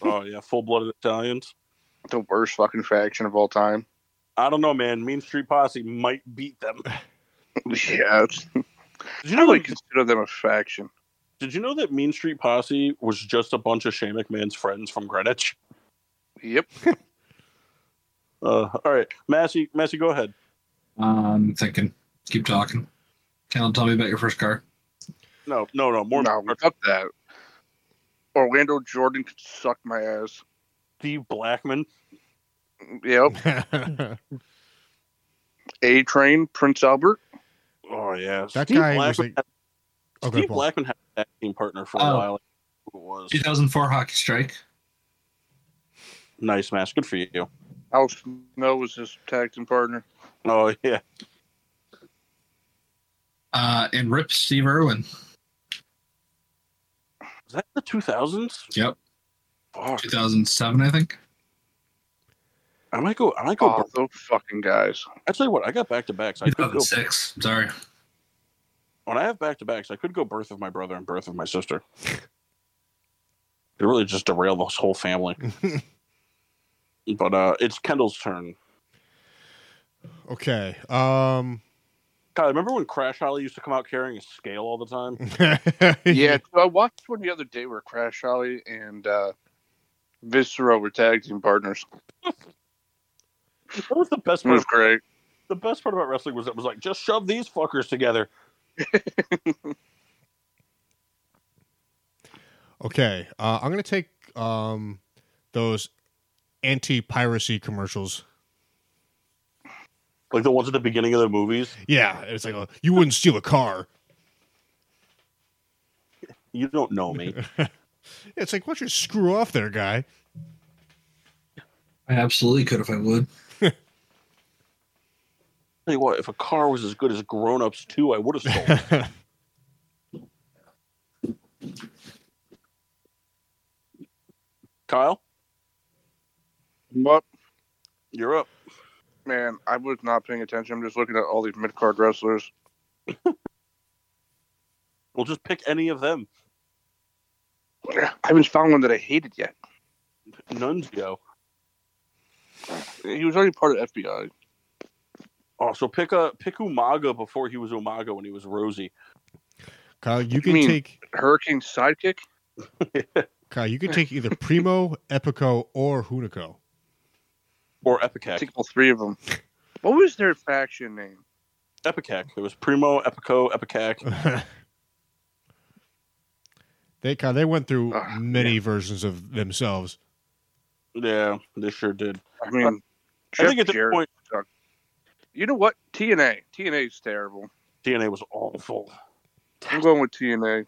[SPEAKER 3] Oh yeah, full blooded Italians.
[SPEAKER 2] the worst fucking faction of all time? <laughs>
[SPEAKER 3] I don't know, man. Mean Street Posse might beat
[SPEAKER 1] <laughs>
[SPEAKER 3] them.
[SPEAKER 2] yeah, it's-
[SPEAKER 3] Did you
[SPEAKER 2] I
[SPEAKER 3] know?
[SPEAKER 2] would
[SPEAKER 3] Like,
[SPEAKER 2] consider them a faction.
[SPEAKER 3] did you know that Mean Street Posse was just a bunch of Shane McMahon's friends from Greenwich?
[SPEAKER 2] Yep.
[SPEAKER 3] Uh, all right, Massey, Massey, go ahead.
[SPEAKER 4] Um, I'm thinking. Keep talking. Callan, tell me about your first car.
[SPEAKER 3] No, no, no. More
[SPEAKER 2] no,
[SPEAKER 3] more-
[SPEAKER 2] up that. Orlando Jordan could suck my ass.
[SPEAKER 3] Steve Blackman.
[SPEAKER 2] Yep. A Train, Prince Albert.
[SPEAKER 3] Oh yeah,
[SPEAKER 1] That
[SPEAKER 3] Steve
[SPEAKER 1] guy was
[SPEAKER 3] Blackman.
[SPEAKER 1] like-
[SPEAKER 3] had,
[SPEAKER 1] Okay,
[SPEAKER 3] Steve
[SPEAKER 1] Paul.
[SPEAKER 3] Blackman had a tag team partner for a
[SPEAKER 4] Oh.
[SPEAKER 3] while. Who it was
[SPEAKER 4] 2004 hockey strike.
[SPEAKER 3] nice, Mass. Good for you.
[SPEAKER 2] Alex Snow was his tag team partner.
[SPEAKER 3] Oh yeah,
[SPEAKER 4] Uh, and rip Steve Irwin.
[SPEAKER 3] was that the two thousands?
[SPEAKER 4] Yep.
[SPEAKER 3] Fuck,
[SPEAKER 4] 2007, I think.
[SPEAKER 3] I might go. I might go.
[SPEAKER 2] Oh, those fucking
[SPEAKER 3] <laughs>
[SPEAKER 2] guys.
[SPEAKER 3] I tell you what, I got back to backs. I could go
[SPEAKER 4] 2006. Sorry.
[SPEAKER 3] when I have back to backs. I could go Birth of My Brother and Birth of My Sister. it really just derailed this whole family. but uh it's Kendall's turn.
[SPEAKER 1] okay. Um. <laughs>
[SPEAKER 3] God, remember when Crash Holly used to come out carrying a scale all the time?
[SPEAKER 2] Yeah, I watched one the other day where Crash Holly and uh, Viscera were tag team partners.
[SPEAKER 3] That was the best
[SPEAKER 2] It
[SPEAKER 3] part.
[SPEAKER 2] was
[SPEAKER 3] Of,
[SPEAKER 2] great.
[SPEAKER 3] the best part about wrestling was it was like just shove these fuckers together.
[SPEAKER 1] Okay. Uh, I'm gonna take um those anti-piracy commercials.
[SPEAKER 3] Like the ones at the beginning of the movies.
[SPEAKER 1] Yeah, it's like uh, you wouldn't steal a car.
[SPEAKER 3] You don't know me.
[SPEAKER 1] It's like, what's your screw off there, guy?
[SPEAKER 4] I absolutely could if I would.
[SPEAKER 3] tell you what, if a car was as good as Grown Ups 2, I would have
[SPEAKER 1] <laughs>
[SPEAKER 3] stolen. it. Kyle,
[SPEAKER 2] But
[SPEAKER 3] you're up.
[SPEAKER 2] man, I was not paying attention. I'm just looking at all these mid card wrestlers.
[SPEAKER 3] We'll just pick any of them.
[SPEAKER 2] I haven't found one that I hated yet.
[SPEAKER 3] Nunzio.
[SPEAKER 2] He was already part of FBI.
[SPEAKER 3] Oh, so pick a pick Umaga before he was Umaga when he was Rosie.
[SPEAKER 1] Kyle, you
[SPEAKER 2] you
[SPEAKER 1] can
[SPEAKER 2] mean?
[SPEAKER 1] take
[SPEAKER 2] Hurricane Sidekick.
[SPEAKER 1] Kyle, you can take either Primo, Epico, or Hunico.
[SPEAKER 3] Or
[SPEAKER 2] I
[SPEAKER 3] Epicac.
[SPEAKER 2] think all three of them. What was their faction name?
[SPEAKER 3] Epicac. It was Primo, Epico, Epicac.
[SPEAKER 1] they Kyle, they went through
[SPEAKER 2] Ah,
[SPEAKER 1] many versions of themselves.
[SPEAKER 3] Yeah, they sure did.
[SPEAKER 2] I mean,
[SPEAKER 3] I
[SPEAKER 2] Jeff
[SPEAKER 3] think at this
[SPEAKER 2] Jarrett.
[SPEAKER 3] point
[SPEAKER 2] You know what? TNA. TNA's terrible.
[SPEAKER 3] DNA was awful.
[SPEAKER 2] I'm going with TNA.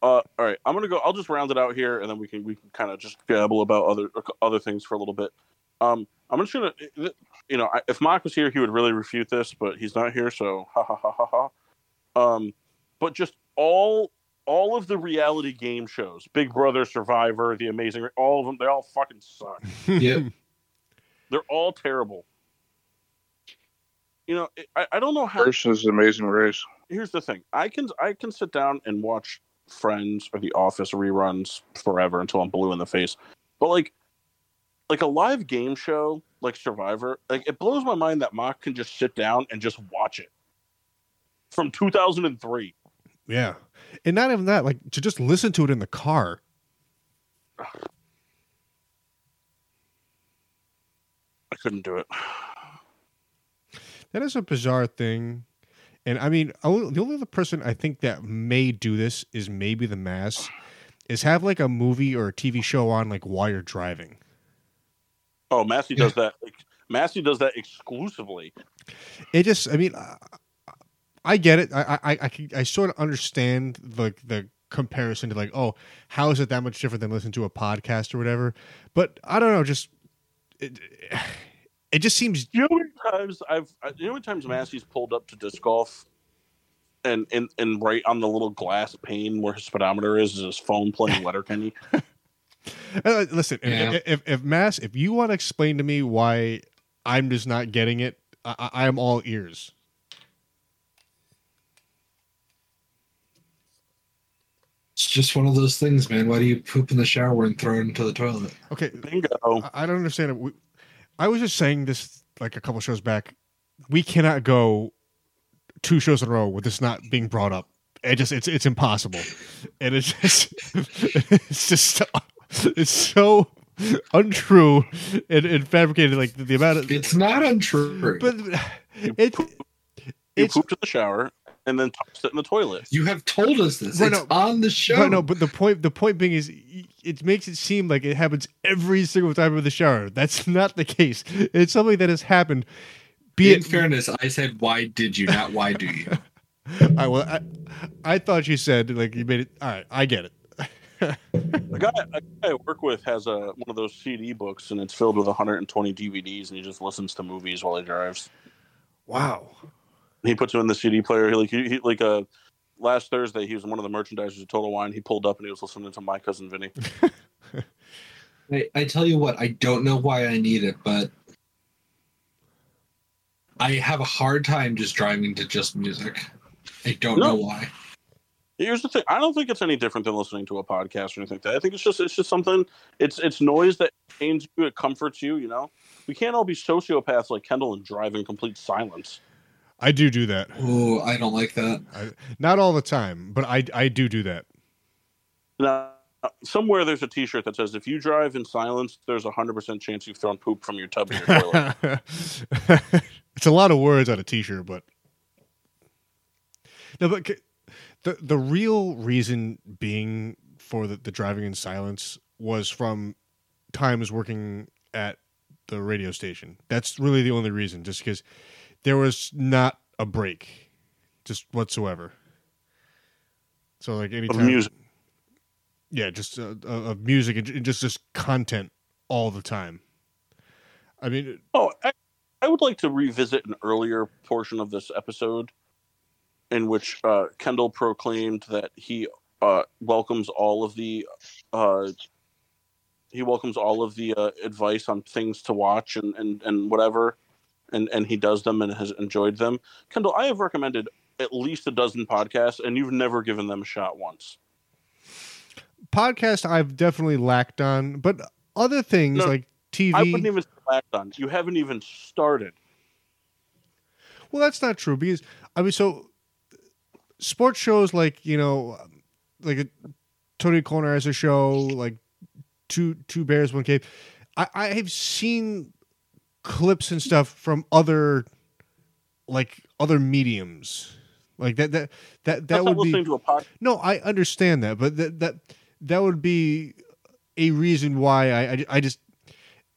[SPEAKER 3] Uh, all right, I'm gonna go. I'll just round it out here, and then we can we can kind of just gabble about other other things for a little bit. Um, I'm just gonna, you know, I- if Mike was here, he would really refute this, but he's not here, so ha ha ha ha ha. Um, but just all all of the reality game shows, Big Brother, Survivor, The Amazing, Ra- all of them, they all fucking suck.
[SPEAKER 4] Yep.
[SPEAKER 3] They're all terrible. You know, I, I don't know how
[SPEAKER 2] Versus Amazing Race.
[SPEAKER 3] here's the thing i can i can sit down and watch friends or the office reruns forever until i'm blue in the face but like like a live game show like survivor like it blows my mind that mock can just sit down and just watch it from 2003
[SPEAKER 1] <laughs> yeah. And not even that, like to just listen to it in the car.
[SPEAKER 3] i couldn't do it <sighs>
[SPEAKER 1] That is a bizarre thing. And I mean, I will- the only other person I think that may do this is maybe the mass, is have like a movie or a TV show on like while you're driving.
[SPEAKER 3] oh massey does that like, massey does that exclusively
[SPEAKER 1] It just, I mean, I, I get it. I, I, I, can- I sort of understand the the comparison to like, oh, how is it that much different than listening to a podcast or whatever? But I don't know, just it, <sighs> it just seems
[SPEAKER 3] you know how many times I've I- you know how many times Massey's pulled up to disc golf, and and and right on the little glass pane where his speedometer is is his phone playing Letterkenny.
[SPEAKER 1] Uh, listen, if-
[SPEAKER 4] Yeah.
[SPEAKER 1] if, if Mass, if you want to explain to me why I'm just not getting it, I, I am all ears.
[SPEAKER 4] It's just one of those things, man. Why do you poop in the shower and throw it into the toilet?
[SPEAKER 1] Okay,
[SPEAKER 3] Bingo.
[SPEAKER 1] I I don't understand it. We, I was just saying this like a couple shows back. We cannot go two shows in a row with this not being brought up. It just it's it's impossible, and it's just <laughs> it's just so, it's so untrue and, and fabricated. Like the, amount of
[SPEAKER 4] It's not untrue.
[SPEAKER 1] but it
[SPEAKER 3] You
[SPEAKER 1] it's
[SPEAKER 3] pooped in the shower and then tossed it in the toilet.
[SPEAKER 4] you have told us this.
[SPEAKER 1] Right,
[SPEAKER 4] it's
[SPEAKER 1] no,
[SPEAKER 4] on the show.
[SPEAKER 1] But no, but the point the point being is y- it makes it seem like it happens every single time in the shower. That's not the case. It's something that has happened. Be
[SPEAKER 4] in
[SPEAKER 1] it,
[SPEAKER 4] fairness, I said, "Why did you?" Not "Why do you?"
[SPEAKER 1] <laughs> I well, I, I thought you said like you made it. All right, I get it.
[SPEAKER 3] A guy, a guy I work with has a one of those CD books, and it's filled with 120 DVDs, and he just listens to movies while he drives.
[SPEAKER 1] Wow.
[SPEAKER 3] He puts them in the CD player. He like he, he- like uh, last Thursday he was in one of the merchandisers at Total Wine. He pulled up and he was listening to my cousin Vinny.
[SPEAKER 4] I, I tell you what, I don't know why I need it, but I have a hard time just driving to just music. I don't
[SPEAKER 3] No.
[SPEAKER 4] know why.
[SPEAKER 3] Here's the thing: I don't think it's any different than listening to a podcast or anything like that. I think it's just it's just something. It's it's noise that pains you. It comforts you. You know, we can't all be sociopaths like Kendall and drive in complete silence.
[SPEAKER 1] I do do that.
[SPEAKER 4] Oh, I don't like that.
[SPEAKER 1] I, not all the time, but I I do do that.
[SPEAKER 3] Now, somewhere there's a T-shirt that says, "If you drive in silence, there's a hundred percent chance you've thrown poop from your tub to your toilet."
[SPEAKER 1] <laughs> it's a lot of words on a t-shirt, but no, but c- the the real reason being for the, the driving in silence was from times working at the radio station. That's really the only reason, just because there was not a break, just whatsoever. So like
[SPEAKER 3] Of
[SPEAKER 1] anytime,
[SPEAKER 3] music.
[SPEAKER 1] yeah, just uh, uh, of music and j- just just content all the time. I mean,
[SPEAKER 3] Oh, I, I would like to revisit an earlier portion of this episode in which uh, Kendall proclaimed that he uh, welcomes all of the uh, he welcomes all of the uh, advice on things to watch and, and, and whatever, and and he does them and has enjoyed them. Kendall, I have recommended at least a dozen podcasts, and you've never given them a shot once.
[SPEAKER 1] podcast I've definitely lacked on, but other things
[SPEAKER 3] No,
[SPEAKER 1] like
[SPEAKER 3] I wouldn't
[SPEAKER 1] TV.
[SPEAKER 3] even say lacked on. You haven't even started.
[SPEAKER 1] well, that's not true because I mean, so sports shows like you know, like a, Tony Corner has a show like two two bears one cave. I I have seen clips and stuff from other like other mediums like that that that
[SPEAKER 3] That's
[SPEAKER 1] that
[SPEAKER 3] not
[SPEAKER 1] would be
[SPEAKER 3] listening to a podcast.
[SPEAKER 1] No, I understand that, but that that that would be a reason why I I, I just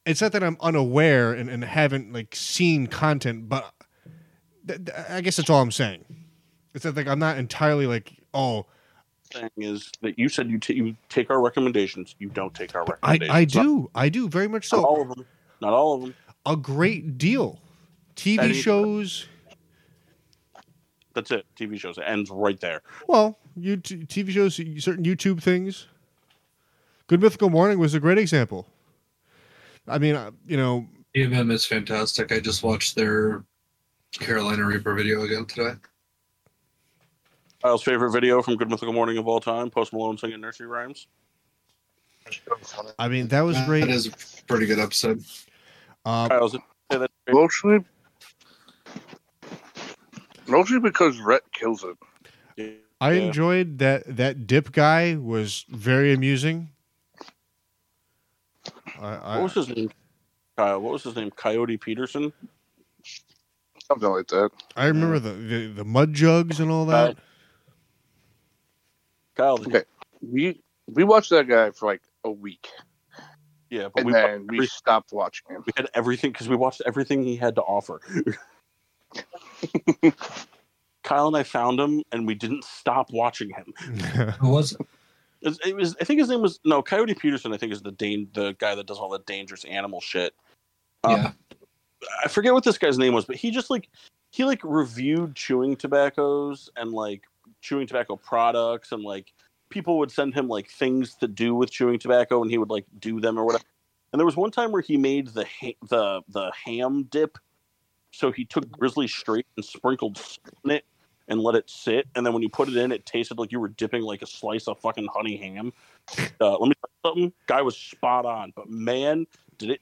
[SPEAKER 1] it's not that I'm unaware and, and haven't like seen content, but th- th- I guess that's all I'm saying. It's that like I'm not entirely like oh
[SPEAKER 3] thing is that you said you, t- you take our recommendations. You don't take our
[SPEAKER 1] I
[SPEAKER 3] recommendations.
[SPEAKER 1] I
[SPEAKER 3] Not,
[SPEAKER 1] do I do very much
[SPEAKER 3] not
[SPEAKER 1] so
[SPEAKER 3] all of them. Not all of them.
[SPEAKER 1] a great deal. TV
[SPEAKER 3] Any-
[SPEAKER 1] shows,
[SPEAKER 3] That's it. TV shows it ends right there.
[SPEAKER 1] well, you TV shows, certain YouTube things. Good Mythical Morning was a great example. I mean, uh, you know,
[SPEAKER 4] DMM E is fantastic. I just watched their Carolina Reaper video again today.
[SPEAKER 3] Kyle's favorite video from Good Mythical Morning of all time: Post Malone singing nursery rhymes.
[SPEAKER 1] I mean that was
[SPEAKER 4] That
[SPEAKER 1] great.
[SPEAKER 4] is a pretty good episode.
[SPEAKER 1] Uh,
[SPEAKER 3] Kyle's say that.
[SPEAKER 2] Mostly, mostly because Rhett kills it.
[SPEAKER 1] I
[SPEAKER 3] Yeah.
[SPEAKER 1] enjoyed that that dip guy was very amusing. I, I,
[SPEAKER 3] What was his name? Kyle. What was his name? Coyote Peterson.
[SPEAKER 2] Something like that.
[SPEAKER 1] I remember the, the the mud jugs and all that.
[SPEAKER 3] Kyle.
[SPEAKER 2] Okay. We we watched that guy for like a week,
[SPEAKER 3] Yeah, but
[SPEAKER 2] and
[SPEAKER 3] we,
[SPEAKER 2] then we
[SPEAKER 3] we-
[SPEAKER 2] stopped watching him.
[SPEAKER 3] <laughs> we had everything because we watched everything he had
[SPEAKER 2] <laughs>
[SPEAKER 3] to offer. Kyle and I found him, and we didn't stop watching him.
[SPEAKER 4] Who was it?
[SPEAKER 3] It's- It was, I think his name was no Coyote Peterson. I think is the Dan, the guy that does all the dangerous animal shit. Um,
[SPEAKER 4] yeah.
[SPEAKER 3] I forget what this guy's name was, but he just like he like reviewed chewing tobaccos and like chewing tobacco products, and like people would send him like things to do with chewing tobacco, and he would like do them or whatever. And there was one time where he made the ha- the the ham dip, so he took grizzly straight and sprinkled salt in it, and let it sit. And then when you put it in, it tasted like you were dipping like a slice of fucking honey ham. Uh, let me tell you something. Guy was spot on, but man, did it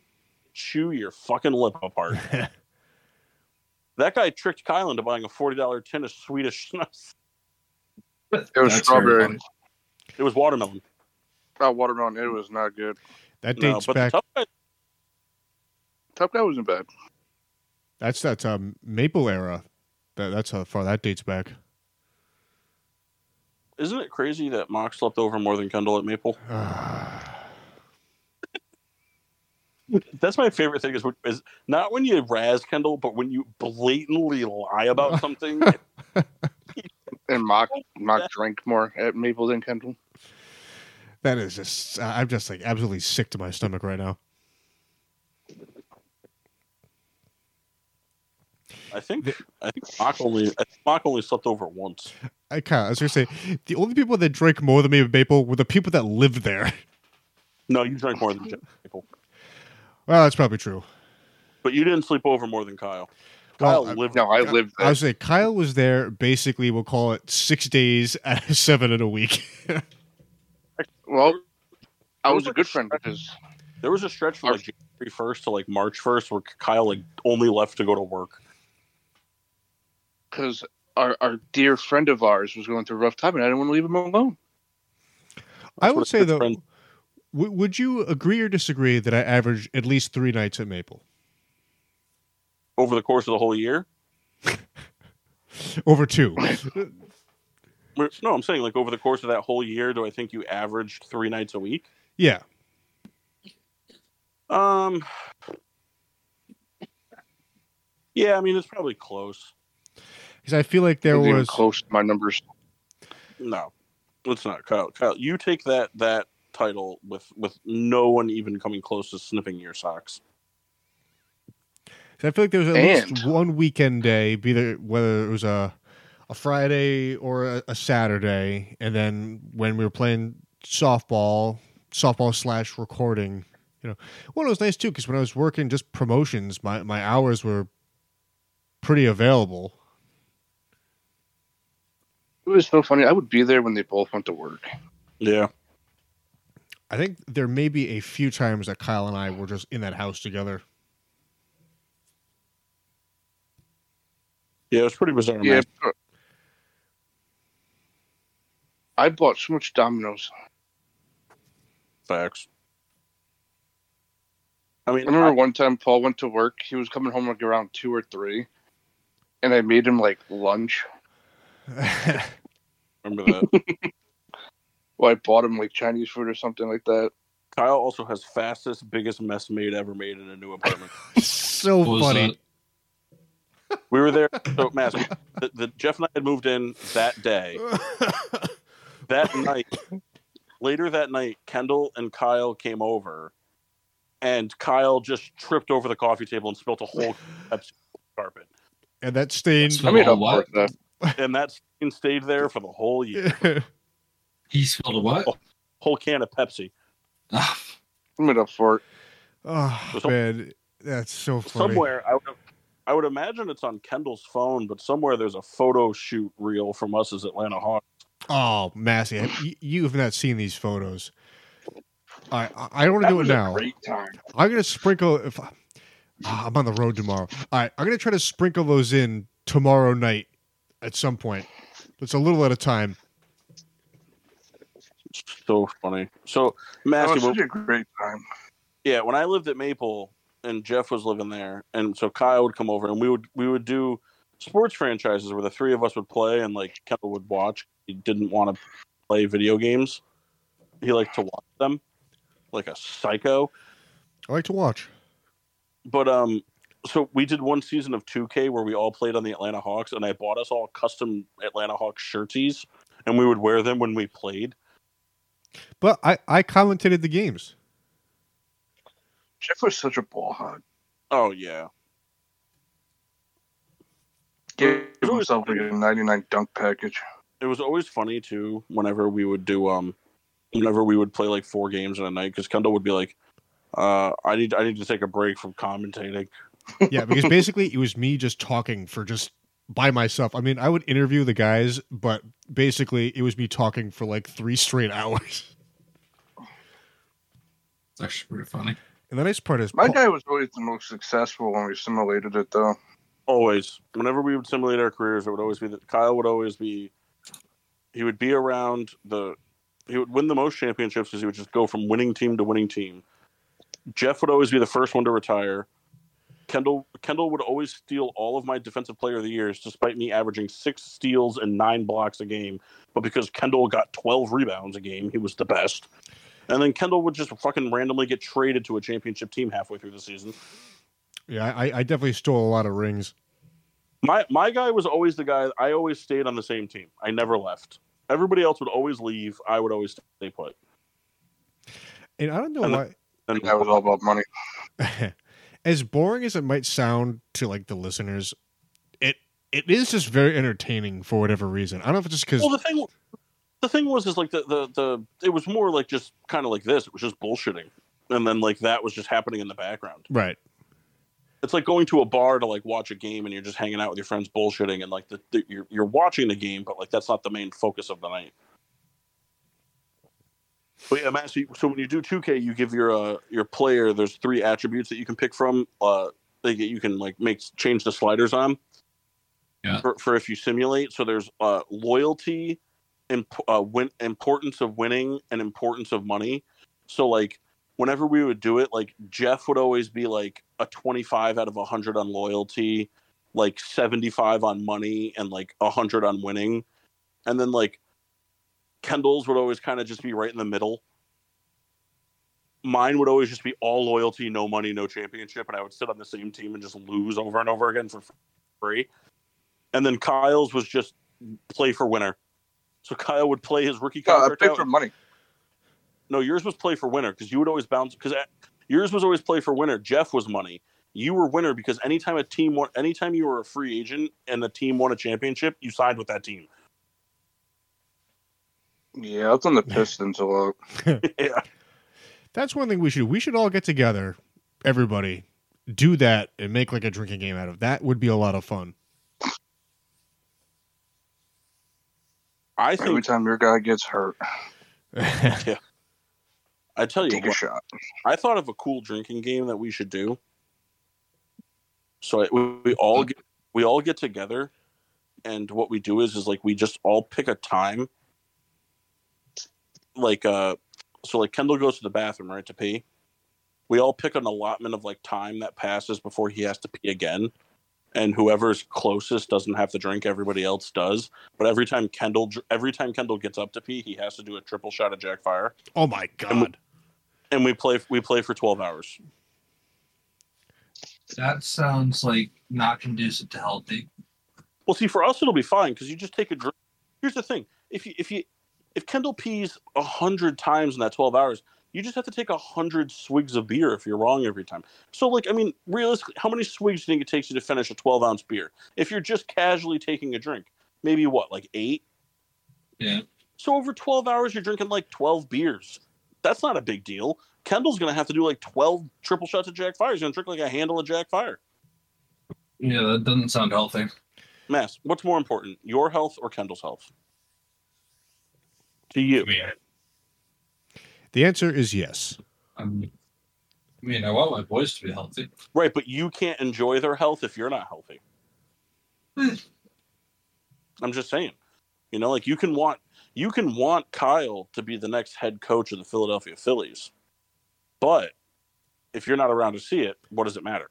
[SPEAKER 3] chew your fucking lip apart. that guy tricked Kylan into buying a forty dollar tin of Swedish <laughs> nuts.
[SPEAKER 2] It was
[SPEAKER 4] That's very
[SPEAKER 2] strawberry.
[SPEAKER 4] funny.
[SPEAKER 3] It was watermelon.
[SPEAKER 2] Not watermelon. It was not good.
[SPEAKER 1] <laughs> That
[SPEAKER 3] No,
[SPEAKER 1] dates
[SPEAKER 3] but the
[SPEAKER 1] back.
[SPEAKER 3] tough guy-
[SPEAKER 2] Top guy wasn't bad.
[SPEAKER 1] that's that's um maple era. That, that's how far that dates back. <sighs>
[SPEAKER 3] isn't it crazy that Mock slept over more than Kendall at Maple? That's my favorite thing is, when- is not when you razz Kendall, but when you blatantly lie
[SPEAKER 1] <laughs>
[SPEAKER 3] about something.
[SPEAKER 2] And mock mock drank more at Maple than Kendall.
[SPEAKER 1] that is just. I'm just like absolutely sick to my stomach right now.
[SPEAKER 3] I think I think Mock only I think Mock only slept over once.
[SPEAKER 1] I kind of, I was gonna say the only people that drank more than me at Maple were the people that lived there. <laughs>
[SPEAKER 3] No, you drank more than Jen- Maple,
[SPEAKER 1] Well, that's probably true.
[SPEAKER 3] but you didn't sleep over more than Kyle.
[SPEAKER 1] Well,
[SPEAKER 3] Kyle
[SPEAKER 1] I-
[SPEAKER 3] lived.
[SPEAKER 2] No, I lived
[SPEAKER 1] I
[SPEAKER 2] there.
[SPEAKER 1] was gonna say Kyle was there basically. We'll call it six days <laughs> out of seven in a week.
[SPEAKER 2] Well, I was
[SPEAKER 3] It was
[SPEAKER 2] a
[SPEAKER 3] like
[SPEAKER 2] good
[SPEAKER 3] a
[SPEAKER 2] friend
[SPEAKER 3] stretch.
[SPEAKER 2] because
[SPEAKER 3] There was a stretch from
[SPEAKER 2] Our-
[SPEAKER 3] like January first to like March first where Kyle like only left to go to work.
[SPEAKER 2] because our, our dear friend of ours was going through a rough time and I didn't want to leave him alone.
[SPEAKER 1] I
[SPEAKER 3] That's what
[SPEAKER 1] would
[SPEAKER 3] a
[SPEAKER 1] say
[SPEAKER 3] good
[SPEAKER 1] though,
[SPEAKER 3] friend-
[SPEAKER 1] w- would you agree or disagree that I average at least three nights at Maple
[SPEAKER 3] over the course of the whole year.
[SPEAKER 1] over
[SPEAKER 3] <laughs>
[SPEAKER 1] two?
[SPEAKER 3] No, I'm saying like over the course of that whole year, do I think you averaged three nights a week?
[SPEAKER 1] yeah,
[SPEAKER 3] Um. Yeah, I mean it's probably close.
[SPEAKER 1] because I feel like there
[SPEAKER 2] It even
[SPEAKER 1] was
[SPEAKER 2] close to my numbers.
[SPEAKER 3] No, it's not, Kyle. Kyle, you take that that title with with no one even coming close to snipping your socks.
[SPEAKER 1] 'cause I feel like there was at least
[SPEAKER 2] And-
[SPEAKER 1] one weekend day, be there whether it was a a Friday or a, a Saturday, and then when we were playing softball, softball slash recording. You know, well, it was nice too because when I was working just promotions, my my hours were pretty available.
[SPEAKER 2] It was so funny. I would be there when they both went to work.
[SPEAKER 3] Yeah,
[SPEAKER 1] I think there may be a few times that Kyle and I were just in that house together. <laughs>
[SPEAKER 3] yeah, it's pretty bizarre.
[SPEAKER 2] Yeah.
[SPEAKER 3] Oh, man.
[SPEAKER 2] but- I bought so much Domino's.
[SPEAKER 3] facts. I mean,
[SPEAKER 2] I remember
[SPEAKER 3] I,
[SPEAKER 2] one time Paul went to work. He was coming home like around two or three, and I made him like lunch.
[SPEAKER 3] remember that
[SPEAKER 2] Well, I bought him like Chinese food or something like that.
[SPEAKER 3] Kyle also has fastest, biggest mess maid ever made in a new apartment.
[SPEAKER 1] so
[SPEAKER 4] What was uh,
[SPEAKER 1] funny.
[SPEAKER 3] we were there. So, Mass, the, the Jeff and I had moved in that day.
[SPEAKER 4] uh,
[SPEAKER 3] that night, later that night, Kendall and Kyle came over, and Kyle just tripped over the coffee table and spilt a whole Pepsi carpet,
[SPEAKER 1] <laughs> and that stain. <laughs>
[SPEAKER 4] That's
[SPEAKER 2] I made
[SPEAKER 4] Oh,
[SPEAKER 2] up for
[SPEAKER 4] what?
[SPEAKER 2] it, though.
[SPEAKER 3] and that stain stayed there for the whole year,
[SPEAKER 4] He spilled a what?
[SPEAKER 3] whole can of Pepsi.
[SPEAKER 4] Ah,
[SPEAKER 2] I made up for it.
[SPEAKER 1] oh man, that's so funny.
[SPEAKER 3] Somewhere, I would, I would imagine it's on Kendall's phone, but somewhere there's a photo shoot reel from us as Atlanta Hawks.
[SPEAKER 1] Oh, Massey, have- you, you have not seen these photos. I I- I don't want to do it now.
[SPEAKER 2] time.
[SPEAKER 1] I'm gonna sprinkle. If I, Ah, I'm on the road tomorrow, all right, I'm gonna try to sprinkle those in tomorrow night at some point. It's a little at a time.
[SPEAKER 3] It's so funny. So,
[SPEAKER 2] That
[SPEAKER 3] Matthew,
[SPEAKER 2] was such a great time.
[SPEAKER 3] Yeah, when I lived at Maple and Jeff was living there, and so Kyle would come over and we would we would do sports franchises where the three of us would play and like Kendall would watch. He didn't want to play video games. He liked to watch them like a psycho.
[SPEAKER 1] I like to watch.
[SPEAKER 3] But um so we did one season of 2K where we all played on the Atlanta Hawks and I bought us all custom Atlanta Hawks shirties and we would wear them when we played.
[SPEAKER 1] But I I commentated the games.
[SPEAKER 2] Jeff was such a ball hog.
[SPEAKER 3] Oh yeah.
[SPEAKER 2] Gave himself like a 99 dunk package.
[SPEAKER 3] it was always funny too whenever we would do um whenever we would play like four games in a night because kendall would be like uh i need i need to take a break from commentating
[SPEAKER 2] <laughs>
[SPEAKER 1] Yeah, because basically it was me just talking for just by myself. I mean, I would interview the guys, but basically it was me talking for like three straight <laughs> hours.
[SPEAKER 4] It's actually pretty funny.
[SPEAKER 1] And the nice part is,
[SPEAKER 2] My
[SPEAKER 1] Paul-
[SPEAKER 2] guy was always the most successful when we simulated it, though.
[SPEAKER 3] Always. Whenever we would simulate our careers, it would always be that Kyle would always be. He would be around the. He would win the most championships because he would just go from winning team to winning team. Jeff would always be the first one to retire. Kendall Kendall would always steal all of my defensive player of the years, despite me averaging six steals and nine blocks a game. But because Kendall got twelve rebounds a game, he was the best. And then Kendall would just fucking randomly get traded to a championship team halfway through the season.
[SPEAKER 1] yeah, I, I definitely stole a lot of rings.
[SPEAKER 3] My my guy was always the guy. I always stayed on the same team. I never left. Everybody else would always leave. I would always stay put.
[SPEAKER 1] And I don't know
[SPEAKER 3] And the-
[SPEAKER 1] why.
[SPEAKER 3] And
[SPEAKER 2] That was all about money.
[SPEAKER 1] <laughs> as boring as it might sound to like the listeners, it it is just very entertaining for whatever reason. I don't know if it's just because
[SPEAKER 3] well, the thing the thing was is like the the, the it was more like just kind of like this. It was just bullshitting, and then like that was just happening in the background.
[SPEAKER 1] right,
[SPEAKER 3] It's like going to a bar to like watch a game, and you're just hanging out with your friends bullshitting, and like the, the, you're you're watching the game, but like that's not the main focus of the night. But yeah, Matt, so, you- so when you do 2K, you give your uh, your player there's three attributes that you can pick from. Uh, that you can like make change the sliders on.
[SPEAKER 4] Yeah.
[SPEAKER 3] For, for if you simulate, so there's uh, loyalty, imp- uh, win- importance of winning, and importance of money. So like whenever we would do it, like Jeff would always be like a 25 out of 100 on loyalty, like 75 on money, and like 100 on winning, and then like Kendall's would always kind of just be right in the middle. Mine would always just be all loyalty, no money, no championship, and I would sit on the same team and just lose over and over again for free. And then Kyle's was just play for winner. So Kyle would play his rookie
[SPEAKER 2] Yeah, I
[SPEAKER 3] contract.
[SPEAKER 2] paid
[SPEAKER 3] out-
[SPEAKER 2] for money.
[SPEAKER 3] no, yours was play for winner because you would always bounce because yours was always play for winner. Jeff was money. You were winner because anytime a team won, anytime you were a free agent and the team won a championship, you signed with that team.
[SPEAKER 2] Yeah, I've done the Pistons a lot.
[SPEAKER 3] yeah,
[SPEAKER 1] that's one thing we should we should all get together, everybody, do that and make like a drinking game out of it. that. Would be a lot of fun. <laughs>
[SPEAKER 3] I
[SPEAKER 2] Every
[SPEAKER 3] think
[SPEAKER 2] time your guy gets hurt,
[SPEAKER 1] yeah,
[SPEAKER 3] I tell you
[SPEAKER 2] take a
[SPEAKER 3] what,
[SPEAKER 2] shot.
[SPEAKER 3] I thought of a cool drinking game that we should do. So I, we, we all get we all get together, and what we do is is like we just all pick a time. Like uh, so like Kendall goes to the bathroom right to pee. We all pick an allotment of like time that passes before he has to pee again, and whoever's closest doesn't have to drink. Everybody else does, but every time Kendall dr- every time Kendall gets up to pee, he has to do a triple shot of Jack Fire,
[SPEAKER 1] Oh my god,
[SPEAKER 3] and we play we play for twelve hours.
[SPEAKER 4] That sounds like not conducive to healthy.
[SPEAKER 3] Well, see, for us it'll be fine because you just take a drink. Here's the thing: if you if you if Kendall pees a hundred times in that twelve hours, you just have to take a hundred swigs of beer if you're wrong every time. So, like, I mean, realistically, how many swigs do you think it takes you to finish a twelve ounce beer? If you're just casually taking a drink, maybe what, like eight?
[SPEAKER 4] Yeah.
[SPEAKER 3] So over twelve hours, you're drinking like twelve beers. That's not a big deal. Kendall's gonna have to do like twelve triple shots of Jack Fire. He's gonna drink like a handle of Jack Fire.
[SPEAKER 4] Yeah, that doesn't sound healthy.
[SPEAKER 3] Mass, what's more important, your health or Kendall's health? To you.
[SPEAKER 4] mean,
[SPEAKER 1] the answer is yes.
[SPEAKER 4] I'm, Um, I mean, I want my boys to be healthy.
[SPEAKER 3] Right, but you can't enjoy their health if you're not healthy.
[SPEAKER 4] Hmm.
[SPEAKER 3] I'm just saying. You know, like you can want you can want Kyle to be the next head coach of the Philadelphia Phillies. But if you're not around to see it, what does it matter?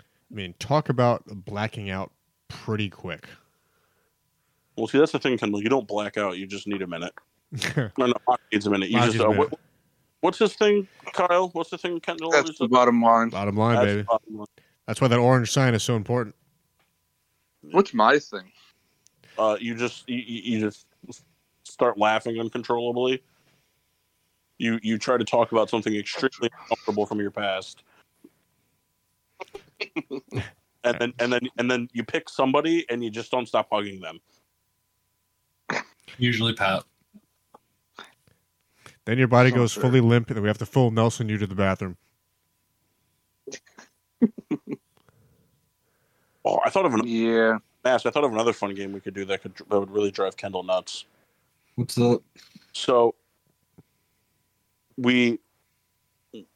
[SPEAKER 1] I mean, talk about blacking out pretty quick.
[SPEAKER 3] Well, see, that's the thing, Kendall. You don't black out. You just need
[SPEAKER 1] <laughs>
[SPEAKER 3] a minute. No, no, Mock needs a minute. You
[SPEAKER 1] Mock
[SPEAKER 3] just
[SPEAKER 1] needs a
[SPEAKER 3] uh,
[SPEAKER 1] minute.
[SPEAKER 3] what- what's this thing, Kyle? What's the thing, Kendall?
[SPEAKER 2] That's
[SPEAKER 3] always
[SPEAKER 2] the
[SPEAKER 3] does?
[SPEAKER 2] bottom line.
[SPEAKER 1] Bottom line,
[SPEAKER 3] That's
[SPEAKER 1] baby.
[SPEAKER 3] bottom line.
[SPEAKER 1] That's why that orange sign is so important.
[SPEAKER 2] What's my thing?
[SPEAKER 3] uh, you just you, you you just start laughing uncontrollably. You you try to talk about something extremely uncomfortable from your past, and then and then and then you pick somebody and you just don't stop hugging them.
[SPEAKER 4] Usually, Pat.
[SPEAKER 1] Then your body
[SPEAKER 2] So
[SPEAKER 1] goes
[SPEAKER 2] fair.
[SPEAKER 1] fully limp, and then we have to full Nelson you to the bathroom.
[SPEAKER 3] Oh, I thought of an
[SPEAKER 2] Yeah.
[SPEAKER 3] mask. I thought of another fun game we could do that could that would really drive Kendall nuts.
[SPEAKER 4] What's up?
[SPEAKER 3] So we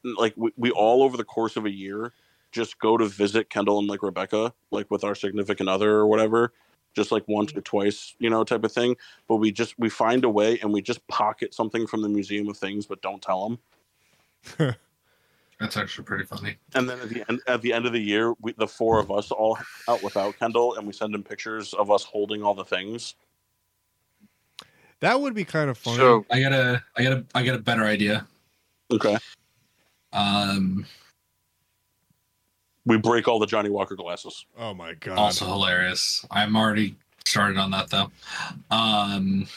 [SPEAKER 3] like we, we all over the course of a year just go to visit Kendall and like Rebecca, like with our significant other or whatever, just like once or twice, you know, type of thing. But we just we find a way and we just pocket something from the Museum of Things, but don't tell them.
[SPEAKER 4] That's actually pretty funny.
[SPEAKER 3] And then at the end at the end of the year, we, the four of us all hang out without Kendall, and we send him pictures of us holding all the things.
[SPEAKER 1] That would be kind of funny.
[SPEAKER 2] So
[SPEAKER 4] I got a, I got a, I got a better idea.
[SPEAKER 3] Okay,
[SPEAKER 4] Um,
[SPEAKER 3] we break all the Johnny Walker glasses.
[SPEAKER 1] oh my god.
[SPEAKER 4] also hilarious. I'm already started on that though. Um,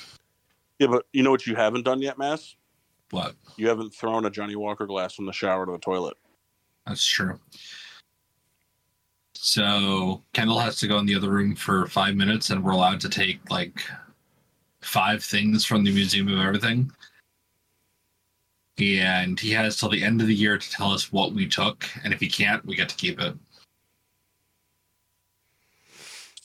[SPEAKER 3] Yeah, but you know what you haven't done yet, Mass?
[SPEAKER 4] what?
[SPEAKER 3] You haven't thrown a Johnny Walker glass from the shower to the toilet.
[SPEAKER 4] That's true. So Kendall has to go in the other room for five minutes, and we're allowed to take like five things from the Museum of Everything. And he has till the end of the year to tell us what we took, and if he can't, we get to keep it.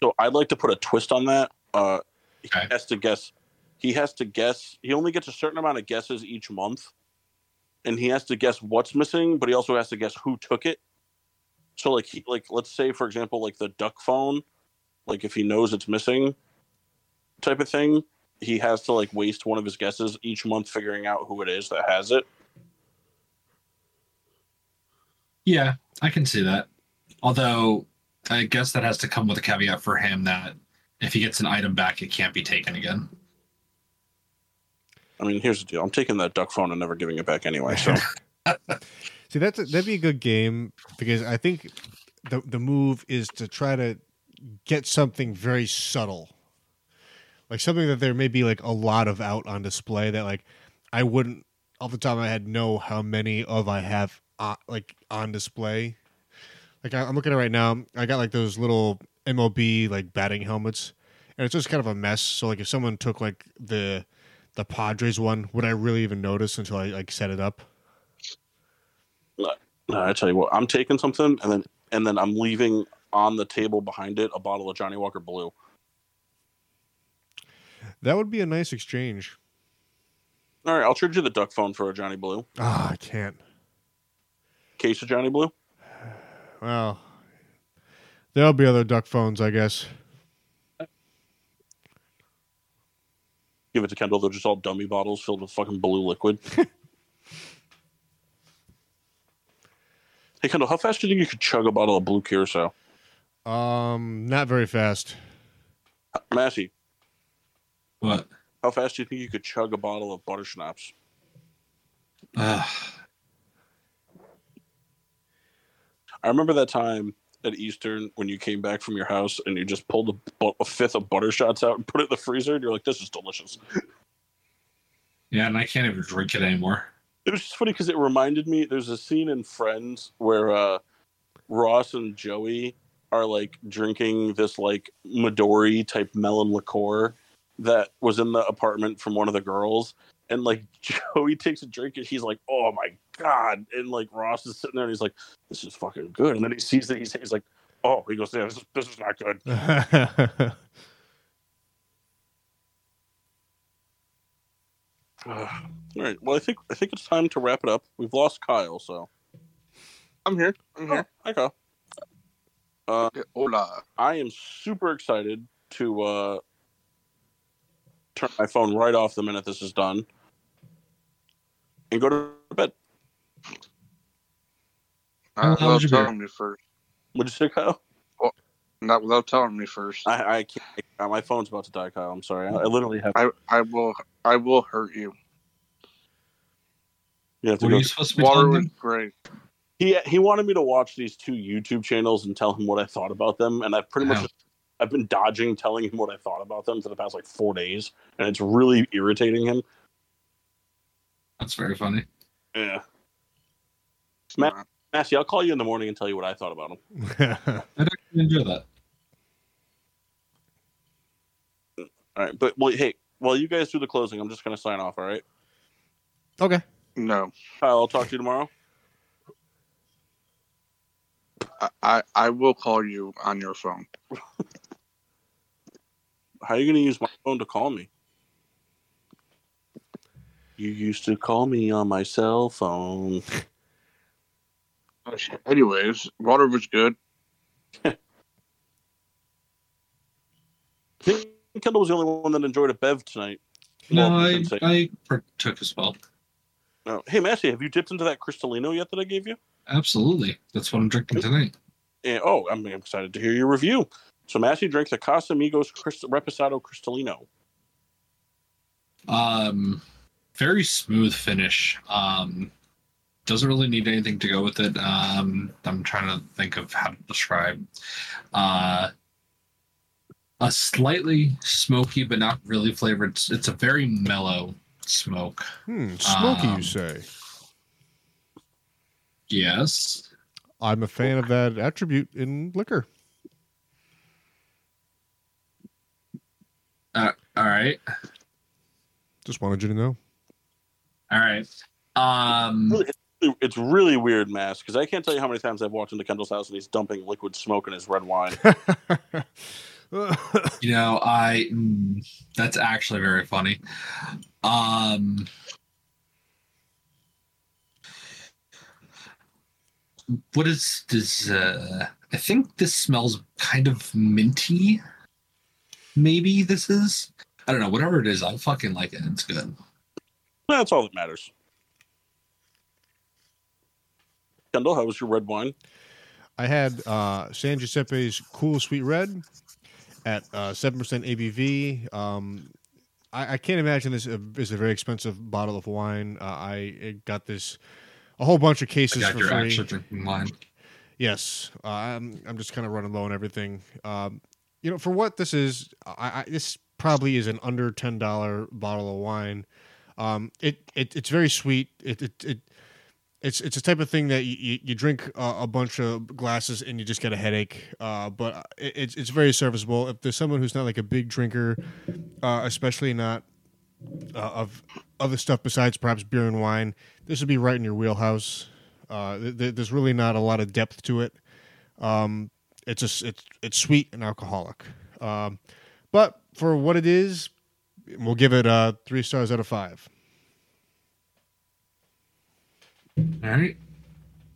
[SPEAKER 3] So I'd like to put a twist on that. Uh, he
[SPEAKER 4] Okay.
[SPEAKER 3] has to guess. He has to guess. He only gets a certain amount of guesses each month, and he has to guess what's missing. But he also has to guess who took it. So like, he, like let's say for example, like the duck phone, like if he knows it's missing, type of thing. He has to like waste one of his guesses each month figuring out who it is that has it.
[SPEAKER 4] Yeah, I can see that. Although I guess that has to come with a caveat for him that if he gets an item back, it can't be taken again.
[SPEAKER 3] I mean, here's the deal. I'm taking that duck phone and never giving it back <laughs> anyway. So
[SPEAKER 1] See, that's a, that'd be a good game because I think the the move is to try to get something very subtle, like something that there may be like a lot of out on display that like I wouldn't off the top of my head know how many of I have uh, like on display. Like I, I'm looking at it right now, I got like those little MOB like batting helmets, and it's just kind of a mess. So like if someone took like the the Padres one, would I really even notice until I like set it up?
[SPEAKER 3] No, I tell you what, I'm taking something and then and then I'm leaving on the table behind it a bottle of Johnny Walker Blue.
[SPEAKER 1] That would be a nice exchange.
[SPEAKER 3] All right, I'll trade you the duck phone for a Johnny Blue.
[SPEAKER 1] Ah, I can't.
[SPEAKER 3] Case of Johnny Blue.
[SPEAKER 1] Well, there'll be other duck phones, I guess.
[SPEAKER 3] Give it to Kendall. They're just all dummy bottles filled with fucking blue liquid. hey Kendall, how fast do you think you could chug a bottle of blue curacao?
[SPEAKER 1] Um, not very fast. <laughs>
[SPEAKER 3] Massey,
[SPEAKER 4] But
[SPEAKER 3] how fast do you think you could chug a bottle of butter schnapps?
[SPEAKER 4] uh,
[SPEAKER 3] I remember that time at Eastern when you came back from your house and you just pulled a, bu- a fifth of butter shots out and put it in the freezer and you're like, this is delicious.
[SPEAKER 4] yeah, and I can't even drink it anymore.
[SPEAKER 3] It was just funny because it reminded me. There's a scene in Friends where uh, Ross and Joey are like drinking this like Midori type melon liqueur that was in the apartment from one of the girls, and like <laughs> Joey takes a drink and he's like, "Oh my god!" And like Ross is sitting there and he's like, "This is fucking good," and then he sees that he's, he's like, "Oh," he goes, "Yeah, this is, this is not good." <sighs>
[SPEAKER 1] That's
[SPEAKER 3] Ugh. All right. Well, I think I think it's time to wrap it up. We've lost Kyle, so
[SPEAKER 2] I'm here. I'm
[SPEAKER 3] oh,
[SPEAKER 2] here.
[SPEAKER 3] hi Kyle. Uh,
[SPEAKER 2] Yeah, hola.
[SPEAKER 3] I am super excited to uh, turn my phone right off the minute this is done and go to bed.
[SPEAKER 2] Not
[SPEAKER 4] How
[SPEAKER 2] without
[SPEAKER 4] was your
[SPEAKER 2] telling me first.
[SPEAKER 3] Would you say, Kyle?
[SPEAKER 2] Not without telling me first.
[SPEAKER 3] I, I can't. uh, My phone's about to die, Kyle. I'm sorry. I, I literally have.
[SPEAKER 2] I I will I will hurt you.
[SPEAKER 3] You have to
[SPEAKER 4] What are
[SPEAKER 3] go.
[SPEAKER 4] you supposed to be
[SPEAKER 2] Water
[SPEAKER 4] telling
[SPEAKER 2] was
[SPEAKER 4] them?
[SPEAKER 2] great.
[SPEAKER 3] He he wanted me to watch these two YouTube channels and tell him what I thought about them, and I've pretty much
[SPEAKER 4] Yeah.
[SPEAKER 3] just- I've been dodging telling him what I thought about them for the past like four days, and it's really irritating him.
[SPEAKER 4] That's very funny.
[SPEAKER 3] Yeah, Matt- Massey, I'll call you in the morning and tell you what I thought about him.
[SPEAKER 4] I'd actually enjoy that.
[SPEAKER 3] All right, but well, hey, while you guys do the closing, I'm just gonna sign off. All right.
[SPEAKER 1] okay.
[SPEAKER 2] No.
[SPEAKER 3] Kyle, I'll talk to you tomorrow.
[SPEAKER 2] I, I, I will call you on your phone.
[SPEAKER 3] How are you going to use my phone to call me? You used to call me on my cell phone.
[SPEAKER 2] Oh, Anyways, water was good.
[SPEAKER 3] I think Kendall was the only one that enjoyed a bev tonight.
[SPEAKER 4] No,
[SPEAKER 3] Well,
[SPEAKER 4] I,
[SPEAKER 3] since I-
[SPEAKER 4] I partook as well.
[SPEAKER 3] no. Hey, Massey, have you dipped into that Cristalino yet that I gave you?
[SPEAKER 4] Absolutely. That's what I'm drinking tonight.
[SPEAKER 3] And, oh, I'm excited to hear your review. So Massey drinks a Casamigos Crist- Reposado Cristalino.
[SPEAKER 4] Um, very smooth finish. Um, doesn't really need anything to go with it. Um, I'm trying to think of how to describe. Uh, a slightly smoky, but not really flavored. It's, it's a very mellow smoke.
[SPEAKER 1] Hmm, smoky,
[SPEAKER 4] Um,
[SPEAKER 1] you say?
[SPEAKER 4] Yes.
[SPEAKER 1] I'm a fan of that attribute in liquor.
[SPEAKER 4] All right.
[SPEAKER 1] Just wanted you to know.
[SPEAKER 4] All right. Um,
[SPEAKER 3] It's really weird, Mass, because I can't tell you how many times I've walked into Kendall's house and he's dumping liquid smoke in his red wine.
[SPEAKER 4] you know, I mm, that's actually very funny. Um, what is this? Uh, I think this smells kind of minty. Maybe this is. I don't know. Whatever it is, I fucking like it. It's good.
[SPEAKER 3] That's all that matters. Kendall, how was your red wine?
[SPEAKER 1] I had uh, San Giuseppe's Cool Sweet Red at uh, seven percent ABV. Um, I, I can't imagine this uh, is a very expensive bottle of wine. Uh, I got this a whole bunch of
[SPEAKER 4] I
[SPEAKER 1] cases
[SPEAKER 4] got
[SPEAKER 1] for
[SPEAKER 4] your
[SPEAKER 1] free.
[SPEAKER 4] actually drinking wine.
[SPEAKER 1] Yes, uh, I'm. I'm just kind of running low on everything. Um, you know, for what this is, I, I, this probably is an under ten dollar bottle of wine. Um, it, it it's very sweet. It it, it it's it's a type of thing that you, you, you drink uh, a bunch of glasses and you just get a headache. Uh, but it, it's it's very serviceable. If there's someone who's not like a big drinker, uh, especially not uh, of other stuff besides perhaps beer and wine, this would be right in your wheelhouse. Uh, th- th- there's really not a lot of depth to it. Um, it's just it's it's sweet and alcoholic, um, but for what it is, we'll give it uh, three stars out of five.
[SPEAKER 4] All right.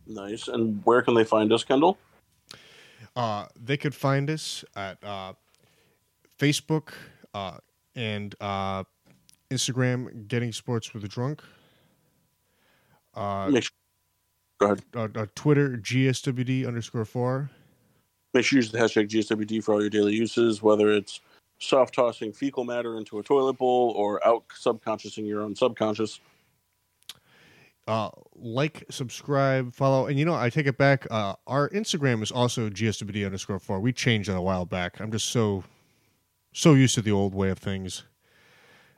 [SPEAKER 3] Nice. And where can they find us, Kendall?
[SPEAKER 1] Uh, they could find us at uh, Facebook uh, and uh, Instagram, Getting Sports with a Drunk. Uh,
[SPEAKER 3] Make sure, go ahead.
[SPEAKER 1] uh, uh, Twitter, GSWD underscore four.
[SPEAKER 3] Make sure you use the hashtag GSWD for all your daily uses, whether it's soft tossing fecal matter into a toilet bowl or out subconsciousing your own subconscious.
[SPEAKER 1] uh, like, subscribe, follow, and you know I take it back. Uh, our Instagram is also gswd underscore four. We changed that a while back. I'm just so so used to the old way of things.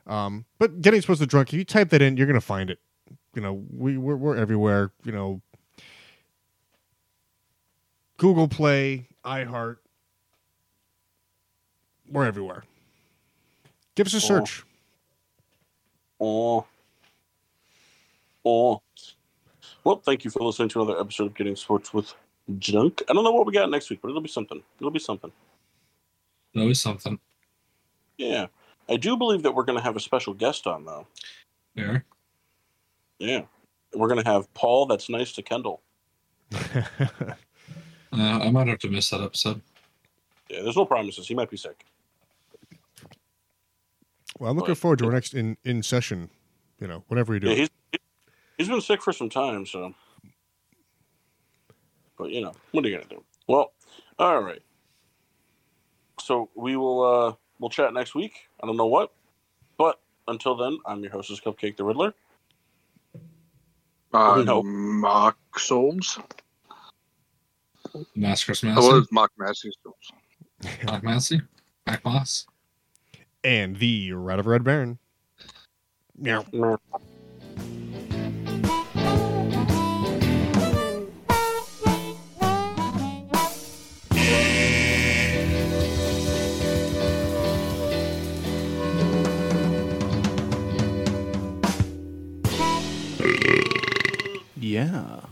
[SPEAKER 1] Um, but getting supposed to drunk. If you type that in, you're gonna find it. You know we we're, we're everywhere. You know Google Play, iHeart, we're everywhere. Give us a
[SPEAKER 3] Oh.
[SPEAKER 1] search.
[SPEAKER 3] Oh. Oh. Well, thank you for listening to another episode of Getting Sports with Junk. I don't know what we got next week, but it'll be something. It'll be something.
[SPEAKER 4] That was something.
[SPEAKER 3] Yeah. I do believe that we're going to have a special guest on, though.
[SPEAKER 4] Yeah.
[SPEAKER 3] Yeah. We're going to have Paul, that's nice to Kendall.
[SPEAKER 4] Uh, I might have to miss that episode.
[SPEAKER 3] Yeah, there's no promises. He might be sick.
[SPEAKER 1] well, I'm looking forward to our next in in session. You know, whatever we do.
[SPEAKER 3] Yeah, he's he's been sick for some time, so. But you know, what are you gonna do? Well, all right. So we will uh we'll chat next week. I don't know what, but until then, I'm your hostess, Cupcake the Riddler.
[SPEAKER 2] Uh,
[SPEAKER 3] Oh, no.
[SPEAKER 2] Mock Souls.
[SPEAKER 4] Maskers
[SPEAKER 2] I was
[SPEAKER 4] Massey.
[SPEAKER 2] Mock Massey Souls.
[SPEAKER 4] Black Massey. Black Moss.
[SPEAKER 1] and the Rat of Red Baron. Meow.
[SPEAKER 5] Yeah.